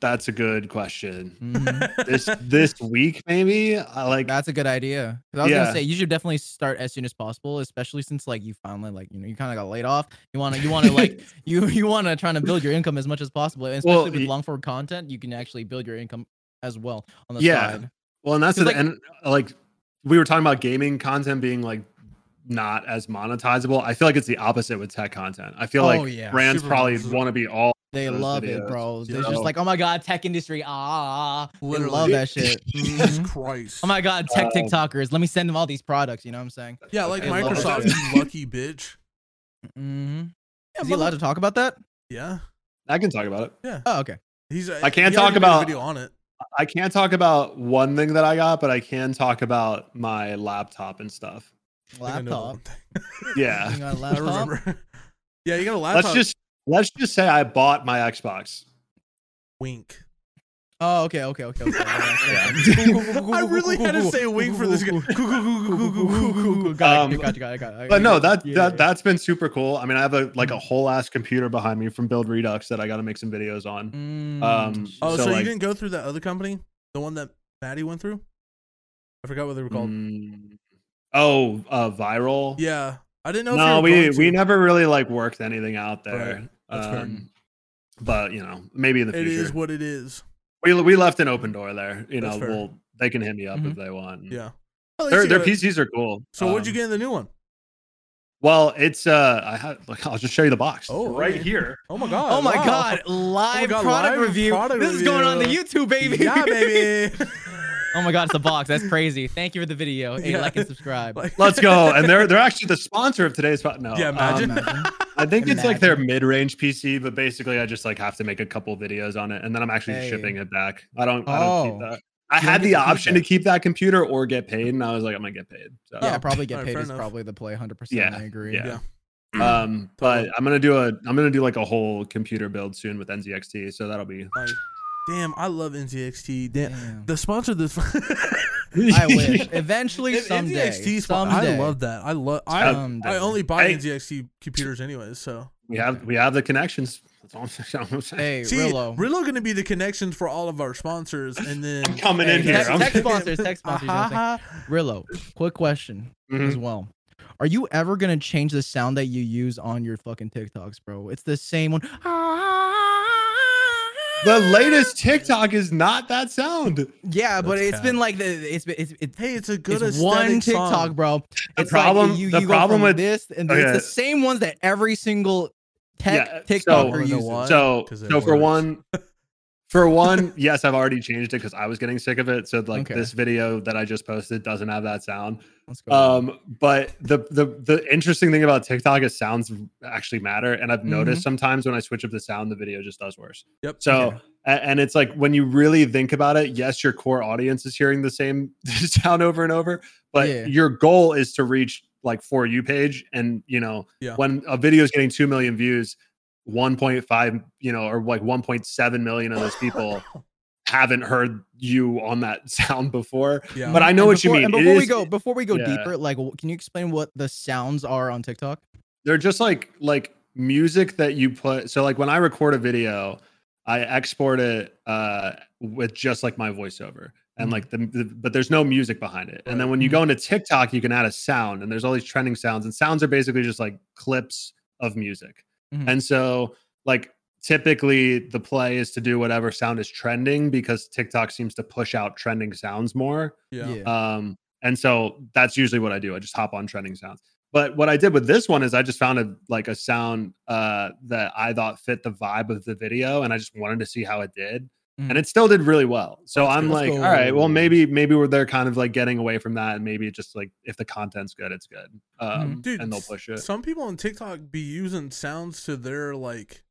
[SPEAKER 1] that's a good question
[SPEAKER 2] Mhm. [LAUGHS]
[SPEAKER 1] this this week maybe i like
[SPEAKER 2] That's a good idea. 'Cause I was
[SPEAKER 1] Yeah.
[SPEAKER 2] gonna say you should definitely start as soon as possible, especially since like you finally like you know you kind of got laid off. You wanna you wanna like you [LAUGHS] you wanna try to build your income as much as possible, and
[SPEAKER 1] Well,
[SPEAKER 2] especially with
[SPEAKER 1] y-
[SPEAKER 2] long form content, you can actually build your income as well on the
[SPEAKER 1] Yeah.
[SPEAKER 2] side.
[SPEAKER 1] Well, and that's
[SPEAKER 2] 'Cause,
[SPEAKER 1] the
[SPEAKER 2] like-
[SPEAKER 1] end. Like we were talking about gaming content being like not as monetizable. I feel like it's the opposite with tech content. I feel
[SPEAKER 2] Oh,
[SPEAKER 1] like
[SPEAKER 2] yeah.
[SPEAKER 1] brands
[SPEAKER 3] Super
[SPEAKER 1] probably
[SPEAKER 3] monetizable.
[SPEAKER 1] want to be all.
[SPEAKER 2] They
[SPEAKER 1] those
[SPEAKER 2] love it,
[SPEAKER 1] videos,
[SPEAKER 2] bro.
[SPEAKER 3] you
[SPEAKER 2] They're
[SPEAKER 1] know?
[SPEAKER 2] just like, oh my god, tech industry, ah, they love
[SPEAKER 3] Literally.
[SPEAKER 2] that shit.
[SPEAKER 1] Mm-hmm.
[SPEAKER 3] Jesus
[SPEAKER 2] Mhm.
[SPEAKER 3] Christ.
[SPEAKER 2] Oh my god, tech
[SPEAKER 1] Um,
[SPEAKER 2] TikTokers, let me send them all these products. You know what I'm saying?
[SPEAKER 3] yeah, like
[SPEAKER 2] I love
[SPEAKER 3] Microsoft,
[SPEAKER 2] it.
[SPEAKER 3] you lucky bitch.
[SPEAKER 2] Mm-hmm.
[SPEAKER 3] Yeah,
[SPEAKER 2] Is he allowed to talk about that?
[SPEAKER 3] yeah.
[SPEAKER 1] I can talk about it.
[SPEAKER 2] Oh, okay.
[SPEAKER 3] He's. uh,
[SPEAKER 1] I can't
[SPEAKER 3] he already
[SPEAKER 1] talk
[SPEAKER 3] made a
[SPEAKER 1] about-
[SPEAKER 3] video on it.
[SPEAKER 1] I can't talk about one thing that I got, but I can talk about my laptop and stuff.
[SPEAKER 3] I think I know the
[SPEAKER 2] Laptop.
[SPEAKER 3] one thing. [LAUGHS]
[SPEAKER 1] Yeah.
[SPEAKER 2] You got a
[SPEAKER 3] I
[SPEAKER 2] laptop.
[SPEAKER 3] remember. [LAUGHS] yeah, you got a laptop.
[SPEAKER 1] let's just let's just say I bought my Xbox. [LAUGHS]
[SPEAKER 3] wink. [LAUGHS]
[SPEAKER 2] Oh, okay, okay, okay. okay. [LAUGHS]
[SPEAKER 1] Yeah.
[SPEAKER 3] I really had to say a wink for
[SPEAKER 1] [LAUGHS]
[SPEAKER 3] this guy.
[SPEAKER 2] Got
[SPEAKER 1] Um,
[SPEAKER 2] it, got it, got it, got it.
[SPEAKER 1] But no, that
[SPEAKER 2] Yeah,
[SPEAKER 1] that
[SPEAKER 2] yeah.
[SPEAKER 1] that's been super cool. I mean, I have a like a whole ass computer behind me from Build Redux that I got to make some videos on.
[SPEAKER 2] Mm,
[SPEAKER 1] um,
[SPEAKER 2] sh-
[SPEAKER 3] Oh,
[SPEAKER 1] So,
[SPEAKER 3] so,
[SPEAKER 1] like-
[SPEAKER 3] you didn't go through that other company, the one that Maddie went through? I forgot what they were called.
[SPEAKER 1] Mm. Oh, uh, viral.
[SPEAKER 3] Yeah, I didn't know. if
[SPEAKER 1] No,
[SPEAKER 3] you were
[SPEAKER 1] we
[SPEAKER 3] going
[SPEAKER 1] we
[SPEAKER 3] to.
[SPEAKER 1] never really like worked anything out there. Um,
[SPEAKER 3] Right, that's fair.
[SPEAKER 1] But you know, maybe in the
[SPEAKER 3] It is
[SPEAKER 1] future,
[SPEAKER 3] what it is.
[SPEAKER 1] we we left an open door there. You
[SPEAKER 3] That's
[SPEAKER 1] know,
[SPEAKER 3] fair. Mm-hmm.
[SPEAKER 1] we'll they can hit me up if they want.
[SPEAKER 3] Yeah. Well, at
[SPEAKER 1] their
[SPEAKER 3] least you
[SPEAKER 1] their PCs are
[SPEAKER 3] got-
[SPEAKER 1] cool.
[SPEAKER 3] So what'd you
[SPEAKER 1] Um,
[SPEAKER 3] get in the new one?
[SPEAKER 1] Well, it's uh, I have. Look, I'll just show you the box.
[SPEAKER 3] Oh,
[SPEAKER 1] right
[SPEAKER 3] okay.
[SPEAKER 1] here.
[SPEAKER 3] Oh
[SPEAKER 1] [GASPS]
[SPEAKER 3] my god!
[SPEAKER 2] Oh my
[SPEAKER 3] wow.
[SPEAKER 2] god, live
[SPEAKER 3] God,
[SPEAKER 2] product
[SPEAKER 3] live
[SPEAKER 2] review.
[SPEAKER 3] product
[SPEAKER 2] this is going on the
[SPEAKER 3] review.
[SPEAKER 2] YouTube, baby.
[SPEAKER 3] Yeah, [LAUGHS] baby.
[SPEAKER 1] [LAUGHS]
[SPEAKER 2] oh my god, it's a box. That's crazy. Thank you for the video. Hey,
[SPEAKER 3] Yeah.
[SPEAKER 2] like and subscribe.
[SPEAKER 1] [LAUGHS]
[SPEAKER 3] Like-
[SPEAKER 1] Let's go. and they're they're actually the sponsor of today's. pod- No,
[SPEAKER 3] Yeah, imagine.
[SPEAKER 1] um,
[SPEAKER 3] [LAUGHS]
[SPEAKER 1] I think it's like
[SPEAKER 2] Imagine.
[SPEAKER 1] their mid-range PC, but basically I just like have to make a couple videos on it and then I'm actually
[SPEAKER 2] Hey.
[SPEAKER 1] shipping it back. I don't I don't
[SPEAKER 2] Oh.
[SPEAKER 1] keep that. I
[SPEAKER 2] You don't
[SPEAKER 1] had
[SPEAKER 2] get
[SPEAKER 1] the
[SPEAKER 2] to keep
[SPEAKER 1] option
[SPEAKER 2] that.
[SPEAKER 1] to keep that computer or get paid and I was like I'm going to get paid. So
[SPEAKER 2] yeah, probably
[SPEAKER 3] Alright,
[SPEAKER 2] get paid
[SPEAKER 3] fair
[SPEAKER 2] is
[SPEAKER 3] enough.
[SPEAKER 2] probably the play. Hundred percent.
[SPEAKER 1] Yeah,
[SPEAKER 2] I agree.
[SPEAKER 1] yeah. [CLEARS THROAT]
[SPEAKER 3] Yeah.
[SPEAKER 2] [CLEARS THROAT]
[SPEAKER 1] um but
[SPEAKER 3] Totally.
[SPEAKER 1] I'm going to do a I'm going to do like a whole computer build soon with NZXT, so that'll be
[SPEAKER 3] [LAUGHS] Like, damn, I love NZXT. Damn,
[SPEAKER 2] Damn.
[SPEAKER 3] the sponsor of this. [LAUGHS]
[SPEAKER 1] [LAUGHS]
[SPEAKER 2] I wish. Eventually,
[SPEAKER 3] If
[SPEAKER 2] someday.
[SPEAKER 3] NZXT spon-
[SPEAKER 2] someday.
[SPEAKER 3] I love that. I love. I
[SPEAKER 2] Someday.
[SPEAKER 3] I only buy
[SPEAKER 1] Hey.
[SPEAKER 3] NZXT computers anyways. So
[SPEAKER 1] we have we have the connections. That's all I'm- I'm, saying. [LAUGHS]
[SPEAKER 2] Hey,
[SPEAKER 3] see,
[SPEAKER 2] Rillo.
[SPEAKER 3] Rillo gonna be the connections for all of our sponsors, and then
[SPEAKER 1] I'm coming in
[SPEAKER 2] Hey,
[SPEAKER 1] here.
[SPEAKER 2] tech-
[SPEAKER 1] I'm-
[SPEAKER 2] tech sponsors, tech sponsors, you know what I'm saying?
[SPEAKER 3] Ah-ha-ha.
[SPEAKER 2] Rillo, quick question as
[SPEAKER 1] Mhm.
[SPEAKER 2] well. Are you ever gonna change the sound that you use on your fucking TikToks, bro? It's the
[SPEAKER 1] [LAUGHS]
[SPEAKER 2] same one.
[SPEAKER 1] The latest TikTok is not that sound.
[SPEAKER 2] Yeah, but
[SPEAKER 3] That's
[SPEAKER 2] it's been like the it's been it's it's,
[SPEAKER 3] [LAUGHS] Hey, it's a good
[SPEAKER 2] it's one
[SPEAKER 3] aesthetic
[SPEAKER 2] TikTok,
[SPEAKER 3] song.
[SPEAKER 2] bro.
[SPEAKER 1] The
[SPEAKER 2] It's like
[SPEAKER 1] problem
[SPEAKER 2] go
[SPEAKER 1] the
[SPEAKER 2] from
[SPEAKER 1] problem with
[SPEAKER 2] this and
[SPEAKER 1] okay.
[SPEAKER 2] it's the same ones that every single tech
[SPEAKER 1] Yeah, so-
[SPEAKER 2] TikToker
[SPEAKER 3] Wanna know
[SPEAKER 2] uses.
[SPEAKER 3] why?
[SPEAKER 1] so
[SPEAKER 3] 'Cause it
[SPEAKER 1] so for
[SPEAKER 3] works. [LAUGHS]
[SPEAKER 1] one for one yes i've already changed it because i was getting sick of it so like
[SPEAKER 2] Okay.
[SPEAKER 1] this video that i just posted doesn't have that sound
[SPEAKER 2] Let's go.
[SPEAKER 1] um but the the the interesting thing about tiktok is sounds actually matter and
[SPEAKER 3] Mm-hmm.
[SPEAKER 1] i've noticed sometimes when i switch up the sound the video just does worse
[SPEAKER 3] Yep.
[SPEAKER 1] so
[SPEAKER 2] Okay.
[SPEAKER 1] a- and it's like when you really think about it yes your core audience is hearing the same [LAUGHS] sound over and over but
[SPEAKER 2] Yeah.
[SPEAKER 1] your goal is to reach like for you page and you know
[SPEAKER 3] Yeah.
[SPEAKER 1] when a video is getting 2 million views 1.5 you know or like 1.7 million of those people haven't heard you on that [LAUGHS] sound before
[SPEAKER 3] Yeah.
[SPEAKER 1] but i know
[SPEAKER 2] And
[SPEAKER 1] what you
[SPEAKER 2] before-
[SPEAKER 1] mean
[SPEAKER 2] And
[SPEAKER 1] It
[SPEAKER 2] before we
[SPEAKER 1] is-
[SPEAKER 2] go, before we go
[SPEAKER 1] yeah.
[SPEAKER 2] deeper, like, w- can you explain what the sounds are on TikTok?
[SPEAKER 1] they're just like like music that you put so like when i record a video i export it uh with just like my voiceover and
[SPEAKER 2] Mhm.
[SPEAKER 1] like the, the but there's no music behind it and then
[SPEAKER 3] Right.
[SPEAKER 1] when you go into tiktok you can add a sound and there's all these trending sounds and sounds are basically just like clips of music
[SPEAKER 2] Mhm.
[SPEAKER 1] and so like typically the play is to do whatever sound is trending because TikTok seems to push out trending sounds more.
[SPEAKER 3] Yeah.
[SPEAKER 1] Um, and so that's usually what I do. I just hop on trending sounds. But what I did with this one is I just found a like a sound uh, that I thought fit the vibe of the video, and I just wanted to see how it did,
[SPEAKER 2] Mm.
[SPEAKER 1] and it still did really well. So
[SPEAKER 3] That's
[SPEAKER 1] I'm
[SPEAKER 3] good.
[SPEAKER 1] like,
[SPEAKER 3] Let's
[SPEAKER 1] all
[SPEAKER 3] go.
[SPEAKER 1] right, well maybe maybe we're they're kind of like getting away from that, and maybe just like if the content's good, it's good, um,
[SPEAKER 3] Mm-hmm. Dude,
[SPEAKER 1] and they'll
[SPEAKER 3] s-
[SPEAKER 1] push it.
[SPEAKER 3] Some people on TikTok be using sounds to their like,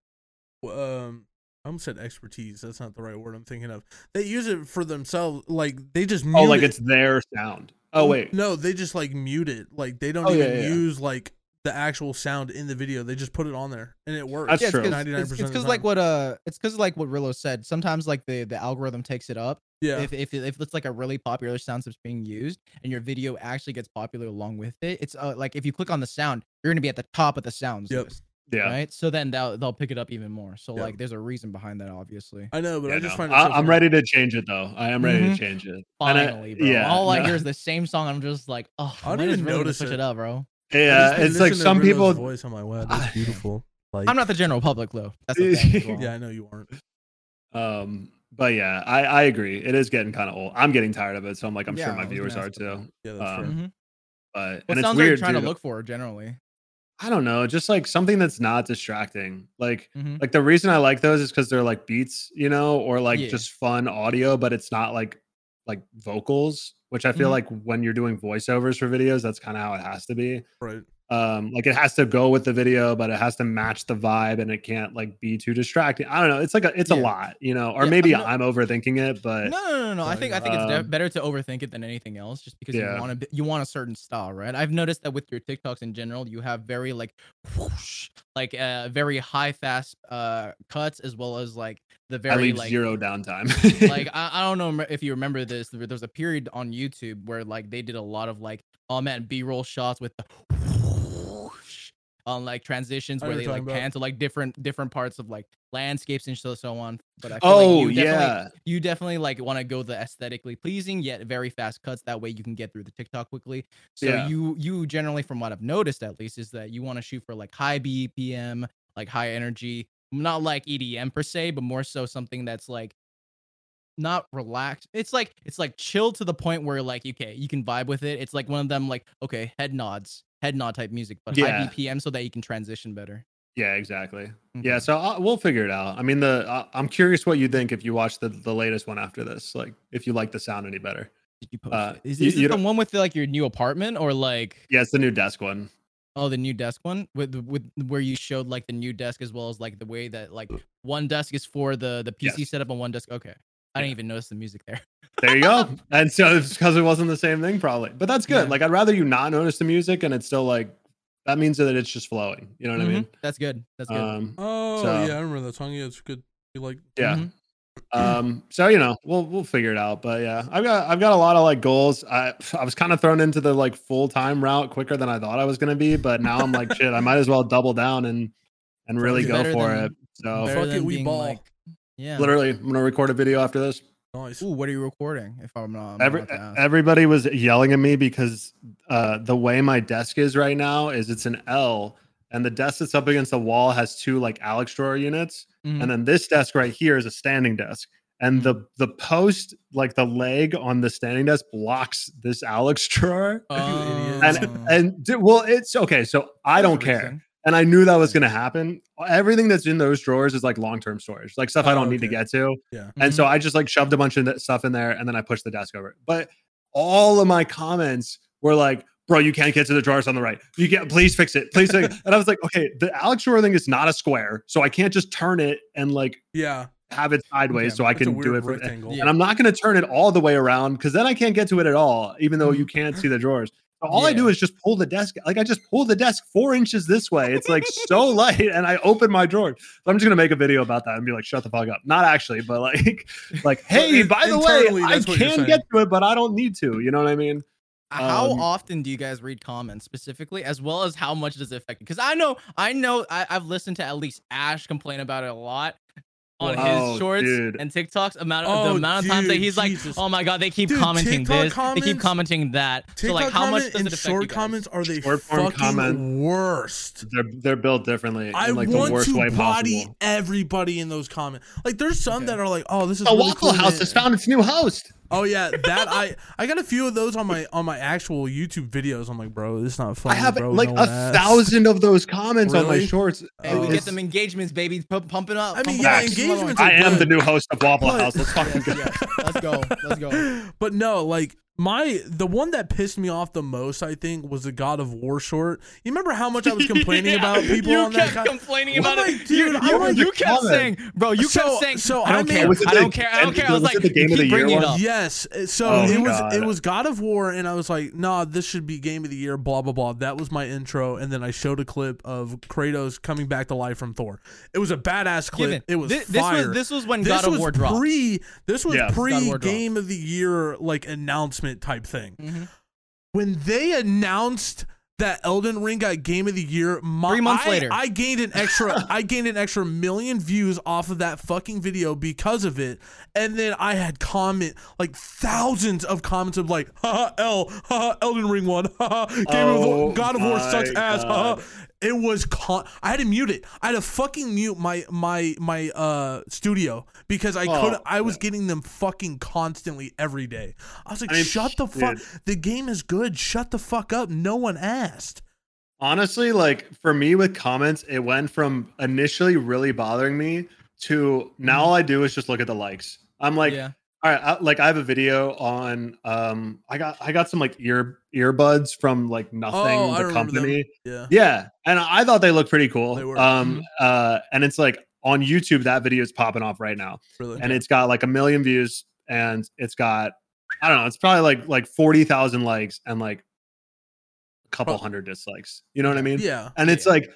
[SPEAKER 3] w- um, I almost said expertise. That's not the right word I'm thinking of. They use it for themselves. Like they just mute
[SPEAKER 1] oh, like
[SPEAKER 3] it.
[SPEAKER 1] it's their sound.
[SPEAKER 3] Mm,
[SPEAKER 1] Oh wait,
[SPEAKER 3] no, they just like mute it. Like they don't
[SPEAKER 1] Oh, yeah,
[SPEAKER 3] even
[SPEAKER 1] yeah, yeah.
[SPEAKER 3] use like the actual sound in the video. They just put it on there and it works.
[SPEAKER 1] That's
[SPEAKER 2] yeah, it's
[SPEAKER 1] true.
[SPEAKER 2] 'cause- It's
[SPEAKER 3] 99% of the
[SPEAKER 2] because like
[SPEAKER 3] time.
[SPEAKER 2] what uh, it's because like what Rillo said. Sometimes like the the algorithm takes it up.
[SPEAKER 3] yeah,
[SPEAKER 2] If if if it's like a really popular sound that's being used, and your video actually gets popular along with it, it's uh, like if you click on the sound, you're gonna be at the top of the sounds
[SPEAKER 3] Yep.
[SPEAKER 2] list,
[SPEAKER 1] yeah.
[SPEAKER 2] right? So then they'll they'll pick it up even more. So
[SPEAKER 3] Yep.
[SPEAKER 2] like, there's a reason behind that, obviously.
[SPEAKER 3] I know, but
[SPEAKER 1] Yeah,
[SPEAKER 3] I just
[SPEAKER 1] no.
[SPEAKER 3] find it.
[SPEAKER 1] I,
[SPEAKER 3] so
[SPEAKER 1] am
[SPEAKER 3] funny. Mm-hmm.
[SPEAKER 1] ready to change it though. I am ready
[SPEAKER 2] Mhm.
[SPEAKER 1] to change it. And I-
[SPEAKER 2] Finally, bro.
[SPEAKER 1] yeah,
[SPEAKER 2] All I
[SPEAKER 1] no.
[SPEAKER 2] hear is the same song. I'm just like, oh,
[SPEAKER 3] I don't
[SPEAKER 2] when is
[SPEAKER 3] even
[SPEAKER 2] Rillo gonna
[SPEAKER 3] notice
[SPEAKER 2] switch
[SPEAKER 3] it.
[SPEAKER 2] it up, bro.
[SPEAKER 1] [LAUGHS] Yeah,
[SPEAKER 3] I've just been
[SPEAKER 1] it's like
[SPEAKER 3] listening to
[SPEAKER 1] some
[SPEAKER 3] Rillo's
[SPEAKER 1] people.
[SPEAKER 3] voice. I'm like, wow,
[SPEAKER 1] [LAUGHS]
[SPEAKER 3] that's
[SPEAKER 1] I-
[SPEAKER 3] beautiful.
[SPEAKER 1] [LAUGHS]
[SPEAKER 3] Like,
[SPEAKER 2] I'm not the general public though. That's the thing as well.
[SPEAKER 3] Yeah, I know you aren't.
[SPEAKER 1] Um, but yeah, I, I agree. It is getting kind of old. I'm getting tired of it, so I'm like, I'm
[SPEAKER 2] Yeah,
[SPEAKER 1] sure
[SPEAKER 2] I
[SPEAKER 1] my
[SPEAKER 2] was gonna
[SPEAKER 1] viewers are
[SPEAKER 2] ask about
[SPEAKER 1] too.
[SPEAKER 3] Yeah, that's
[SPEAKER 1] Um,
[SPEAKER 3] fair.
[SPEAKER 2] Mhm.
[SPEAKER 1] But
[SPEAKER 2] What
[SPEAKER 1] and it's
[SPEAKER 2] sounds are you
[SPEAKER 1] weird.
[SPEAKER 2] trying
[SPEAKER 1] dude.
[SPEAKER 2] to look for generally?
[SPEAKER 1] I don't know, just like something that's not distracting. Like
[SPEAKER 2] Mhm.
[SPEAKER 1] like the reason I like those is because they're like beats, you know, or like
[SPEAKER 2] Yeah.
[SPEAKER 1] just fun audio, but it's not like like vocals, which I feel
[SPEAKER 2] Mhm.
[SPEAKER 1] like when you're doing voiceovers for videos, that's kind of how it has to be.
[SPEAKER 3] Right.
[SPEAKER 1] um like it has to go with the video but it has to match the vibe and it can't like be too distracting i don't know it's like a, it's a
[SPEAKER 2] Yeah.
[SPEAKER 1] lot you know or
[SPEAKER 2] Yeah,
[SPEAKER 1] maybe
[SPEAKER 2] I'm not-
[SPEAKER 1] i'm overthinking it but
[SPEAKER 2] No, no, no, no. I
[SPEAKER 3] Probably
[SPEAKER 2] think I
[SPEAKER 3] not.
[SPEAKER 2] think it's de-
[SPEAKER 1] Um,
[SPEAKER 2] better to overthink it than anything else, just because
[SPEAKER 1] yeah.
[SPEAKER 2] you want to you want a certain style, right? I've noticed that with your TikToks in general, you have very like whoosh, like uh very high fast uh cuts as well as like the
[SPEAKER 1] i
[SPEAKER 2] very
[SPEAKER 1] leave
[SPEAKER 2] like
[SPEAKER 1] zero downtime [LAUGHS]
[SPEAKER 2] like I, I don't know rem- if you remember this there was a period on youtube where like they did a lot of like oh man b-roll shots with the whoosh on like transitions
[SPEAKER 3] I know
[SPEAKER 2] where
[SPEAKER 3] what
[SPEAKER 2] they
[SPEAKER 3] you're
[SPEAKER 2] like
[SPEAKER 3] talking
[SPEAKER 2] pan to like different different parts of like landscapes and so so on but i feel
[SPEAKER 1] oh
[SPEAKER 2] like you definitely,
[SPEAKER 1] yeah
[SPEAKER 2] you definitely like want to go the aesthetically pleasing yet very fast cuts that way you can get through the tiktok quickly so
[SPEAKER 1] Yeah.
[SPEAKER 2] you you generally from what i've noticed at least is that you want to shoot for like high bpm like high energy not like edm per se but more so something that's like not relaxed it's like it's like chill to the point where like okay you can vibe with it it's like one of them like okay head nods head nod type music but
[SPEAKER 1] Yeah.
[SPEAKER 2] high bpm so that you can transition better Mm-hmm.
[SPEAKER 1] yeah exactly
[SPEAKER 2] Okay.
[SPEAKER 1] yeah so I, we'll figure it out i mean the I, i'm curious what you think if you watch the the latest one after this like if you like the sound any better
[SPEAKER 2] did you post
[SPEAKER 1] uh,
[SPEAKER 2] it? is,
[SPEAKER 1] you-
[SPEAKER 2] is
[SPEAKER 1] you
[SPEAKER 2] it the
[SPEAKER 1] don't-
[SPEAKER 2] one with like your new apartment or like
[SPEAKER 1] yeah it's the new desk one
[SPEAKER 2] Oh, the new desk one with the- with where you showed like the new desk as well as like the way that like one desk is for the the PC
[SPEAKER 1] Uh. Yes.
[SPEAKER 2] setup and one desk. Okay, I didn't
[SPEAKER 1] Yeah.
[SPEAKER 2] even notice the music there.
[SPEAKER 1] there you
[SPEAKER 2] [LAUGHS]
[SPEAKER 1] go and so it's because it wasn't the same thing probably but that's good
[SPEAKER 2] Yeah.
[SPEAKER 1] like i'd rather you not notice the music and it's still like that means that it's just flowing you know what
[SPEAKER 2] Mhm.
[SPEAKER 1] i mean
[SPEAKER 2] That's good. That's good.
[SPEAKER 1] um
[SPEAKER 3] Oh
[SPEAKER 1] So-
[SPEAKER 3] yeah, I remember that song. Yeah, it's good. You like
[SPEAKER 1] Yeah.
[SPEAKER 2] Mhm.
[SPEAKER 1] Um. So you know, we'll we'll figure it out. But yeah, I've got I've got a lot of like goals. I I was kind of thrown into the like full time route quicker than I thought I was gonna be. But now I'm like, shit, I might as well double down and and really
[SPEAKER 3] It's
[SPEAKER 1] go
[SPEAKER 2] better
[SPEAKER 1] for
[SPEAKER 2] than-
[SPEAKER 1] it. So
[SPEAKER 2] Better
[SPEAKER 3] fuck it,
[SPEAKER 2] than
[SPEAKER 3] we
[SPEAKER 2] being,
[SPEAKER 3] ball.
[SPEAKER 2] like- yeah.
[SPEAKER 1] literally, I'm gonna record a video after this.
[SPEAKER 3] nice.
[SPEAKER 2] Ooh, what are you recording? If I'm not, I'm
[SPEAKER 1] Every
[SPEAKER 2] about to ask.
[SPEAKER 1] everybody was yelling at me because uh the way my desk is right now is it's an L, and the desk that's up against the wall has two like Alex drawer units.
[SPEAKER 2] Mhm.
[SPEAKER 3] Mm-hmm.
[SPEAKER 1] and then this desk right here is a standing desk and the the post like the leg on the standing desk blocks this alex [LAUGHS] drawer
[SPEAKER 3] you
[SPEAKER 1] and
[SPEAKER 2] Oh.
[SPEAKER 1] and d- well it's okay so i
[SPEAKER 2] There's
[SPEAKER 1] don't
[SPEAKER 2] a
[SPEAKER 1] care
[SPEAKER 2] reason.
[SPEAKER 1] and i knew that was going to happen everything that's in those drawers is like long-term storage like stuff i
[SPEAKER 3] Oh,
[SPEAKER 1] don't need to
[SPEAKER 3] okay.
[SPEAKER 1] get to
[SPEAKER 3] Yeah. Mm-hmm.
[SPEAKER 1] and so i just like shoved a bunch of that stuff in there and then i pushed the desk over but all of my comments were like Bro, you can't get to the drawers on the right. You can't. Please fix it. Please. Fix it. And I was like, okay, the Alex drawer thing is not a square, so I can't just turn it and like
[SPEAKER 3] Yeah,
[SPEAKER 1] have it sideways
[SPEAKER 2] Okay,
[SPEAKER 1] so I
[SPEAKER 3] that's a
[SPEAKER 1] can do it
[SPEAKER 3] weird
[SPEAKER 1] from
[SPEAKER 3] rectangle.
[SPEAKER 2] Yeah.
[SPEAKER 1] and I'm not going to turn it all the way around because then I can't get to it at all, even though
[SPEAKER 3] Mm-hmm.
[SPEAKER 1] you can't see the drawers. So all I do
[SPEAKER 2] Yeah.
[SPEAKER 1] is just pull the desk. Like I just pull the desk four inches this way. It's like so light, and I open my drawer. So I'm just gonna make a video about that and be like, "Shut the fuck up." Not actually, but like, [LAUGHS] like, hey,
[SPEAKER 3] in-
[SPEAKER 1] by the
[SPEAKER 3] internally,
[SPEAKER 1] way, I
[SPEAKER 3] that's what you're
[SPEAKER 1] can
[SPEAKER 3] saying.
[SPEAKER 1] get to it, but I don't need to. You know what I mean?
[SPEAKER 2] how
[SPEAKER 1] Um,
[SPEAKER 2] often do you guys read comments specifically as well as how much does it affect because i know i know I, i've listened to at least ash complain about it a lot on
[SPEAKER 1] Oh,
[SPEAKER 2] his shorts
[SPEAKER 1] dude.
[SPEAKER 2] and TikToks. Amount
[SPEAKER 3] Oh,
[SPEAKER 2] the amount of times that
[SPEAKER 3] dude,
[SPEAKER 2] he's
[SPEAKER 3] Jesus.
[SPEAKER 2] like, "Oh my god, they keep
[SPEAKER 3] Dude,
[SPEAKER 2] commenting this,
[SPEAKER 3] TikTok
[SPEAKER 2] they keep
[SPEAKER 3] comments-
[SPEAKER 2] commenting that."
[SPEAKER 3] TikTok
[SPEAKER 2] So like, how much
[SPEAKER 3] comment
[SPEAKER 2] does it
[SPEAKER 3] and
[SPEAKER 2] affect
[SPEAKER 3] short
[SPEAKER 2] you guys?
[SPEAKER 3] comments are they
[SPEAKER 1] Short form
[SPEAKER 3] fucking
[SPEAKER 1] comment.
[SPEAKER 3] worst.
[SPEAKER 1] They're they're built differently
[SPEAKER 3] I
[SPEAKER 1] in like the
[SPEAKER 3] want
[SPEAKER 1] worst
[SPEAKER 3] to
[SPEAKER 1] way
[SPEAKER 3] body
[SPEAKER 1] possible.
[SPEAKER 3] everybody in those comments. Like, there's some
[SPEAKER 2] Okay.
[SPEAKER 3] that are like, "Oh, this is
[SPEAKER 1] The
[SPEAKER 3] really
[SPEAKER 1] Waffle
[SPEAKER 3] cool,
[SPEAKER 1] House
[SPEAKER 3] man."
[SPEAKER 1] has found its new host.
[SPEAKER 3] Oh yeah, that
[SPEAKER 2] [LAUGHS]
[SPEAKER 3] I I got a few of those on my on my actual YouTube videos. I'm like, bro, this is not fun.
[SPEAKER 1] I have
[SPEAKER 3] bro.
[SPEAKER 1] like
[SPEAKER 3] No
[SPEAKER 1] a
[SPEAKER 3] one asked."
[SPEAKER 1] thousand of those comments on my
[SPEAKER 3] Really?
[SPEAKER 1] shorts.
[SPEAKER 2] Hey, we
[SPEAKER 3] Oh.
[SPEAKER 2] get them engagements, baby. Pump, pump it up.
[SPEAKER 3] I mean,
[SPEAKER 2] pump it
[SPEAKER 1] yeah,
[SPEAKER 2] up.
[SPEAKER 3] engagements
[SPEAKER 1] I am the
[SPEAKER 3] But-
[SPEAKER 1] new host of Waffle
[SPEAKER 3] but-
[SPEAKER 1] House. Let's fucking go.
[SPEAKER 2] Yes, [LAUGHS] let's go. Let's go.
[SPEAKER 3] [LAUGHS] But no, like my the one that pissed me off the most, I think, was the God of War short. You remember how much
[SPEAKER 2] [LAUGHS]
[SPEAKER 3] I was complaining
[SPEAKER 2] Yeah,
[SPEAKER 3] about people
[SPEAKER 2] you
[SPEAKER 3] on that?
[SPEAKER 2] kept
[SPEAKER 3] co-
[SPEAKER 2] complaining
[SPEAKER 3] I'm
[SPEAKER 2] about
[SPEAKER 3] like,
[SPEAKER 2] it, You-
[SPEAKER 3] dude,
[SPEAKER 1] I
[SPEAKER 2] You,
[SPEAKER 1] wanted to
[SPEAKER 2] you kept
[SPEAKER 1] comment.
[SPEAKER 2] saying, bro, you
[SPEAKER 3] So-
[SPEAKER 2] kept saying,
[SPEAKER 3] so
[SPEAKER 2] I
[SPEAKER 3] I
[SPEAKER 2] don't
[SPEAKER 3] made-
[SPEAKER 2] care.
[SPEAKER 1] Was it
[SPEAKER 2] I don't
[SPEAKER 1] the-
[SPEAKER 2] care. I don't care. I was
[SPEAKER 1] was
[SPEAKER 2] like,
[SPEAKER 1] it the game
[SPEAKER 2] you
[SPEAKER 1] of the
[SPEAKER 2] keep bringing
[SPEAKER 1] year
[SPEAKER 2] it
[SPEAKER 1] one?
[SPEAKER 2] up.
[SPEAKER 3] Yes. eh, So
[SPEAKER 1] Oh,
[SPEAKER 3] it was
[SPEAKER 1] God.
[SPEAKER 3] it was God of War, and I was like, nah, this should be game of the year, blah blah blah. That was my intro, and then I showed a clip of Kratos coming back to life from Thor. It was a badass clip.
[SPEAKER 2] Given.
[SPEAKER 3] It was
[SPEAKER 2] Thi- this,
[SPEAKER 3] fire.
[SPEAKER 2] was this was when
[SPEAKER 3] This
[SPEAKER 2] God of
[SPEAKER 3] was
[SPEAKER 2] War dropped.
[SPEAKER 3] pre. This was
[SPEAKER 1] Yeah.
[SPEAKER 3] pre
[SPEAKER 2] God of War dropped.
[SPEAKER 3] game of the year like announcement type thing.
[SPEAKER 2] Mhm.
[SPEAKER 3] When they announced that Elden Ring got Game of the Year, my,
[SPEAKER 2] Three months
[SPEAKER 3] I-
[SPEAKER 2] later.
[SPEAKER 3] I gained an
[SPEAKER 1] [LAUGHS]
[SPEAKER 3] extra. I gained an extra million views off of that fucking video because of it, and then I had comment like thousands of comments of like, "Haha, L, haha, Elden Ring one, haha, Game
[SPEAKER 1] Oh
[SPEAKER 3] of the, God of War sucks
[SPEAKER 1] my
[SPEAKER 3] ass,
[SPEAKER 1] God.
[SPEAKER 3] haha." It was con- I had to mute it. I had to fucking mute my my my uh studio because I
[SPEAKER 1] Oh,
[SPEAKER 3] could I was getting them fucking constantly every day. I was like,
[SPEAKER 1] I mean,
[SPEAKER 3] shut the
[SPEAKER 1] dude.
[SPEAKER 3] fuck. The game is good. Shut the fuck up. No one asked.
[SPEAKER 1] Honestly, like for me with comments, it went from initially really bothering me to now all I do is just look at the likes. I'm like,
[SPEAKER 2] yeah.
[SPEAKER 1] all right, I, like I have a video on um I got I got some like ear earbuds from like nothing
[SPEAKER 3] Oh, I
[SPEAKER 1] the
[SPEAKER 3] remember
[SPEAKER 1] company.
[SPEAKER 3] Yeah.
[SPEAKER 1] Yeah, and I thought they looked pretty cool.
[SPEAKER 3] They were.
[SPEAKER 1] Um uh and it's like on YouTube that video is popping off right now.
[SPEAKER 3] Really.
[SPEAKER 1] and it's got like a million views and it's got I don't know, it's probably like like 40,000 likes and like a couple
[SPEAKER 3] Prob-
[SPEAKER 1] hundred dislikes. You know what I mean?
[SPEAKER 3] yeah.
[SPEAKER 1] And it's like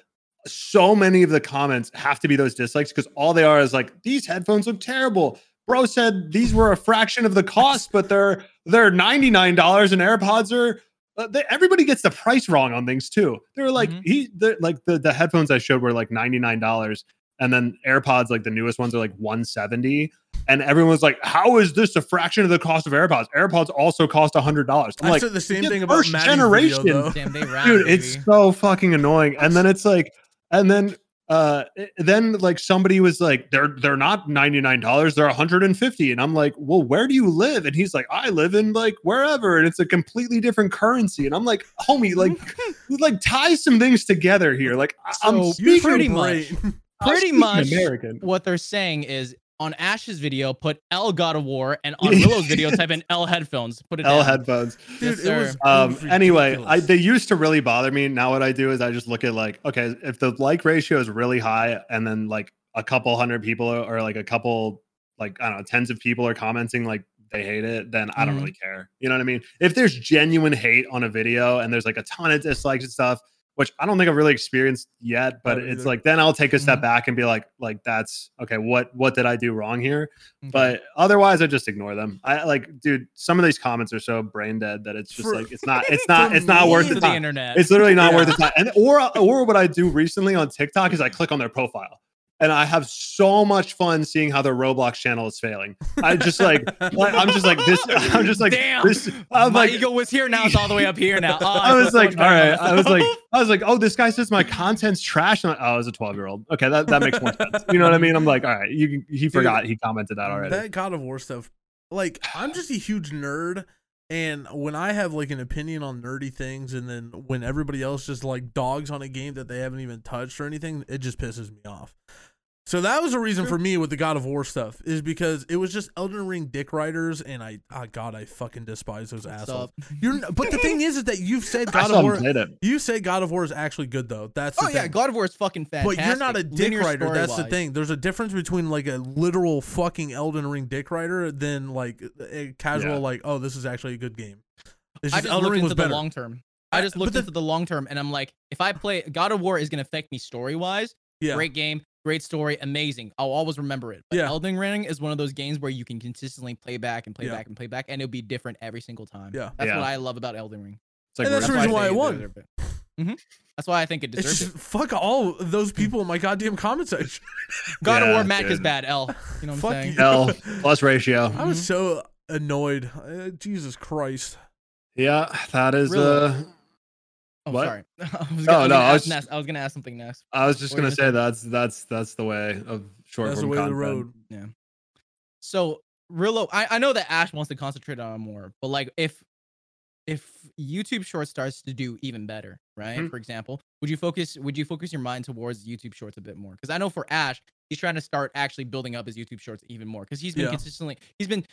[SPEAKER 1] so many of the comments have to be those dislikes because all they are is like these headphones look terrible. Bro said these were a fraction of the cost, but they're they're ninety nine dollars, and AirPods are. Uh, they, everybody gets the price wrong on things too. They were like
[SPEAKER 2] Mhm.
[SPEAKER 1] he the, like the the headphones I showed were like ninety nine dollars, and then AirPods like the newest ones are like one seventy. And everyone was like, "How is this a fraction of the cost of AirPods? AirPods also cost hundred dollars." I'm
[SPEAKER 3] I
[SPEAKER 1] like,
[SPEAKER 3] said the same
[SPEAKER 1] yeah,
[SPEAKER 3] thing about
[SPEAKER 1] first
[SPEAKER 3] Maddie's
[SPEAKER 1] generation.
[SPEAKER 3] Video, though.
[SPEAKER 2] Damn, they round.
[SPEAKER 1] dude it's
[SPEAKER 2] baby.
[SPEAKER 1] so fucking annoying and then it's like and then uh it- then like somebody was like they're they're not $99 they're 150 and i'm like well where do you live and he's like i live in like wherever and it's a completely different currency and i'm like homie
[SPEAKER 2] [LAUGHS]
[SPEAKER 1] like like tie some things together here like I- i'm
[SPEAKER 2] So,
[SPEAKER 1] speaking,
[SPEAKER 2] pretty
[SPEAKER 1] I'm
[SPEAKER 2] much- pretty
[SPEAKER 1] speaking
[SPEAKER 2] much [LAUGHS]
[SPEAKER 1] american
[SPEAKER 2] what they're saying is on Ash's video, put L God of War, and
[SPEAKER 1] [LAUGHS]
[SPEAKER 2] on
[SPEAKER 1] Yeah.
[SPEAKER 2] Willow's video, type in L headphones. Put it
[SPEAKER 1] l
[SPEAKER 2] down.
[SPEAKER 1] headphones
[SPEAKER 3] [LAUGHS]
[SPEAKER 2] Yes,
[SPEAKER 3] Dude, it was.
[SPEAKER 2] sir.
[SPEAKER 3] it
[SPEAKER 1] um
[SPEAKER 3] [LAUGHS] was
[SPEAKER 1] anyway i
[SPEAKER 3] ridiculous.
[SPEAKER 1] they used to really bother me now what i do is i just look at like okay if the like ratio is really high and then like a couple hundred people or, or, like a couple like i don't know tens of people are commenting like they hate it then i don't
[SPEAKER 2] Mhm.
[SPEAKER 1] really
[SPEAKER 3] Mm-hmm.
[SPEAKER 1] care you know what i mean if there's genuine hate on a video and there's like a ton of dislikes and stuff which i don't think i've really experienced yet but
[SPEAKER 3] don't
[SPEAKER 1] it's
[SPEAKER 3] either. Mm-hmm.
[SPEAKER 1] like then i'll take a step
[SPEAKER 2] Mhm.
[SPEAKER 1] back and be like like that's okay what what did i do wrong here
[SPEAKER 2] Okay.
[SPEAKER 1] but otherwise i just ignore them i like dude some of these comments are so brain dead that it's just
[SPEAKER 3] For-
[SPEAKER 1] like it's not it's not
[SPEAKER 3] for
[SPEAKER 1] it's not
[SPEAKER 2] Leave
[SPEAKER 1] worth
[SPEAKER 2] to
[SPEAKER 1] the
[SPEAKER 2] the
[SPEAKER 1] time
[SPEAKER 2] internet.
[SPEAKER 1] it's literally not worth the time and or or what i do recently on tiktok is i click on their profile and i have so much fun seeing how their roblox channel is failing i just like [LAUGHS] like, i'm just like this [LAUGHS] i'm just like
[SPEAKER 2] Damn.
[SPEAKER 1] this i'm
[SPEAKER 2] My
[SPEAKER 1] like
[SPEAKER 2] ego was here. Now it's all the way up
[SPEAKER 1] [LAUGHS]
[SPEAKER 2] here. Now. Oh,
[SPEAKER 1] I
[SPEAKER 2] feel
[SPEAKER 1] was
[SPEAKER 2] so
[SPEAKER 1] like,
[SPEAKER 2] much
[SPEAKER 1] all
[SPEAKER 2] better about
[SPEAKER 1] right. I was
[SPEAKER 2] myself. [LAUGHS]
[SPEAKER 1] like, I was like, oh, this guy says my content's trash. And I, oh, I was a twelve-year-old. Okay, that, that makes more sense. You know what I mean? I'm like, all right, you he forgot he commented that already.
[SPEAKER 3] That God of War stuff. Like, I'm just a huge nerd, and when I have like an opinion on nerdy things, and then when everybody else just like dogs on a game that they haven't even touched or anything, it just pisses me off. So that was the reason for me with the God of War stuff is because it was just Elden Ring dick riders, and I, oh God, I fucking despise those
[SPEAKER 2] What's
[SPEAKER 3] assholes.
[SPEAKER 2] up?
[SPEAKER 3] You're, n- but the thing is, is that you've
[SPEAKER 1] [LAUGHS]
[SPEAKER 3] said
[SPEAKER 1] I
[SPEAKER 3] God
[SPEAKER 1] saw
[SPEAKER 3] of
[SPEAKER 1] him
[SPEAKER 3] War.
[SPEAKER 1] played it.
[SPEAKER 3] You say God of War is actually good though. That's the
[SPEAKER 2] Oh yeah,
[SPEAKER 3] thing.
[SPEAKER 2] God of War is fucking
[SPEAKER 3] but
[SPEAKER 2] fantastic.
[SPEAKER 3] you're not a dick
[SPEAKER 2] Linear
[SPEAKER 3] writer. That's the
[SPEAKER 2] story-wise.
[SPEAKER 3] thing. There's a difference between like a literal fucking Elden Ring dick writer than like a casual
[SPEAKER 1] Yeah.
[SPEAKER 3] like, oh, this is actually a good game. It's
[SPEAKER 2] I
[SPEAKER 3] just
[SPEAKER 2] just
[SPEAKER 3] Elden
[SPEAKER 2] looked
[SPEAKER 3] Ring was
[SPEAKER 2] into the
[SPEAKER 3] better.
[SPEAKER 2] long term. I just
[SPEAKER 3] But
[SPEAKER 2] looked
[SPEAKER 3] the-
[SPEAKER 2] into the long term, and I'm like, if I play God of War, is gonna affect me story wise.
[SPEAKER 3] yeah.
[SPEAKER 2] Great game, great story, amazing. I'll always remember it. But
[SPEAKER 3] Yeah.
[SPEAKER 2] Elden Ring is one of those games where you can consistently play back and play
[SPEAKER 3] Yeah.
[SPEAKER 2] back and play back, and it'll be different every single time.
[SPEAKER 3] Yeah.
[SPEAKER 2] that's
[SPEAKER 1] Yeah.
[SPEAKER 2] what I love about Elden Ring.
[SPEAKER 1] It's like
[SPEAKER 3] And that's the
[SPEAKER 1] Red
[SPEAKER 3] reason
[SPEAKER 1] Dead.
[SPEAKER 3] why I
[SPEAKER 2] they
[SPEAKER 3] won.
[SPEAKER 2] deserve it. Mm-hmm. That's why I think it
[SPEAKER 3] It's
[SPEAKER 2] deserves
[SPEAKER 3] just
[SPEAKER 2] it.
[SPEAKER 3] fuck all those people in my goddamn comment section.
[SPEAKER 2] God
[SPEAKER 1] Yeah,
[SPEAKER 2] of War Mac is
[SPEAKER 1] dude.
[SPEAKER 2] bad. L. You know what I'm
[SPEAKER 3] Fuck
[SPEAKER 2] saying? Mm-hmm.
[SPEAKER 3] you. [LAUGHS]
[SPEAKER 1] L plus ratio.
[SPEAKER 3] I was so annoyed. Uh, Jesus Christ.
[SPEAKER 1] Yeah, that is.
[SPEAKER 2] Really?
[SPEAKER 1] Uh,
[SPEAKER 2] Oh,
[SPEAKER 1] What?
[SPEAKER 2] sorry. [LAUGHS] I was
[SPEAKER 1] Oh,
[SPEAKER 2] gonna,
[SPEAKER 1] no, I
[SPEAKER 2] I was,
[SPEAKER 1] was
[SPEAKER 2] gonna ask next- I was gonna ask something next.
[SPEAKER 1] I was just
[SPEAKER 2] What are
[SPEAKER 1] gonna
[SPEAKER 2] you
[SPEAKER 1] say that's that's that's the way of short
[SPEAKER 3] That's the
[SPEAKER 1] form
[SPEAKER 3] way of
[SPEAKER 1] content.
[SPEAKER 3] the road.
[SPEAKER 2] So Rillo, I, I know that Ash wants to concentrate on more, but like if if YouTube Shorts starts to do even better, right?
[SPEAKER 1] Mhm.
[SPEAKER 2] For example, would you focus would you focus your mind towards YouTube Shorts a bit more? Because I know for Ash, he's trying to start actually building up his YouTube Shorts even more because he's been
[SPEAKER 3] Yeah.
[SPEAKER 2] consistently he's been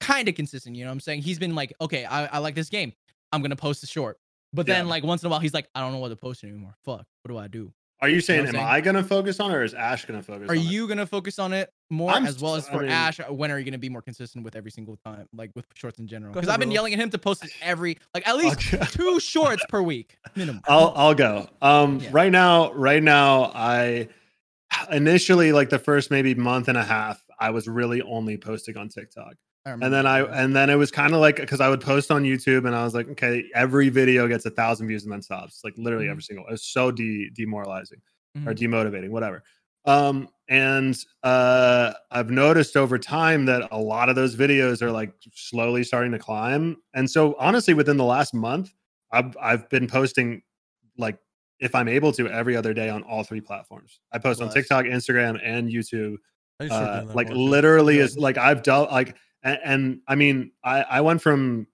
[SPEAKER 2] kind of consistent. You know what I'm saying? He's been like, okay, I, I like this game. I'm gonna post a short. But then,
[SPEAKER 1] Yeah.
[SPEAKER 2] like once in a while, he's like, I don't know what to post anymore. Fuck, what do I do?
[SPEAKER 1] Are you saying
[SPEAKER 2] what I'm
[SPEAKER 1] am
[SPEAKER 2] saying?
[SPEAKER 1] I gonna focus on it or is Ash gonna focus?
[SPEAKER 2] Are
[SPEAKER 1] on it? [LAUGHS]
[SPEAKER 2] you gonna focus on it more
[SPEAKER 1] I'm
[SPEAKER 2] as well as
[SPEAKER 1] still- I
[SPEAKER 2] for
[SPEAKER 1] mean-
[SPEAKER 2] Ash? When are you gonna be more consistent with every single time, like with shorts in general?
[SPEAKER 3] Go
[SPEAKER 2] Because
[SPEAKER 3] ahead,
[SPEAKER 2] I've been
[SPEAKER 3] Will.
[SPEAKER 2] yelling at him
[SPEAKER 1] [SIGHS]
[SPEAKER 2] to post every, like
[SPEAKER 1] [LAUGHS]
[SPEAKER 2] at least
[SPEAKER 1] Okay.
[SPEAKER 2] two shorts per week minimum.
[SPEAKER 1] I'll I'll go. Um,
[SPEAKER 2] Yeah.
[SPEAKER 1] right now, right now, I initially like the first maybe month and a half, I was really only posting on TikTok, and then I and then it was kind of like because I would post on YouTube, and I was like, okay, every video gets a thousand views and then stops, like literally
[SPEAKER 2] Mhm.
[SPEAKER 1] every single. It's so de- demoralizing or
[SPEAKER 2] Mhm.
[SPEAKER 1] demotivating, whatever. Um, and uh, I've noticed over time that a lot of those videos are like slowly starting to climb. And so, honestly, within the last month, I've I've been posting like if I'm able to every other day on all three platforms. I post on
[SPEAKER 2] Bless.
[SPEAKER 1] TikTok, Instagram, and YouTube.
[SPEAKER 3] I need to start
[SPEAKER 1] Uh,
[SPEAKER 3] doing that
[SPEAKER 1] like
[SPEAKER 3] more.
[SPEAKER 1] literally,
[SPEAKER 3] Yeah.
[SPEAKER 1] is like I've dealt like and, and I mean I I went from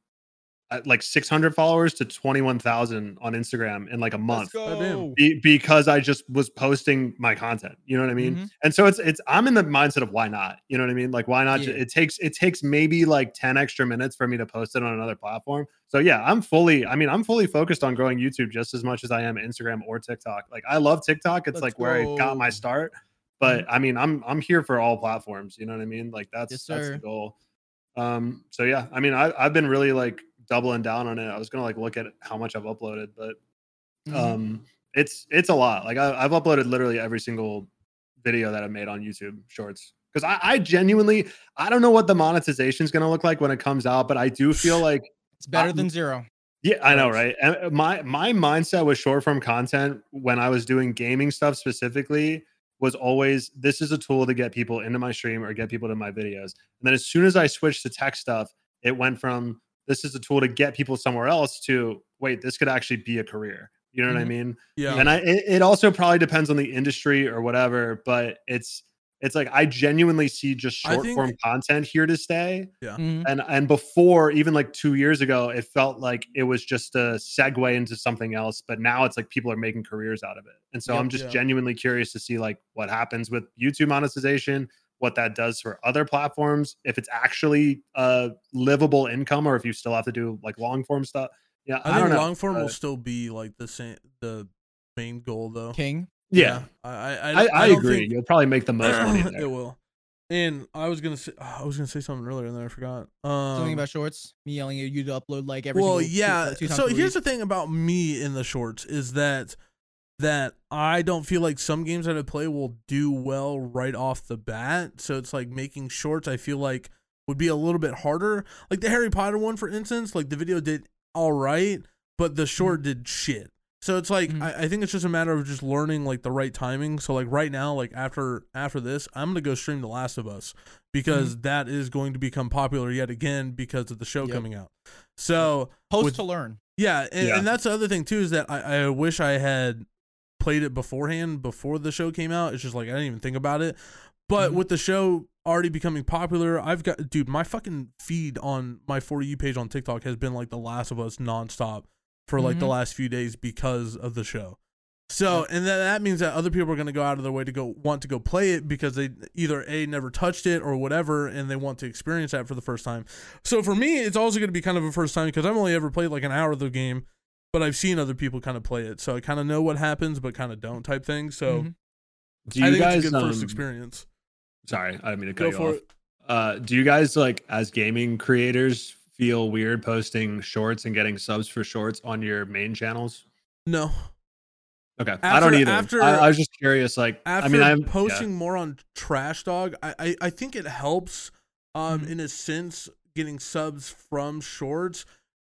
[SPEAKER 1] uh, like 600 followers to 21,000 on Instagram in like a month
[SPEAKER 2] Let's go. Mm-hmm.
[SPEAKER 3] Oh, damn.
[SPEAKER 1] be, because I just was posting my content. You know what I
[SPEAKER 3] Mm-hmm.
[SPEAKER 1] mean?
[SPEAKER 2] Mhm.
[SPEAKER 1] And so it's it's I'm in the mindset of why not? You know what I mean? Like why not? ju-
[SPEAKER 2] Yeah.
[SPEAKER 1] It takes it takes maybe like 10 extra minutes for me to post it on another platform. So yeah, I'm fully I mean, I'm fully focused on growing YouTube just as much as I am Instagram or TikTok. Like I love TikTok. It's
[SPEAKER 2] Let's
[SPEAKER 1] like where I got my
[SPEAKER 2] go. Mm-hmm.
[SPEAKER 1] start. But I mean, I'm I'm here for all platforms. You know what I mean? Like that's
[SPEAKER 2] Yes,
[SPEAKER 1] that's the
[SPEAKER 2] sir.
[SPEAKER 1] goal. Um, so yeah, I mean, I I've been really like doubling down on it. I was gonna like look at how much I've uploaded, but
[SPEAKER 2] Mhm.
[SPEAKER 1] um it's it's a lot like I, i've uploaded literally every single video that i've made on youtube shorts because I, I genuinely i don't know what the monetization is going to look like when it comes out but i do feel like
[SPEAKER 2] it's better than zero.
[SPEAKER 1] yeah i know
[SPEAKER 3] Right.
[SPEAKER 1] right and uh, my my mindset with short form content when i was doing gaming stuff specifically was always this is a tool to get people into my stream or get people to my videos and then as soon as i switched to tech stuff it went from this is a tool to get people somewhere else to wait this could actually be a career you know what i
[SPEAKER 2] Mhm.
[SPEAKER 1] mean
[SPEAKER 3] yeah.
[SPEAKER 1] and I it, it also probably depends on the industry or whatever, but it's it's like I genuinely see just
[SPEAKER 3] I
[SPEAKER 1] short
[SPEAKER 3] think-
[SPEAKER 1] form content here to stay.
[SPEAKER 2] Mhm.
[SPEAKER 1] And and before even like 2 years ago, it felt like it was just a segue into something else, but now it's like people are making careers out of it. And so
[SPEAKER 2] Yep.
[SPEAKER 1] I'm just
[SPEAKER 3] Yeah.
[SPEAKER 1] genuinely curious to see like what happens with YouTube monetization, what that does for other platforms, if it's actually a livable income or if you still have to do like long form stuff. Yeah, I,
[SPEAKER 3] I
[SPEAKER 1] don't
[SPEAKER 3] think
[SPEAKER 1] know.
[SPEAKER 3] long form will
[SPEAKER 1] but-
[SPEAKER 3] still be like the same, the main goal though.
[SPEAKER 2] King.
[SPEAKER 1] yeah.
[SPEAKER 3] I I
[SPEAKER 1] I, I,
[SPEAKER 3] don't
[SPEAKER 1] agree.
[SPEAKER 3] think-
[SPEAKER 1] You'll probably make the
[SPEAKER 3] [CLEARS THROAT]
[SPEAKER 1] most
[SPEAKER 2] [LAUGHS]
[SPEAKER 1] money there.
[SPEAKER 3] it will. And I was gonna say oh, I was gonna say something earlier and then I forgot. Um,
[SPEAKER 2] Something about shorts. Me yelling at you to upload like every.
[SPEAKER 3] well,
[SPEAKER 2] single two-
[SPEAKER 3] yeah.
[SPEAKER 2] uh, two times
[SPEAKER 3] so
[SPEAKER 2] per
[SPEAKER 3] here's
[SPEAKER 2] week.
[SPEAKER 3] the thing about me in the shorts is that that I don't feel like some games that I play will do well right off the bat. So it's like making shorts. I feel like would be a little bit harder. Like the Harry Potter one, for instance. Like the video did all right, but the short
[SPEAKER 2] Mm-hmm.
[SPEAKER 3] did shit. So it's like
[SPEAKER 2] Mhm.
[SPEAKER 3] I, I think it's just a matter of just learning like the right timing. So like right now, like after after this, I'm gonna go stream The Last of Us
[SPEAKER 2] Mm-hmm.
[SPEAKER 3] because that is going to become popular yet again because of the show
[SPEAKER 2] Yep.
[SPEAKER 3] coming out. So
[SPEAKER 2] post
[SPEAKER 3] with-
[SPEAKER 2] to learn.
[SPEAKER 3] yeah and,
[SPEAKER 1] Yeah.
[SPEAKER 3] and that's the other thing too is that I, I wish I had played it beforehand before the show came out. It's just like I didn't even think about it. But
[SPEAKER 2] Mhm.
[SPEAKER 3] with the show already becoming popular, I've got dude, my fucking feed on my for you page on TikTok has been like The Last of Us nonstop for like the
[SPEAKER 2] Mhm.
[SPEAKER 3] last few days because of the show. So and then that means that other people are going to go out of their way to go want to go play it because they either a never touched it or whatever, and they want to experience that for the first time. So for me, it's also going to be kind of a first time because I've only ever played like an hour of the game, but I've seen other people kind of play it, so I kind of know what happens, but kind of don't type thing. So
[SPEAKER 2] Mhm.
[SPEAKER 1] Do you
[SPEAKER 3] I think
[SPEAKER 1] guys
[SPEAKER 3] it's a good first
[SPEAKER 1] um,
[SPEAKER 3] experience.
[SPEAKER 1] Sorry, I didn't mean to
[SPEAKER 3] Go
[SPEAKER 1] cut you
[SPEAKER 3] for
[SPEAKER 1] off.
[SPEAKER 3] it.
[SPEAKER 1] Uh, do you guys like as gaming creators feel weird posting shorts and getting subs for shorts on your main channels?
[SPEAKER 3] No,
[SPEAKER 1] Okay, I don't
[SPEAKER 3] After-
[SPEAKER 1] either.
[SPEAKER 3] after-
[SPEAKER 1] I, I was just curious. Like,
[SPEAKER 3] after
[SPEAKER 1] I mean, I'm
[SPEAKER 3] posting more on Trash Dog, I, I, I think it helps um
[SPEAKER 2] Mhm.
[SPEAKER 3] in a sense getting subs from shorts,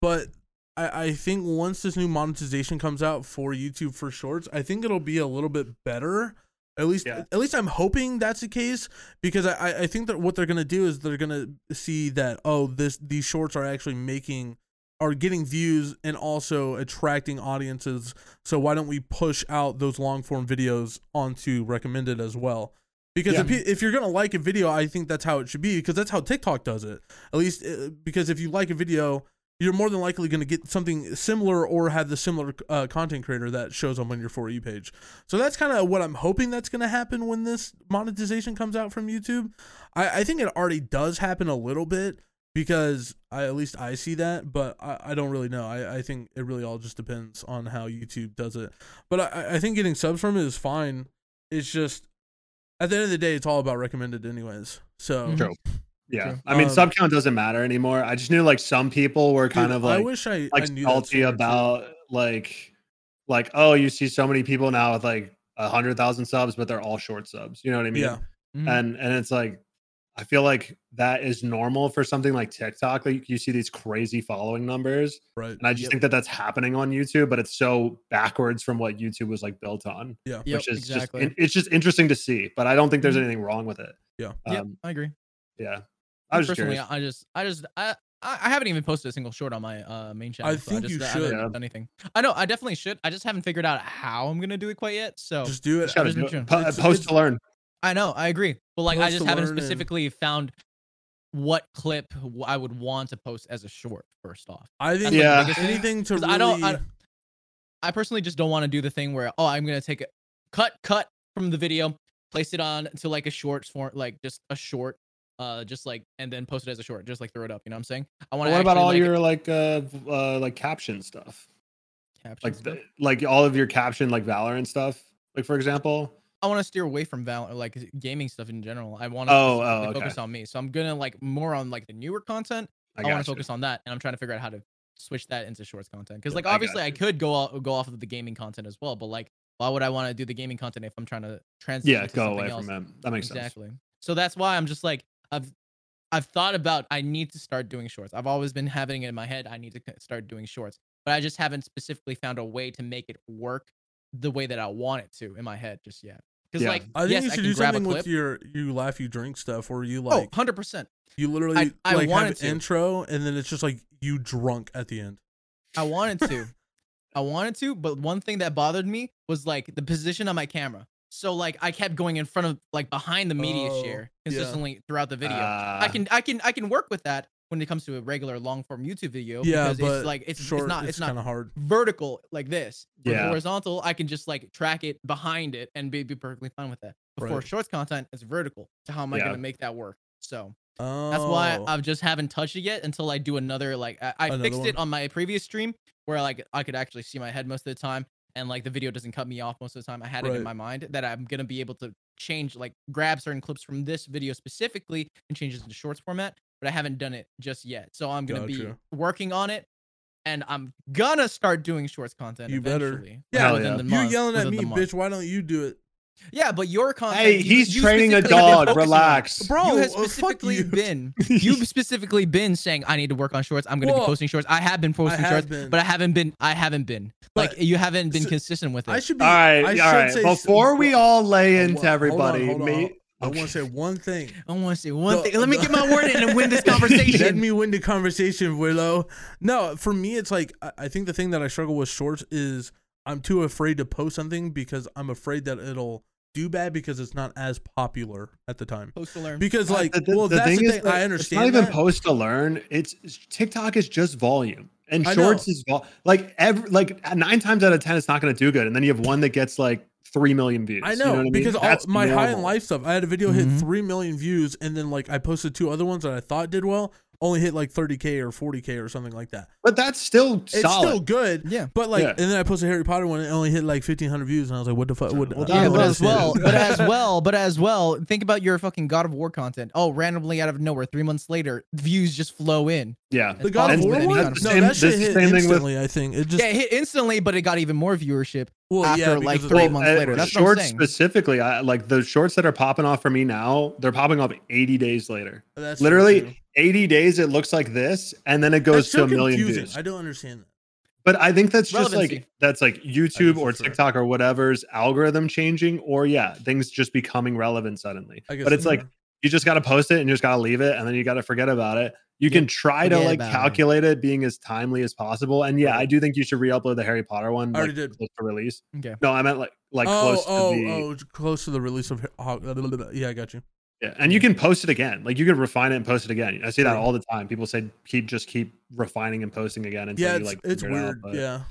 [SPEAKER 3] but I, I think once this new monetization comes out for YouTube for Shorts, I think it'll be a little bit better. At least,
[SPEAKER 1] Yeah.
[SPEAKER 3] at least I'm hoping that's the case because I, I- I think that what they're gonna do is they're gonna see that oh this these shorts are actually making are getting views and also attracting audiences. So why don't we push out those long form videos onto recommended as well? Because
[SPEAKER 1] Yeah.
[SPEAKER 3] if, you- if you're gonna like a video, I think that's how it should be because that's how TikTok does it. At least uh, because if you like a video, you're more than likely gonna get something similar or have the similar uh, content creator that shows up on your for you page. So that's kind of what I'm hoping that's going to happen when this monetization comes out from YouTube. I, I think it already does happen a little bit because I, at least I see that, but I, I don't really know. I, I think it really all just depends on how YouTube does it. But I, I think getting subs from it is fine. It's just at the end of the day, it's all about recommended, anyways. So.
[SPEAKER 2] Mhm.
[SPEAKER 1] True. Yeah,
[SPEAKER 2] True.
[SPEAKER 1] I mean,
[SPEAKER 3] Um,
[SPEAKER 1] sub count doesn't matter anymore. I just knew like some people were kind
[SPEAKER 3] Dude,
[SPEAKER 1] of like
[SPEAKER 3] I wish I
[SPEAKER 1] like
[SPEAKER 3] I knew that
[SPEAKER 1] salty
[SPEAKER 3] sooner, too.
[SPEAKER 1] about like like oh you see so many people now with like a hundred thousand subs but they're all short subs you know what i mean
[SPEAKER 3] yeah
[SPEAKER 2] Mhm.
[SPEAKER 1] and and it's like i feel like that is normal for something like tiktok like you see these crazy following numbers
[SPEAKER 3] right
[SPEAKER 1] and i just
[SPEAKER 2] Yep.
[SPEAKER 1] think that that's happening on youtube but it's so backwards from what youtube was like built on
[SPEAKER 3] yeah
[SPEAKER 2] Mm-hmm. Yep,
[SPEAKER 1] which is
[SPEAKER 2] exactly.
[SPEAKER 1] just it's just interesting to see but i don't think there's
[SPEAKER 2] Mhm.
[SPEAKER 1] anything wrong with it
[SPEAKER 3] Yeah.
[SPEAKER 2] Yep,
[SPEAKER 1] um,
[SPEAKER 2] I agree.
[SPEAKER 1] yeah i was just
[SPEAKER 2] personally,
[SPEAKER 1] curious
[SPEAKER 2] I just, I just, I, I I haven't even posted a single short on my uh, main channel. so
[SPEAKER 3] think
[SPEAKER 2] I just,
[SPEAKER 3] you
[SPEAKER 2] I
[SPEAKER 3] should.
[SPEAKER 2] haven't
[SPEAKER 1] Yeah.
[SPEAKER 2] done anything. I know, I definitely should. I just haven't figured out how I'm gonna do it quite yet. So
[SPEAKER 3] just do it
[SPEAKER 1] Just gotta
[SPEAKER 2] just
[SPEAKER 1] do
[SPEAKER 2] make sure.
[SPEAKER 1] it. Po-
[SPEAKER 3] It's-
[SPEAKER 1] post
[SPEAKER 3] it's-
[SPEAKER 1] to learn
[SPEAKER 2] I know, I agree. But like, I
[SPEAKER 3] Post
[SPEAKER 2] just haven't
[SPEAKER 3] alert and-
[SPEAKER 2] specifically found what clip w- I would want to post as a short. First off,
[SPEAKER 3] I think
[SPEAKER 1] That's the
[SPEAKER 2] biggest thing.
[SPEAKER 3] anything to
[SPEAKER 2] 'Cause
[SPEAKER 3] really
[SPEAKER 2] I don't- I I personally just don't want to do the thing where oh, I'm gonna take a cut, cut from the video, place it on to like a short form, like just a short. Uh, just like and then post it as a short, just like throw it up. You know what I'm saying? I want
[SPEAKER 1] what
[SPEAKER 2] to.
[SPEAKER 1] about all your like uh v- uh like caption stuff like the, like all of your caption like Valorant stuff. Like for example,
[SPEAKER 2] I want to steer away from Valorant, like gaming stuff in general. I want to
[SPEAKER 1] Oh, oh, okay.
[SPEAKER 2] focus on me. So I'm gonna like more on like the newer content.
[SPEAKER 1] I,
[SPEAKER 2] I,
[SPEAKER 1] got
[SPEAKER 2] want to focus on that, and I'm trying to figure out how to switch that into shorts content. Because
[SPEAKER 1] Yeah,
[SPEAKER 2] like
[SPEAKER 1] I got
[SPEAKER 2] obviously I,
[SPEAKER 1] you.
[SPEAKER 2] could go off, go off of the gaming content as well, but like why would I want to do the gaming content if I'm trying to transition?
[SPEAKER 1] Yeah,
[SPEAKER 2] to
[SPEAKER 1] go
[SPEAKER 2] something
[SPEAKER 1] away
[SPEAKER 2] else?
[SPEAKER 1] from them. That makes sense.
[SPEAKER 2] exactly. So that's why I'm just like I've I've thought about I need to start doing shorts. I've always been having it in my head I need to c- start doing shorts, but I just haven't specifically found a way to make it work the way that I want it to in my head just yet. Because
[SPEAKER 1] Yeah.
[SPEAKER 2] like
[SPEAKER 3] I think
[SPEAKER 2] yes,
[SPEAKER 3] you
[SPEAKER 2] I
[SPEAKER 3] should
[SPEAKER 2] can
[SPEAKER 3] do
[SPEAKER 2] grab a
[SPEAKER 3] something with
[SPEAKER 2] clip.
[SPEAKER 3] your you laugh you drink stuff where you
[SPEAKER 2] Oh,
[SPEAKER 3] like
[SPEAKER 2] 100 percent.
[SPEAKER 3] you literally
[SPEAKER 2] I- I
[SPEAKER 3] like have
[SPEAKER 2] wanted
[SPEAKER 3] an
[SPEAKER 2] to.
[SPEAKER 3] intro and then it's just like you drunk at the end.
[SPEAKER 2] I wanted to. I wanted to, but one thing that bothered me was like the position on my camera. So like I kept going in front of like behind the media
[SPEAKER 3] Oh,
[SPEAKER 2] share
[SPEAKER 3] yeah. Ah.
[SPEAKER 2] consistently throughout the video. I
[SPEAKER 1] Uh,
[SPEAKER 2] can I can I can work with that when it comes to a regular long form YouTube video
[SPEAKER 3] Yeah,
[SPEAKER 2] because
[SPEAKER 3] but
[SPEAKER 2] it's like it's,
[SPEAKER 3] short,
[SPEAKER 2] it's not it's, not
[SPEAKER 3] kind of hard.
[SPEAKER 2] vertical like this. But
[SPEAKER 1] Yeah.
[SPEAKER 2] Horizontal, I can just like track it behind it and be, be perfectly fine with that. But for
[SPEAKER 3] Right.
[SPEAKER 2] shorts content, it's vertical. So how am I
[SPEAKER 1] Yeah.
[SPEAKER 2] gonna make that work? So
[SPEAKER 3] Oh,
[SPEAKER 2] that's why I just haven't touched it yet until I do another like I, I
[SPEAKER 3] Another
[SPEAKER 2] fixed it
[SPEAKER 3] one?
[SPEAKER 2] on my previous stream where like I could actually see my head most of the time and like the video doesn't cut me off most of the time. I had it
[SPEAKER 3] Right.
[SPEAKER 2] in my mind that I'm gonna be able to change like grab certain clips from this video specifically and change it into shorts format, but I haven't done it just yet. So I'm gonna
[SPEAKER 3] Gotcha.
[SPEAKER 2] be working on it and I'm gonna start doing shorts content
[SPEAKER 3] You better.
[SPEAKER 2] eventually.
[SPEAKER 3] Yeah.
[SPEAKER 1] Hell
[SPEAKER 2] within
[SPEAKER 1] yeah.
[SPEAKER 2] the
[SPEAKER 3] you
[SPEAKER 2] month-
[SPEAKER 3] yelling at
[SPEAKER 2] within
[SPEAKER 3] me,
[SPEAKER 2] the month.
[SPEAKER 3] bitch. Why don't you do it,
[SPEAKER 2] Yeah, but your content.
[SPEAKER 1] Hey,
[SPEAKER 2] you-
[SPEAKER 1] he's
[SPEAKER 2] you
[SPEAKER 1] training a
[SPEAKER 2] specifically have been [LAUGHS]
[SPEAKER 1] dog.
[SPEAKER 2] focusing on-
[SPEAKER 1] Relax.
[SPEAKER 3] bro?
[SPEAKER 2] you
[SPEAKER 3] uh,
[SPEAKER 2] have
[SPEAKER 3] fuck
[SPEAKER 2] specifically
[SPEAKER 3] you.
[SPEAKER 2] been [LAUGHS] you've specifically been saying I need to work on shorts. I'm gonna
[SPEAKER 3] Well,
[SPEAKER 2] be posting shorts. I have been
[SPEAKER 3] I
[SPEAKER 2] posting
[SPEAKER 3] have
[SPEAKER 2] shorts,
[SPEAKER 3] been.
[SPEAKER 2] but I haven't been. I haven't been like
[SPEAKER 3] But-
[SPEAKER 2] you haven't been
[SPEAKER 3] so-
[SPEAKER 2] consistent with it.
[SPEAKER 3] I
[SPEAKER 2] [LAUGHS]
[SPEAKER 3] should
[SPEAKER 1] [LAUGHS]
[SPEAKER 3] be.
[SPEAKER 1] all right,
[SPEAKER 3] I should
[SPEAKER 1] all right.
[SPEAKER 3] say Oh,
[SPEAKER 1] Before we all lay into
[SPEAKER 3] Hold on,
[SPEAKER 1] everybody,
[SPEAKER 3] hold on, hold on.
[SPEAKER 1] me-
[SPEAKER 3] I want to say one thing.
[SPEAKER 2] I want to say one
[SPEAKER 3] The-
[SPEAKER 2] thing. Let me
[SPEAKER 3] the-
[SPEAKER 2] get my word in and win this [LAUGHS]
[SPEAKER 3] [LAUGHS] Let
[SPEAKER 2] conversation.
[SPEAKER 3] me win the conversation, Willow. No, for me, it's like I- I think the thing that I struggle with shorts is I'm too afraid to post something because I'm afraid that it'll do bad because it's not as popular at the time.
[SPEAKER 2] Post alert.
[SPEAKER 3] Because like,
[SPEAKER 1] the-
[SPEAKER 3] well, that's the
[SPEAKER 1] is
[SPEAKER 3] thing.
[SPEAKER 1] that
[SPEAKER 3] I understand.
[SPEAKER 1] It's not even
[SPEAKER 3] that.
[SPEAKER 1] post to learn. It's TikTok is just volume, and
[SPEAKER 3] I
[SPEAKER 1] shorts
[SPEAKER 3] know.
[SPEAKER 1] is vol. Like every like nine times out of ten, it's not going to do good, and then you have one that gets like three million views.
[SPEAKER 3] I
[SPEAKER 1] You
[SPEAKER 3] know,
[SPEAKER 1] what mean?
[SPEAKER 3] because all,
[SPEAKER 1] That's
[SPEAKER 3] my high in
[SPEAKER 1] normal.
[SPEAKER 3] life stuff. I had a video hit
[SPEAKER 2] Mhm.
[SPEAKER 3] three million views, and then like I posted two other ones that I thought did well, only hit like 30k or 40k or something like that.
[SPEAKER 1] but that's still
[SPEAKER 3] It's
[SPEAKER 1] solid.
[SPEAKER 3] still good,
[SPEAKER 2] Yeah.
[SPEAKER 3] But like,
[SPEAKER 1] Yeah.
[SPEAKER 3] and then I posted a Harry Potter one, and it only hit like 1500 views, and I was like, what the fuck? What,
[SPEAKER 1] Well,
[SPEAKER 3] I
[SPEAKER 2] yeah,
[SPEAKER 1] that
[SPEAKER 3] don't
[SPEAKER 2] but
[SPEAKER 1] was
[SPEAKER 2] as well, but
[SPEAKER 3] understand.
[SPEAKER 2] [LAUGHS] as well, but as well, think about your fucking God of War content. Oh, randomly out of nowhere, three months later, views just flow in.
[SPEAKER 1] yeah,
[SPEAKER 3] [LAUGHS] The God of
[SPEAKER 2] And
[SPEAKER 3] War
[SPEAKER 2] that's
[SPEAKER 3] one?
[SPEAKER 2] the
[SPEAKER 3] No,
[SPEAKER 1] same-
[SPEAKER 3] that shit
[SPEAKER 1] that's the same
[SPEAKER 3] hit
[SPEAKER 1] thing with-
[SPEAKER 3] instantly, I think. It just,
[SPEAKER 2] yeah, it hit instantly, but it got even more viewership.
[SPEAKER 3] well, yeah,
[SPEAKER 2] after, like,
[SPEAKER 3] because of
[SPEAKER 2] three
[SPEAKER 3] the-
[SPEAKER 2] months
[SPEAKER 1] uh,
[SPEAKER 2] later. That's what I'm
[SPEAKER 1] shorts
[SPEAKER 2] saying.
[SPEAKER 1] specifically, I like the shorts that are popping off for me now. They're popping off 80 days later.
[SPEAKER 3] That's
[SPEAKER 1] Literally
[SPEAKER 3] true.
[SPEAKER 1] 80 days. It looks like this, and then it
[SPEAKER 3] That's
[SPEAKER 1] goes to
[SPEAKER 3] so
[SPEAKER 1] a million
[SPEAKER 3] confusing.
[SPEAKER 1] views.
[SPEAKER 3] I don't understand that.
[SPEAKER 1] But I think that's just
[SPEAKER 2] Relevancy.
[SPEAKER 1] like that's like
[SPEAKER 3] guess
[SPEAKER 1] YouTube or
[SPEAKER 3] that's fair.
[SPEAKER 1] TikTok or whatever's algorithm changing, or yeah, things just becoming relevant suddenly.
[SPEAKER 3] I guess
[SPEAKER 1] But it's
[SPEAKER 3] that's
[SPEAKER 1] like
[SPEAKER 3] fair.
[SPEAKER 1] you just got to post it and you just got to leave it, and then you got to forget about it. You
[SPEAKER 2] Yep,
[SPEAKER 1] can try to
[SPEAKER 2] forget
[SPEAKER 1] like
[SPEAKER 2] about it.
[SPEAKER 1] calculate it. being as timely as possible. And yeah,
[SPEAKER 3] Right.
[SPEAKER 1] I do think you should re-upload the Harry Potter one.
[SPEAKER 3] I already
[SPEAKER 1] like,
[SPEAKER 3] did.
[SPEAKER 1] close to release.
[SPEAKER 2] Okay.
[SPEAKER 1] No, I meant like like
[SPEAKER 3] oh,
[SPEAKER 1] close
[SPEAKER 3] oh,
[SPEAKER 1] to the
[SPEAKER 3] oh, close to the release of. Hog- blah, blah, blah, blah. Yeah, I got you.
[SPEAKER 1] yeah. And you can post it again. Like you can refine it and post it again. I see that
[SPEAKER 3] True.
[SPEAKER 1] all the time. People say keep just keep refining and posting again until
[SPEAKER 3] Yeah,
[SPEAKER 1] you
[SPEAKER 3] it's,
[SPEAKER 1] like
[SPEAKER 3] it's
[SPEAKER 1] figure it out,
[SPEAKER 3] weird.
[SPEAKER 1] but-
[SPEAKER 3] yeah,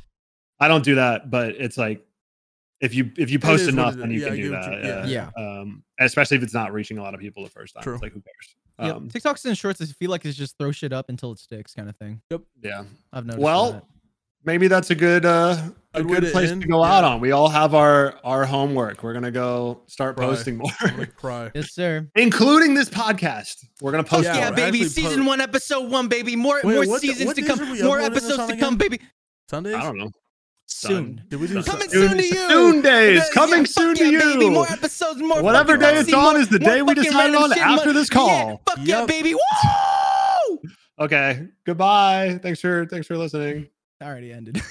[SPEAKER 1] I don't do that, but it's like if you if you
[SPEAKER 3] It
[SPEAKER 1] post
[SPEAKER 3] is what
[SPEAKER 1] enough,
[SPEAKER 3] it is.
[SPEAKER 1] then you
[SPEAKER 3] Yeah,
[SPEAKER 1] can
[SPEAKER 3] I
[SPEAKER 1] do
[SPEAKER 3] get what
[SPEAKER 1] that.
[SPEAKER 3] you-
[SPEAKER 1] yeah.
[SPEAKER 2] yeah.
[SPEAKER 1] Um, especially if it's not reaching a lot of people the first time.
[SPEAKER 3] True.
[SPEAKER 1] It's like who cares?
[SPEAKER 2] Yep.
[SPEAKER 1] Um,
[SPEAKER 2] TikToks and shorts, I feel like it's just throw shit up until it sticks kind of thing.
[SPEAKER 1] yeah.
[SPEAKER 2] I've noticed.
[SPEAKER 1] Well,
[SPEAKER 2] that.
[SPEAKER 1] Maybe that's a good uh, a
[SPEAKER 3] Good way
[SPEAKER 1] good
[SPEAKER 3] to
[SPEAKER 1] place
[SPEAKER 3] end,
[SPEAKER 1] to go out
[SPEAKER 3] yeah.
[SPEAKER 1] on. We all have our our homework. We're gonna go start
[SPEAKER 3] Right.
[SPEAKER 1] posting more,
[SPEAKER 3] I'm gonna cry.
[SPEAKER 2] yes, sir.
[SPEAKER 1] [LAUGHS] including this podcast. We're gonna post.
[SPEAKER 3] Oh, yeah,
[SPEAKER 2] yeah,
[SPEAKER 1] more.
[SPEAKER 3] we're
[SPEAKER 2] baby.
[SPEAKER 3] actually
[SPEAKER 2] Season
[SPEAKER 3] po-
[SPEAKER 2] one, episode one, baby. More
[SPEAKER 3] Wait,
[SPEAKER 2] more
[SPEAKER 3] what the-
[SPEAKER 2] seasons
[SPEAKER 3] what
[SPEAKER 2] to
[SPEAKER 3] days are
[SPEAKER 2] come.
[SPEAKER 3] we
[SPEAKER 2] More
[SPEAKER 3] uploading this on
[SPEAKER 2] episodes to
[SPEAKER 3] again?
[SPEAKER 2] come, baby.
[SPEAKER 3] Sundays.
[SPEAKER 1] I don't know.
[SPEAKER 2] Soon.
[SPEAKER 3] Did we do
[SPEAKER 1] Sun-
[SPEAKER 2] Coming
[SPEAKER 3] Sun-
[SPEAKER 2] soon to you.
[SPEAKER 1] Soon days
[SPEAKER 2] Yeah,
[SPEAKER 1] coming
[SPEAKER 2] fuck
[SPEAKER 1] soon to
[SPEAKER 2] yeah,
[SPEAKER 1] you.
[SPEAKER 2] Baby. More episodes, more
[SPEAKER 1] Whatever
[SPEAKER 2] fucking
[SPEAKER 1] day
[SPEAKER 2] Odyssey,
[SPEAKER 1] it's on
[SPEAKER 2] more-
[SPEAKER 1] is the
[SPEAKER 2] more
[SPEAKER 1] day we
[SPEAKER 2] fucking
[SPEAKER 1] decide
[SPEAKER 2] random
[SPEAKER 1] on
[SPEAKER 2] shit,
[SPEAKER 1] after
[SPEAKER 2] more-
[SPEAKER 1] this
[SPEAKER 2] Yeah,
[SPEAKER 1] call.
[SPEAKER 2] fuck yeah,
[SPEAKER 3] Yup.
[SPEAKER 2] baby. Woo!
[SPEAKER 1] Okay. Goodbye. Thanks for thanks for listening.
[SPEAKER 2] Already ended.